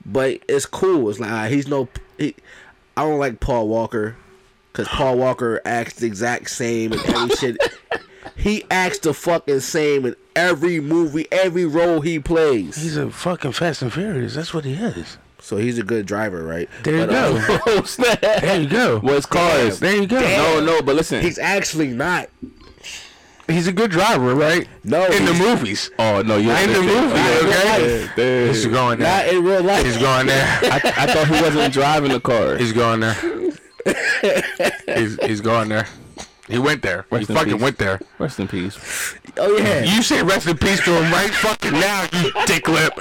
but it's cool. It's like ah, he's no. He, I don't like Paul Walker because Paul Walker acts the exact same in every [laughs] shit. He acts the fucking same in every movie, every role he plays. he's a fucking Fast and Furious. That's what he is. So he's a good driver, right? There you But, uh, go. Oh snap! there you go. Well, it's cars. There you go. No, no, but listen. he's actually not. He's a good driver, right? No, in the he's- movies. oh no, you I in the movie, okay? He's going Not there. in real life. He's going there. [laughs] I, I thought he wasn't driving the car. He's going there. he's, he's going there. He went there. He Rest in fucking peace. went there. Rest in peace. Oh yeah. You say rest in peace to him right fucking now, you dick lip.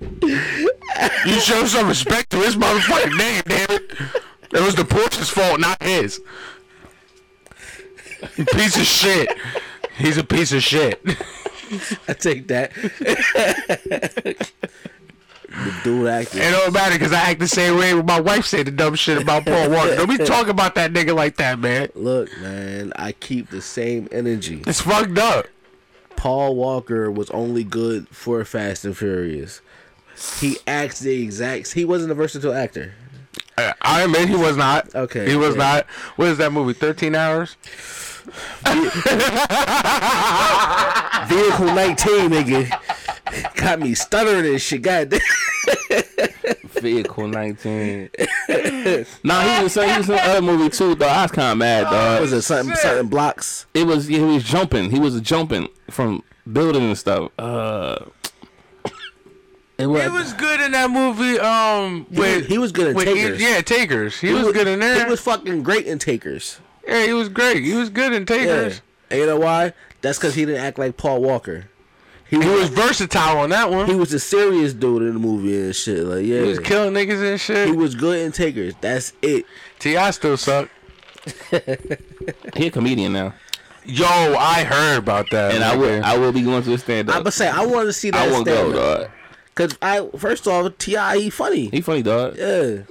you show some respect to his motherfucking name, damn it. It was the Porsche's fault, not his. You Piece of shit. He's a piece of shit. I take that. the [laughs] dude acted. It don't matter because I act the same way when my wife said the dumb shit about Paul Walker. Don't be talking about that nigga like that, man. Look, man, I keep the same energy. It's fucked up. Paul Walker was only good for Fast and Furious. He acts the exact. He wasn't a versatile actor. Uh, I admit he was not. Okay, He was yeah. not. What is that movie? Thirteen hours. Vehicle 19, nigga, [laughs] got me stuttering and shit. God damn. Vehicle [laughs] 19. nah, he was, in- he was in another movie too, though. I was kind of mad, Uh, dog. was it something? Something blocks. It was yeah, he was jumping. He was jumping from building and stuff. Uh, it was. It was good in that movie. Um, with he was good in with- E- Takers. yeah, Takers. He, was, good in there. He was fucking great in Takers. yeah, he was great. He was good in Yeah. Takers. And you know why? That's because he didn't act like Paul Walker. He He was versatile on that one. he He, was a serious dude in the movie and shit. Like yeah, was killing niggas and He shit. was good in takers. That's it. Ti still suck. He a comedian now, Yo, I heard about that. and I will nigga. I will be going to the stand I'm up. gonna say I want to see I that. won't go, stand-up. dog. Cause I first off, Ti he funny. He funny, dog. yeah.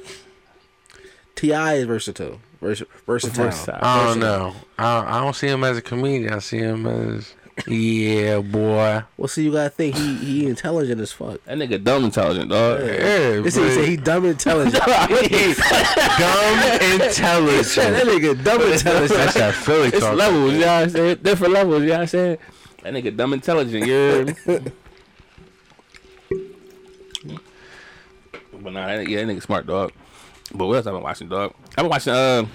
Ti is versatile. Vers- versatile. I don't know. I, I don't see him as a comedian. I see him as yeah, boy. Well, see, you gotta think he he intelligent as fuck. That nigga dumb intelligent, dog. [laughs] Yeah, This nigga but said he dumb [laughs] intelligent. dumb intelligent. that nigga dumb That's intelligent. that Philly It's talk. levels, you know what I'm saying? Different levels, you know what I'm saying? That nigga dumb intelligent, you hear [laughs] me? But nah, that, yeah, that nigga smart, dog. But what else I've been watching, dog? I've been watching. Uh,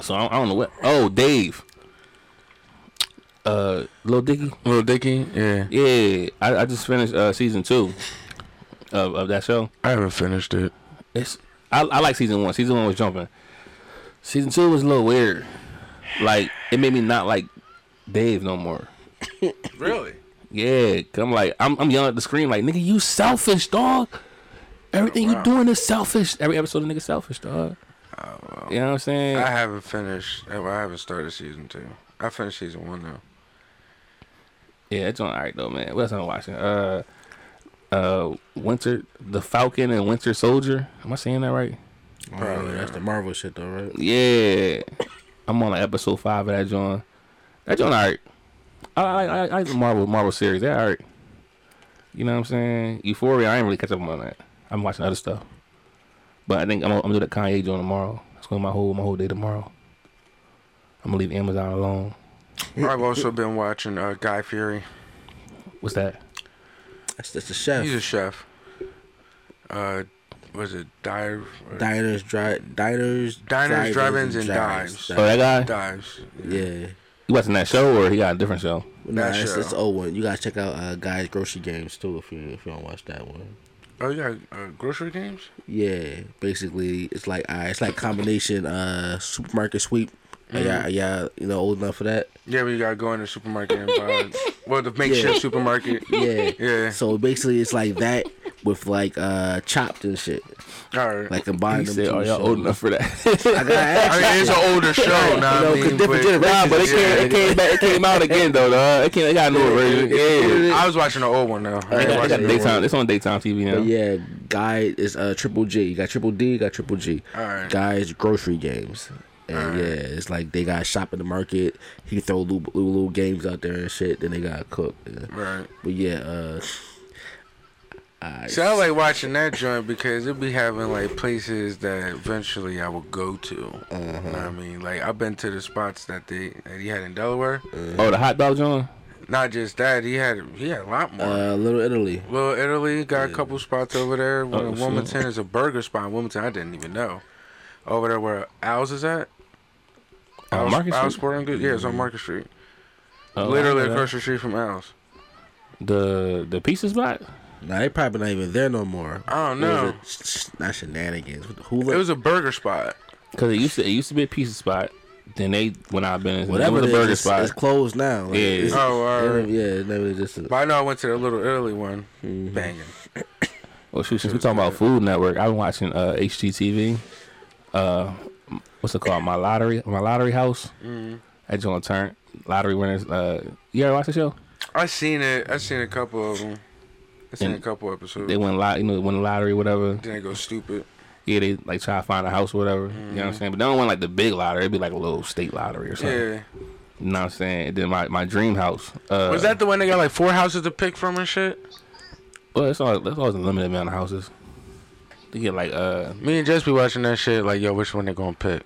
so I don't, I don't know what. Oh, Dave. Uh, Little Dicky. Little Dicky, yeah. Yeah, I, I just finished uh season two of of that show. I haven't finished it. It's I, I like season one. Season one was jumping. Season two was a little weird. Like it made me not like Dave no more. [laughs] Really? Yeah, i I'm like I'm I'm yelling at the screen like nigga you selfish dog. Everything you doing is selfish. Every episode of nigga selfish dog. You know what I'm saying? Oh. I haven't finished. I haven't started season two. I finished season one now. Yeah, it's on alright though, man. What else I'm watching? Uh, uh, Winter, the Falcon and Winter Soldier. Am I saying that right? Probably. Oh, That's the Marvel shit, though, right? Yeah, I'm on like episode five of that John. That John alright. I I I, I like the Marvel Marvel series. That alright. You know what I'm saying? Euphoria. I ain't really catch up on that. I'm watching other stuff. But I think I'm gonna, I'm gonna do that Kanye John tomorrow. That's gonna be my whole my whole day tomorrow. I'm gonna leave Amazon alone. I've also been watching uh, Guy Fury. What's that? That's, that's the chef. He's a chef. Uh, was it dive? or- Diners, dri- diners, Diners, drive-ins, and dives. Oh, that guy. Dives. Yeah. You watching that show or he got a different show? Nah, That it's, show. it's the old one. You gotta check out uh, Guy's Grocery Games too if you if you don't watch that one. Oh, you got uh, grocery games? Yeah, basically it's like uh, it's like combination uh supermarket sweep. Are y'all, are y'all you know old enough for that? Yeah, but you gotta go in the supermarket and buy. [laughs] well, the makeshift supermarket. Yeah. [laughs] Yeah. So basically it's like that with like uh chopped and shit. All right. Like combine He them. said, two "Are y'all shows. old enough for that?" [laughs] I gotta ask I mean, it's an older show [laughs] now. you know, I 'cause mean, different but- generations. Nah, but it came, it came back. It came out again though. Dog. It came. It got a new version. Yeah. I was watching the old one though. I They ain't got, they got watching the new daytime. one. It's on daytime TV now. But yeah, guy is uh triple G. You got triple D, you got triple G. Alright. Guys grocery games. And yeah, it's like they got shop in the market. He throw little, little, little games out there and shit. Then they got cook. Yeah. Right. But yeah, uh, See, I like watching that joint because it be having like places that eventually I will go to. You know what I mean, like I've been to the spots that they that he had in Delaware. Oh, the hot dog John. Not just that, he had he had a lot more. uh, Little Italy. Little Italy got a couple spots over there. One Oh, in shit. Wilmington is a burger spot. in Wilmington, I didn't even know. Over there where Al's is at. On Al's, Oh, Market Al's Street? Sporting Goods. Yeah, it's on Market Street. Oh, Literally I know that. across the street from Al's. the the pizza spot. Nah, they probably not even there no more. I don't What was know. it? Sh- sh- Not shenanigans. Who It was a burger spot. Cause it used to it used to be a pizza spot. Then they when I've been in whatever it was it a is, burger it's, spot. it's closed now. Like, Yeah. it's- Oh, alright. Yeah, it's never just. But I know I went to the Little Italy one. Mm-hmm. Banging. Oh shoot! Since we're talking about Food Network, I've been watching uh, HGTV. Uh, what's it called? My lottery, my lottery house. That joint turn lottery winners. Uh, you ever watch the show? I seen it. I seen a couple of them. I seen a couple episodes. They win lot, you know, win the lottery, whatever. then they go stupid. Yeah, they like try to find a house or whatever. You know what I'm saying? But they don't want like the big lottery. It'd be like a little state lottery or something. Yeah. You know what I'm saying? And then my, my dream house. Uh, Was that the one they got like four houses to pick from and shit? Well, that's all. That's always a limited amount of houses. You get like uh. Me and Jess be watching that shit like, yo, which one they gonna pick?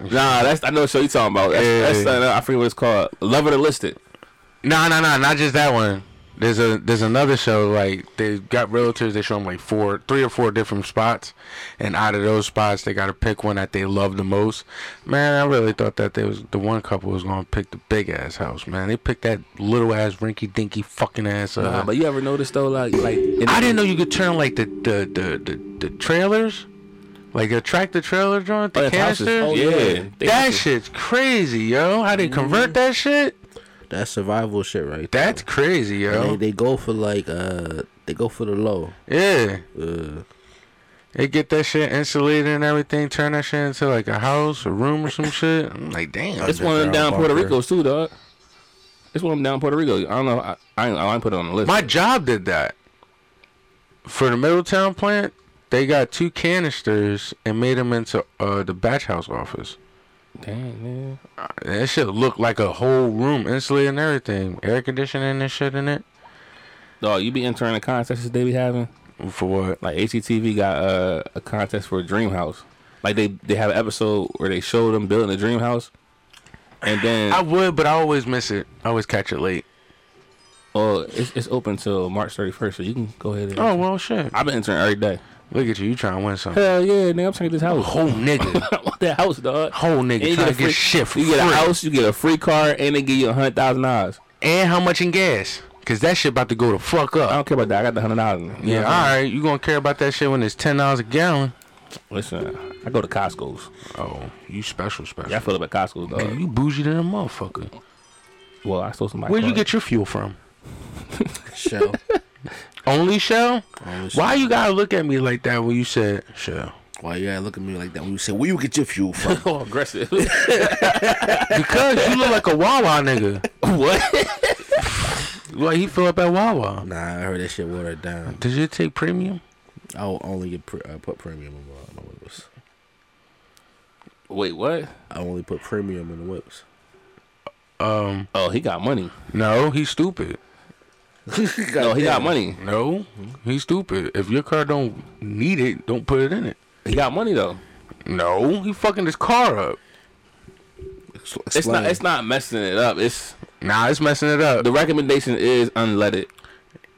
Nah, that's I know what show you talking about. That's, that's Yeah. uh, I forget what it's called. Love it or listed. No, no, no, not just that one. There's a there's another show like they got realtors. They show them like four, three or four different spots, and out of those spots, they got to pick one that they love the most. Man, I really thought that they was the one couple was gonna pick the big ass house. Man, they picked that little ass rinky dinky fucking ass. Uh, Nah, Uh-huh. but you ever noticed though, like like in- I didn't know you could turn like the the the, the, the trailers, like a tractor trailer joint, Oh, the that's houses. canister. Oh, yeah. Mm. They That houses. shit's crazy, yo. How they convert that shit? That's survival shit, right? there. That's crazy, They, yo. they go for like uh, they go for the low. Yeah. Uh, They get that shit insulated and everything, turn that shit into like a house, a room or some shit. I'm like, damn. It's one of them down Walker. Puerto Rico's too, dog. It's one of them down Puerto Rico. I don't know. I I, ain't- I ain't put it on the list. My job did that. For the Middletown plant, they got two canisters and made them into uh, the batch house office. Uh, Damn, man. That shit looked like a whole room, insulated and everything, air conditioning and shit in it. Dog, you be entering the contests that they be having. For what? Like HGTV got uh, a contest for a dream house. Like they they have an episode where they show them building a dream house, and then I would, but I always miss it. I always catch it late. Oh, it's, it's open till March 31st, so you can go ahead. and Oh well, shit. I've been entering every day. Look at you, you trying to win something. Hell yeah, nigga! I'm trying to get this house. Whole nigga, [laughs] I want [laughs] that house, dog. whole nigga, trying to get shit for [laughs] You get free. a house, you get a free car, and they give you a hundred thousand dollars. and how much in gas? Cause that shit about to go to fuck up. I don't care about that. I got the hundred dollars. yeah, all right. You gonna care about that shit when it's ten dollars a gallon? Listen, I go to Costco's. Oh, you special, special. Yeah, I feel about Costco's, Nigga, Mm-hmm. dog. you bougie than a motherfucker. Well, I stole somebody. Where you get your fuel from? Shell. Only Shell? Only Shell. Why you gotta look at me like that when you said Shell? Why you gotta look at me like that when you say, where you get your fuel from? [laughs] oh aggressive? Because you look like a Wawa nigga. what? Like he fill up at Wawa. nah, I heard that shit watered down. Does it take premium? I'll only get pre- uh, put premium in my, my whips. Wait, what? I only put premium in the whips. Um, Oh, he got money. no, he's stupid. No, he got money. No, he's stupid. If your car don't need it, don't put it in it. He got money though. No, he fucking his car up. It's not. It's not messing it up. It's Nah, it's messing it up. the recommendation is unleaded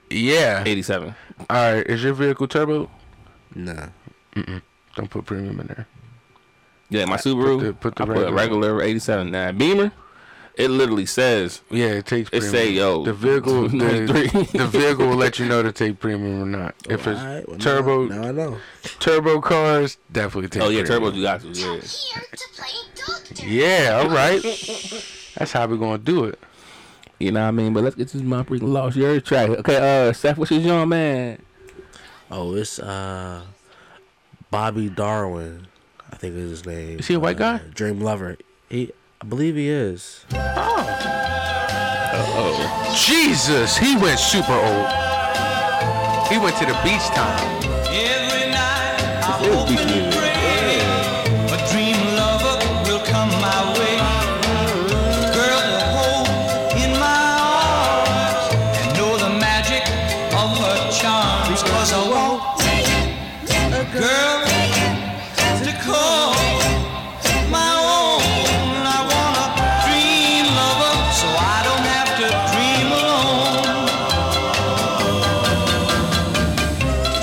Yeah. eighty-seven. All right, is your vehicle turbo? Nah. Don't put premium in there. Yeah, my Subaru. the- put the I put a regular- regular eighty-seven. Now Beamer, it literally says Yeah, it takes. It premium. say, yo, the vehicle, [laughs] the, 23. the vehicle will let you know to take premium or not. If it's Alright, well, now- turbo, Now, I know. turbo cars definitely take. Oh yeah, premium. turbo you got to. Yeah. Here to play doctor. Yeah, all right. That's how we gonna do it. You know what I mean? But let's get to my freaking lost your track. Okay, uh Seth, what's your young man? Oh, it's uh, Bobby Darwin. I think is his name. Is he a white Uh, guy? Dream Lover. He, I believe he is. Jesus, he went super old. He went to the beach time. Every night I hope and pray a dream lover will come my way. A girl to hold in my arms and know the magic of her charms. 'Cause I want a girl to call my own. I want a dream lover so I don't have to dream alone.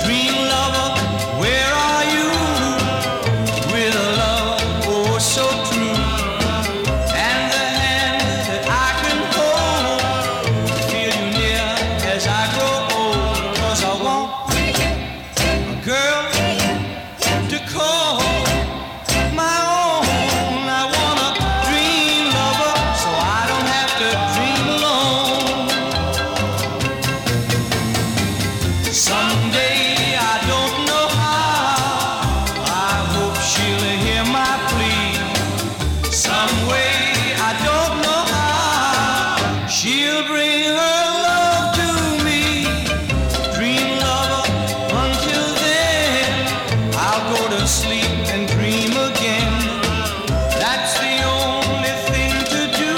Dream lover, where are you? With a love oh so true, and the hand that I can hold, feel you near as I grow old. 'Cause I want a girl to call my own. I want a dream lover, so I don't have to dream alone. Someday I don't know how. I hope she'll hear my plea. Some way I don't know how. She'll bring her love to me. Dream lover, until then, I'll go to sleep and dream again. That's the only thing to do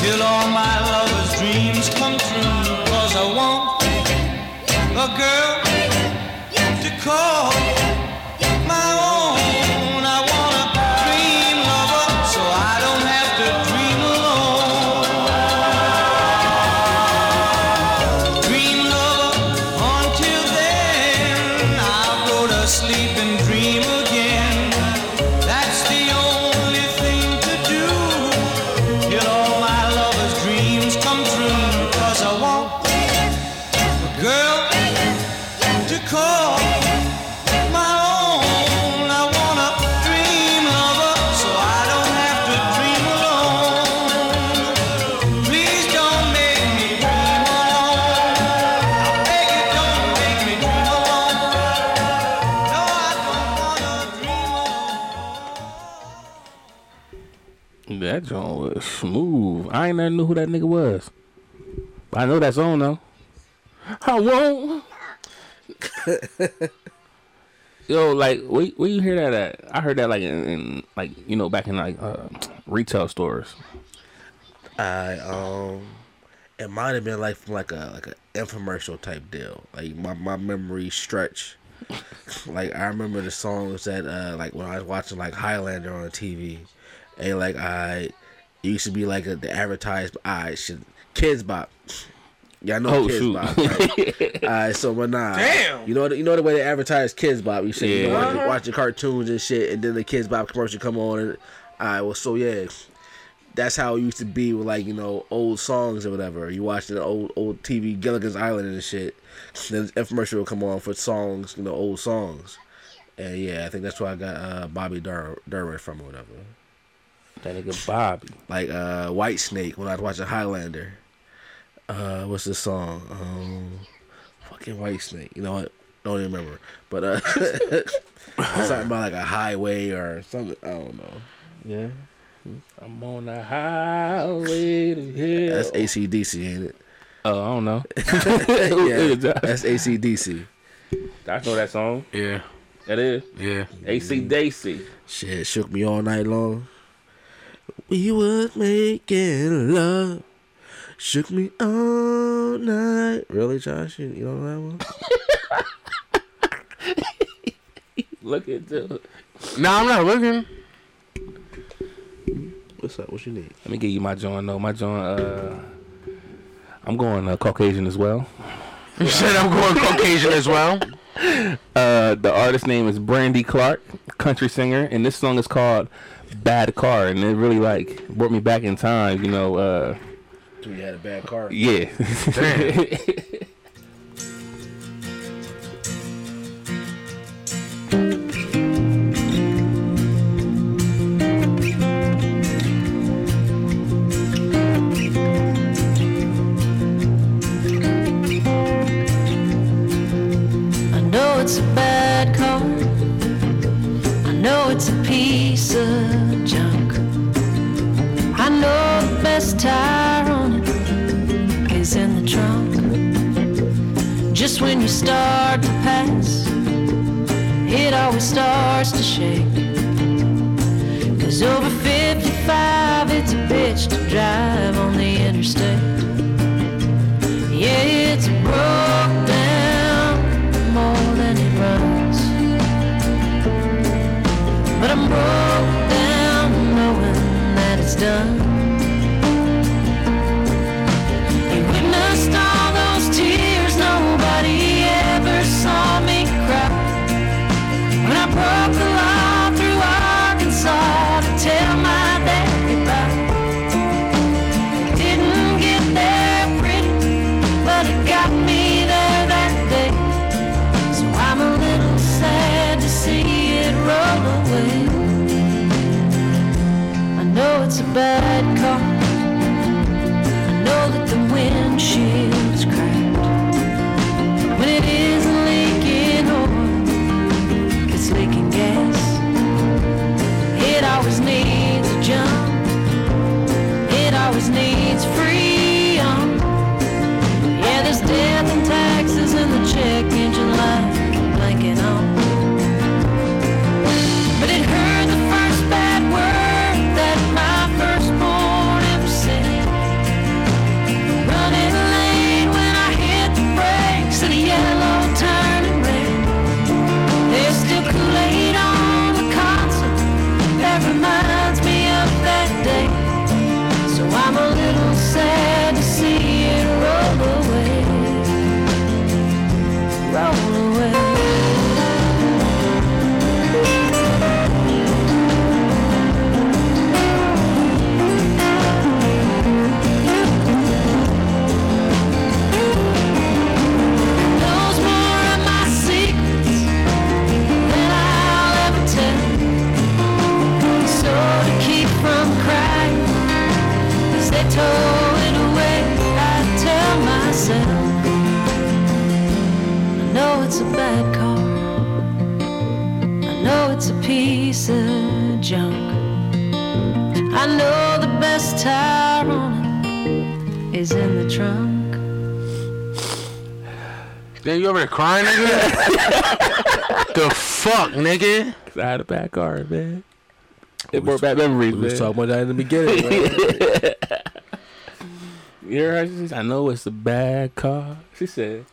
till all my lover's dreams come true. 'Cause I want a girl to call my own. I want a dream lover, so I don't have to dream alone. Dream lover, until then, I'll go to sleep and dream again. That's the only thing to do till all my lover's dreams come true. 'Cause I want girl to call my own. I want a dream lover, so I don't have to dream alone. Please don't make me dream alone. I beg you, don't make me dream alone. No, I don't wanna dream alone. That joint was smooth. I ain't never knew who that nigga was. But I know that song though. I [laughs] won't Yo, like where, where you hear that at? I heard that like in, in like you know back in like uh, retail stores. I um, it might have been like from like a like an infomercial type deal. Like my my memory stretch. [laughs] like I remember the songs that uh like when I was watching like Highlander on TV, and like I it used to be like a, the advertised I should kids bop. Yeah, I know Oh, Kids [laughs] shoot. Bop. Right? All right, so but nah, Damn. you know the, you know the way they advertise Kids Bop. You see, you Yeah. know, watch, Uh-huh. watch the cartoons and shit, and then the Kids Bop commercial come on. And, all right, well, so yeah, that's how it used to be with like you know old songs or whatever. You watch the old old TV Gilligan's Island and shit. Then the infomercial will come on for songs, you know, old songs. And yeah, I think that's where I got uh, Bobby Dur- Durant from or whatever. That nigga Bobby. Like uh, White Snake when I was watching Highlander. Uh, what's this song? Um, fucking White Snake. You know what? Don't even remember. But uh, [laughs] something about like a highway or something. I don't know. Yeah. I'm on the highway to hell. That's ACDC, ain't it? Oh, I don't know. yeah, It is, uh, that's ACDC. I know that song. Yeah. That is Yeah. AC Daisy. Shit shook me all night long. We was making love. Shook me all night. Really, Josh? You, you don't know that one? Look at the. Nah, I'm not looking. What's up? What you need? Let me give you my John though. My John. Uh, I'm going uh, Caucasian as well. You said I'm going [laughs] Caucasian as well. Uh, the artist name is Brandy Clark, country singer, and this song is called "Bad Car," and it really like brought me back in time. You know. Uh, Dude, you had a bad car. yeah. I know it's a bad car. I know it's a piece of junk. I know the best tire on it is in the trunk. Just when you start to pass, it always starts to shake. Cause over 55, it's a bitch to drive on the interstate. Yeah, it's broke down more than it runs. But I'm broke down knowing that it's done. You witnessed all those tears, nobody ever saw me cry. When I broke the law through Arkansas to tell my dad goodbye. Didn't get there pretty, but it got me there that day. So I'm a little sad to see it roll away. I know it's a bad car. I know that the windshield's cracked. When it isn't leaking oil, it's leaking gas. It always needs a jump. It always needs free on. Yeah, there's death and taxes and the check engine light blinking on. But it heard the first bad word that my firstborn ever said. Running late when I hit the brakes and a yellow turning red. There's still Kool-Aid on the console that reminds me of that day. So I'm a little sad to see it roll away. Roll away. Knows more of my secrets than I'll ever tell. So to keep from crying as they tow it away. I tell myself, I know it's a bad car. I know it's a piece of junk. I know the best tire on it is in the trunk. Damn, you over there crying, nigga? [laughs] the fuck, nigga? Cause [laughs] I had a bad car, man. It brought back memories, We was man. talking about that in the beginning. right? [laughs] You heard her? She says, I know it's a bad car. She said,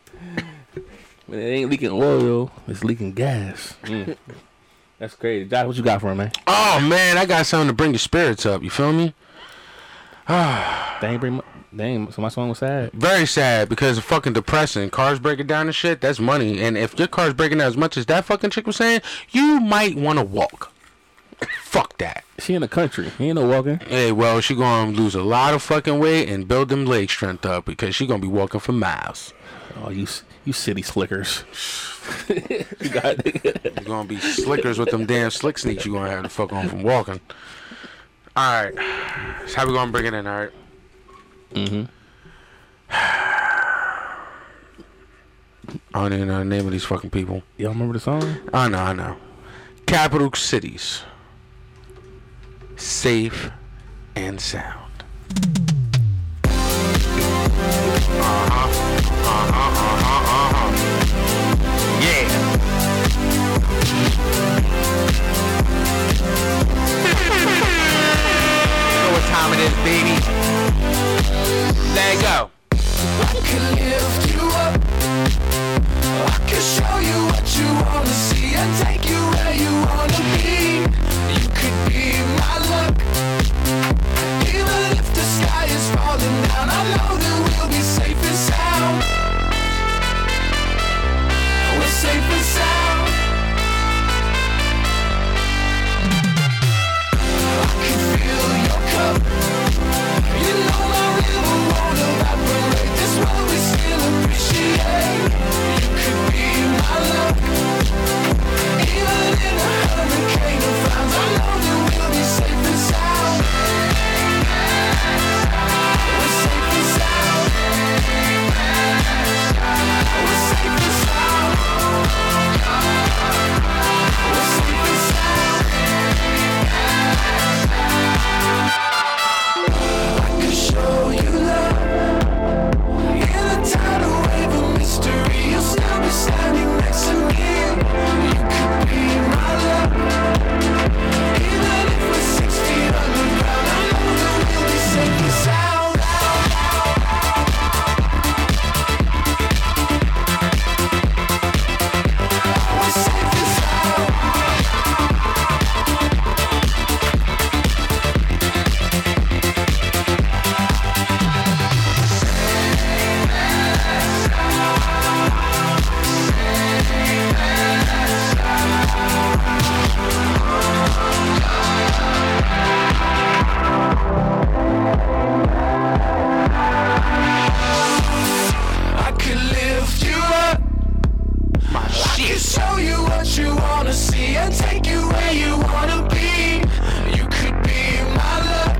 when it ain't leaking oil, it's leaking gas. Mm. That's crazy. Josh, what you got for him, man? Oh man, I got something to bring your spirits up. You feel me? they ain't bring. My, they ain't, so my song was sad. Very sad because it's fucking depressing. Cars breaking down and shit, that's money. And if your car's breaking down as much as that fucking chick was saying, you might want to walk. Fuck that. She in the country. He ain't no walking. Hey, well, she gonna lose a lot of fucking weight and build them leg strength up because she gonna be walking for miles. Oh, you s- you city slickers. [laughs] you You're gonna be slickers with them damn slick sneaks you gonna have to fuck on from walking. Alright. So how we gonna bring it in, alright? Mm-hmm. [sighs] I don't even know the name of these fucking people. Y'all remember the song? I know, I know. ah, Capital cities. Safe and sound. know what time it is, baby. Let it go. I can lift you up. I can show you what you wanna see and take you where you wanna be. You could be my luck. Even if the sky is falling down, I know that we'll be safe and sound. We're safe and sound. I can fill your cup. You know my river won't evaporate. This world we still appreciate. You could be my luck. Even in a hurricane of frowns, I know that we'll be safe and sound. We're safe and sound. We're safe and sound. We're safe and sound. I can show you love. In a tidal wave of mystery, you'll still be standing next to me. You could be my love. Even if we're six feet underground, I know that we'll be safe and sound. We're safe and sound. I can lift you up. My I can show you what you wanna see and take you where you wanna be. You could be my luck.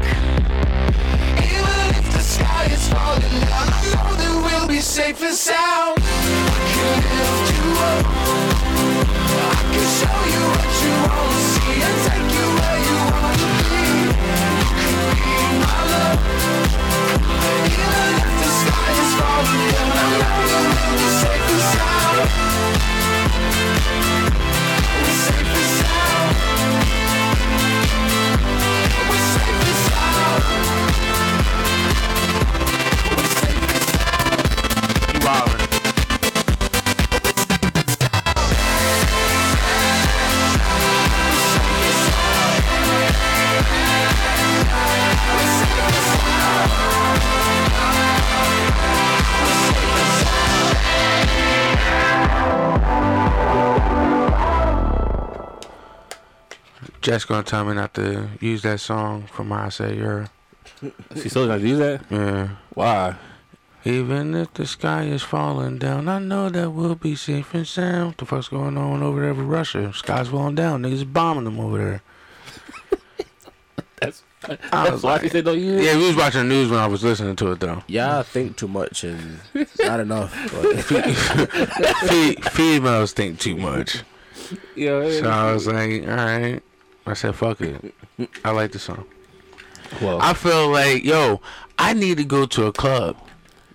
Even if the sky is falling down, I know that we'll be safe and sound. I can lift you up. I can show you what you wanna see and take you where you wanna be. You could be my luck. Even if the sky is falling down, I know that we'll be safe and sound. We're safe and sound. We're safe and sound. We're safe and sound. You wildin'. Jess gonna tell me not to use that song from I Say You're. She still gonna use that? Yeah. Why? Even if the sky is falling down, I know that we'll be safe and sound. What the fuck's going on over there with Russia? Sky's falling down. Niggas bombing them over there. That's I that's was why like, she said don't use. yeah, we was watching the news when I was listening to it though. Y'all think too much and not enough. But [laughs] Fe- females think too much. Yeah. yeah. So I was like, all right. I said, fuck it. I like the song. well, I feel like, yo, I need to go to a club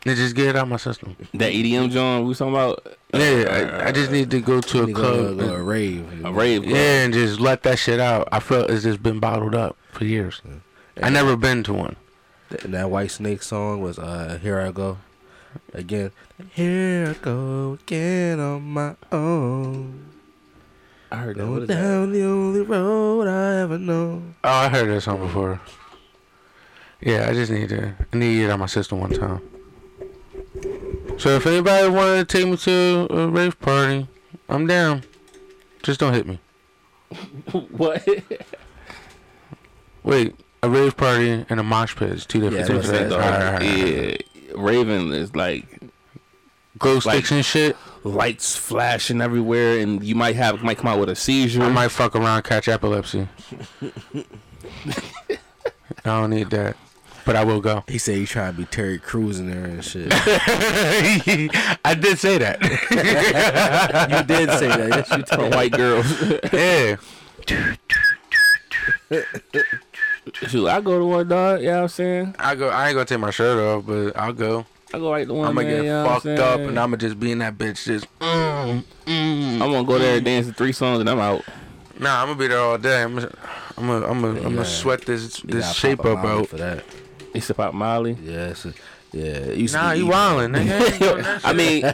and just get it out my system. that EDM John we was talking about Yeah, I, I just need to go to a nigga go, club. go And, to rave. a rave. Club. yeah, and just let that shit out. I felt it's just been bottled up for years. I never been to one. And that White Snake song was uh Here I Go. Again. Here I go again on my own. I heard that. What Going is that? down the only road I ever know. Oh, I heard that song before. Yeah, I just need to. I need to get it out of my system one time. So if anybody wanted to take me to a rave party, I'm down. Just don't hit me. [laughs] what? Wait, a rave party and a mosh pit is two Yeah, different things. that's All what right, I'm all right, all saying, right. dog. Yeah, Raven is like glow sticks and shit. Lights flashing everywhere, and you might have might come out with a seizure. [laughs] I might fuck around, catch epilepsy. I don't need that, but I will go. He said he tried to be Terry Crews in there and shit. I did say that. you did say that. Yes, you for told [laughs] white girls. yeah. Shoot, I go to one dog. Yeah, I'm saying I go. I ain't gonna take my shirt off, but I'll go. I go right to one. I'm gonna man, get you know what fucked up, saying? and I'm gonna just be in that bitch. Just mm, mm. I'm gonna go there and dance to three songs, and I'm out. nah, I'm gonna be there all day. I'm gonna, I'm gonna, I'm gonna, Yeah. I'm gonna sweat this You this gotta shape pop a up Molly out. for that. It's about Molly. Yeah, it's a, yeah. You Nah, you wildin', nigga. [laughs] I mean,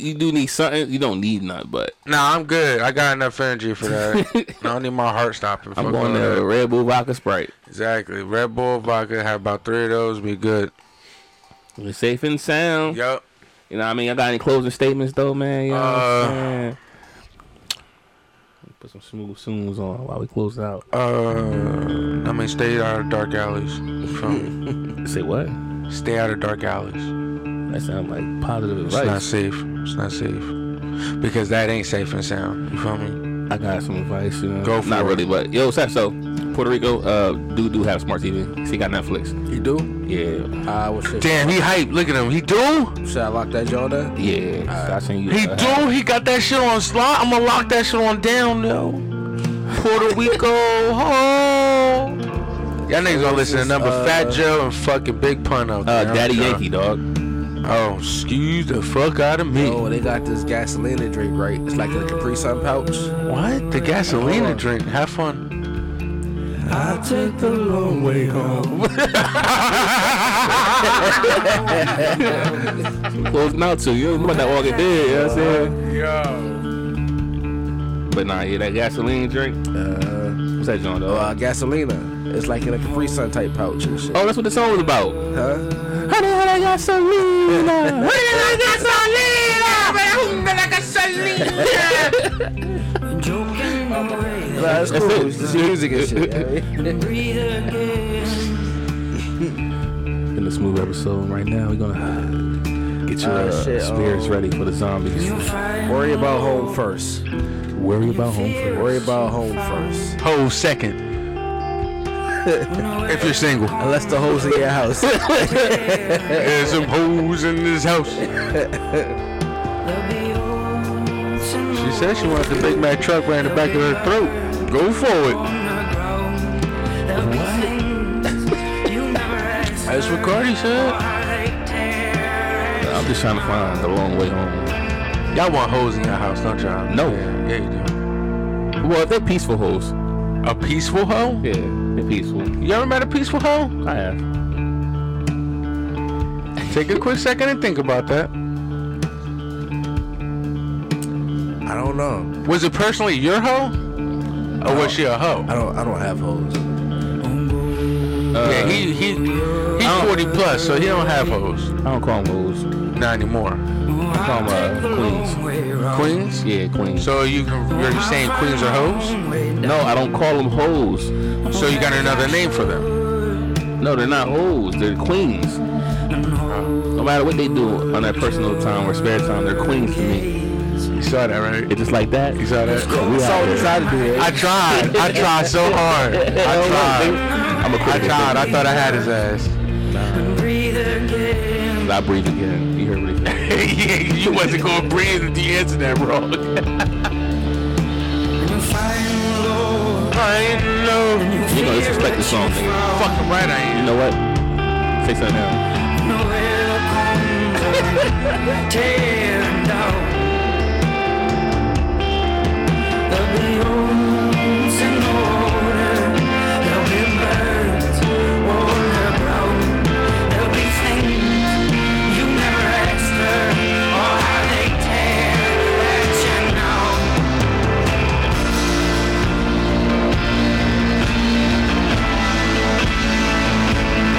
[laughs] you, you do need something. You don't need nothing, but nah, I'm good. I got enough energy for that. I don't need my heart stopping. I'm Fuck going all there that. with Red Bull vodka Sprite. Exactly. Red Bull vodka. Have about three of those. Be good. We're safe and sound. Yup. You know what I mean? I got any closing statements though, man? You know what Uh, I'm saying? Put some smooth tunes on while we close out. Uh, I mean, stay out of dark alleys. From Say what? stay out of dark alleys. That sounds like positive It's not advice. safe. It's not safe. Because that ain't safe and sound. You feel me? I got some advice, you know. Go for Not it. really, but yo, so, so Puerto Rico, uh, do do have smart TV. She got Netflix. You do? Yeah, I was shit. Damn, he hype. Look at him. He do? Should I lock that joint up? yeah. So I seen you. He uh, do? He got that shit on slot? I'ma lock that shit on down, yo. Puerto Rico. Oh. Y'all niggas gonna listen to number Fat Joe and fucking Big Pun out Uh, there. Daddy I'm Yankee, done. dog. Oh, excuse the fuck out of me. Oh, they got this gasolina drink, right? It's like a Capri Sun pouch. What? The gasolina drink. Have fun. I'll take the long way home. Closing out to you. What that walk it did, you know what I'm saying? Yo. But nah, yeah, that gasoline drink. Uh, What's that joint, oh, dog? uh, gasolina. It's like in a Capri Sun type pouch and shit. oh, that's what the song was about. Huh? Honey, honey, I got some Lena. Nah, that's cool. It's just music and shit. yeah. In the smooth episode right now, we're gonna get your Uh, uh, shit, spirits um, ready for the zombies. Worry about home first. Worry about home first. Worry about home first. Whole [laughs] second. if you're single. Unless the hoes in your house. There's some hoes in this house. She said she wanted the Big Mac truck right in the back of her throat. Go for it. That's what Cardi said. I'm just trying to find the long way home. Y'all want hoes in your house, don't y'all? No. Yeah, yeah you Well, they're peaceful hoes. do. A peaceful hoe? Yeah, they're peaceful. You ever met a peaceful hoe? I have. Take a quick second and think about that. I don't know. Was it personally your hoe? Or was she a hoe? I don't. I don't have hoes. yeah, he he he's 40 plus, so he don't have hoes. I don't call them hoes. Not anymore. I call them uh, queens. Queens? Yeah, queens. So you you're saying queens are hoes? no, I don't call them hoes. So you got another name for them? No, they're not hoes. They're queens. No matter what they do on their personal time or spare time, they're queens to me. You saw that, right? It's just like that. You saw that? We out here. Decided to do it. I tried. I tried so hard. I tried. I'm a I critic. tried. I thought I had his ass. I breathe again. You heard what he said. [laughs] Yeah, you wasn't gonna breathe if you answered that wrong. I ain't know. You're gonna disrespect the song. Nigga. Fucking right, I You ain't. know what? Say something now. There'll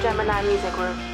Gemini Music Group.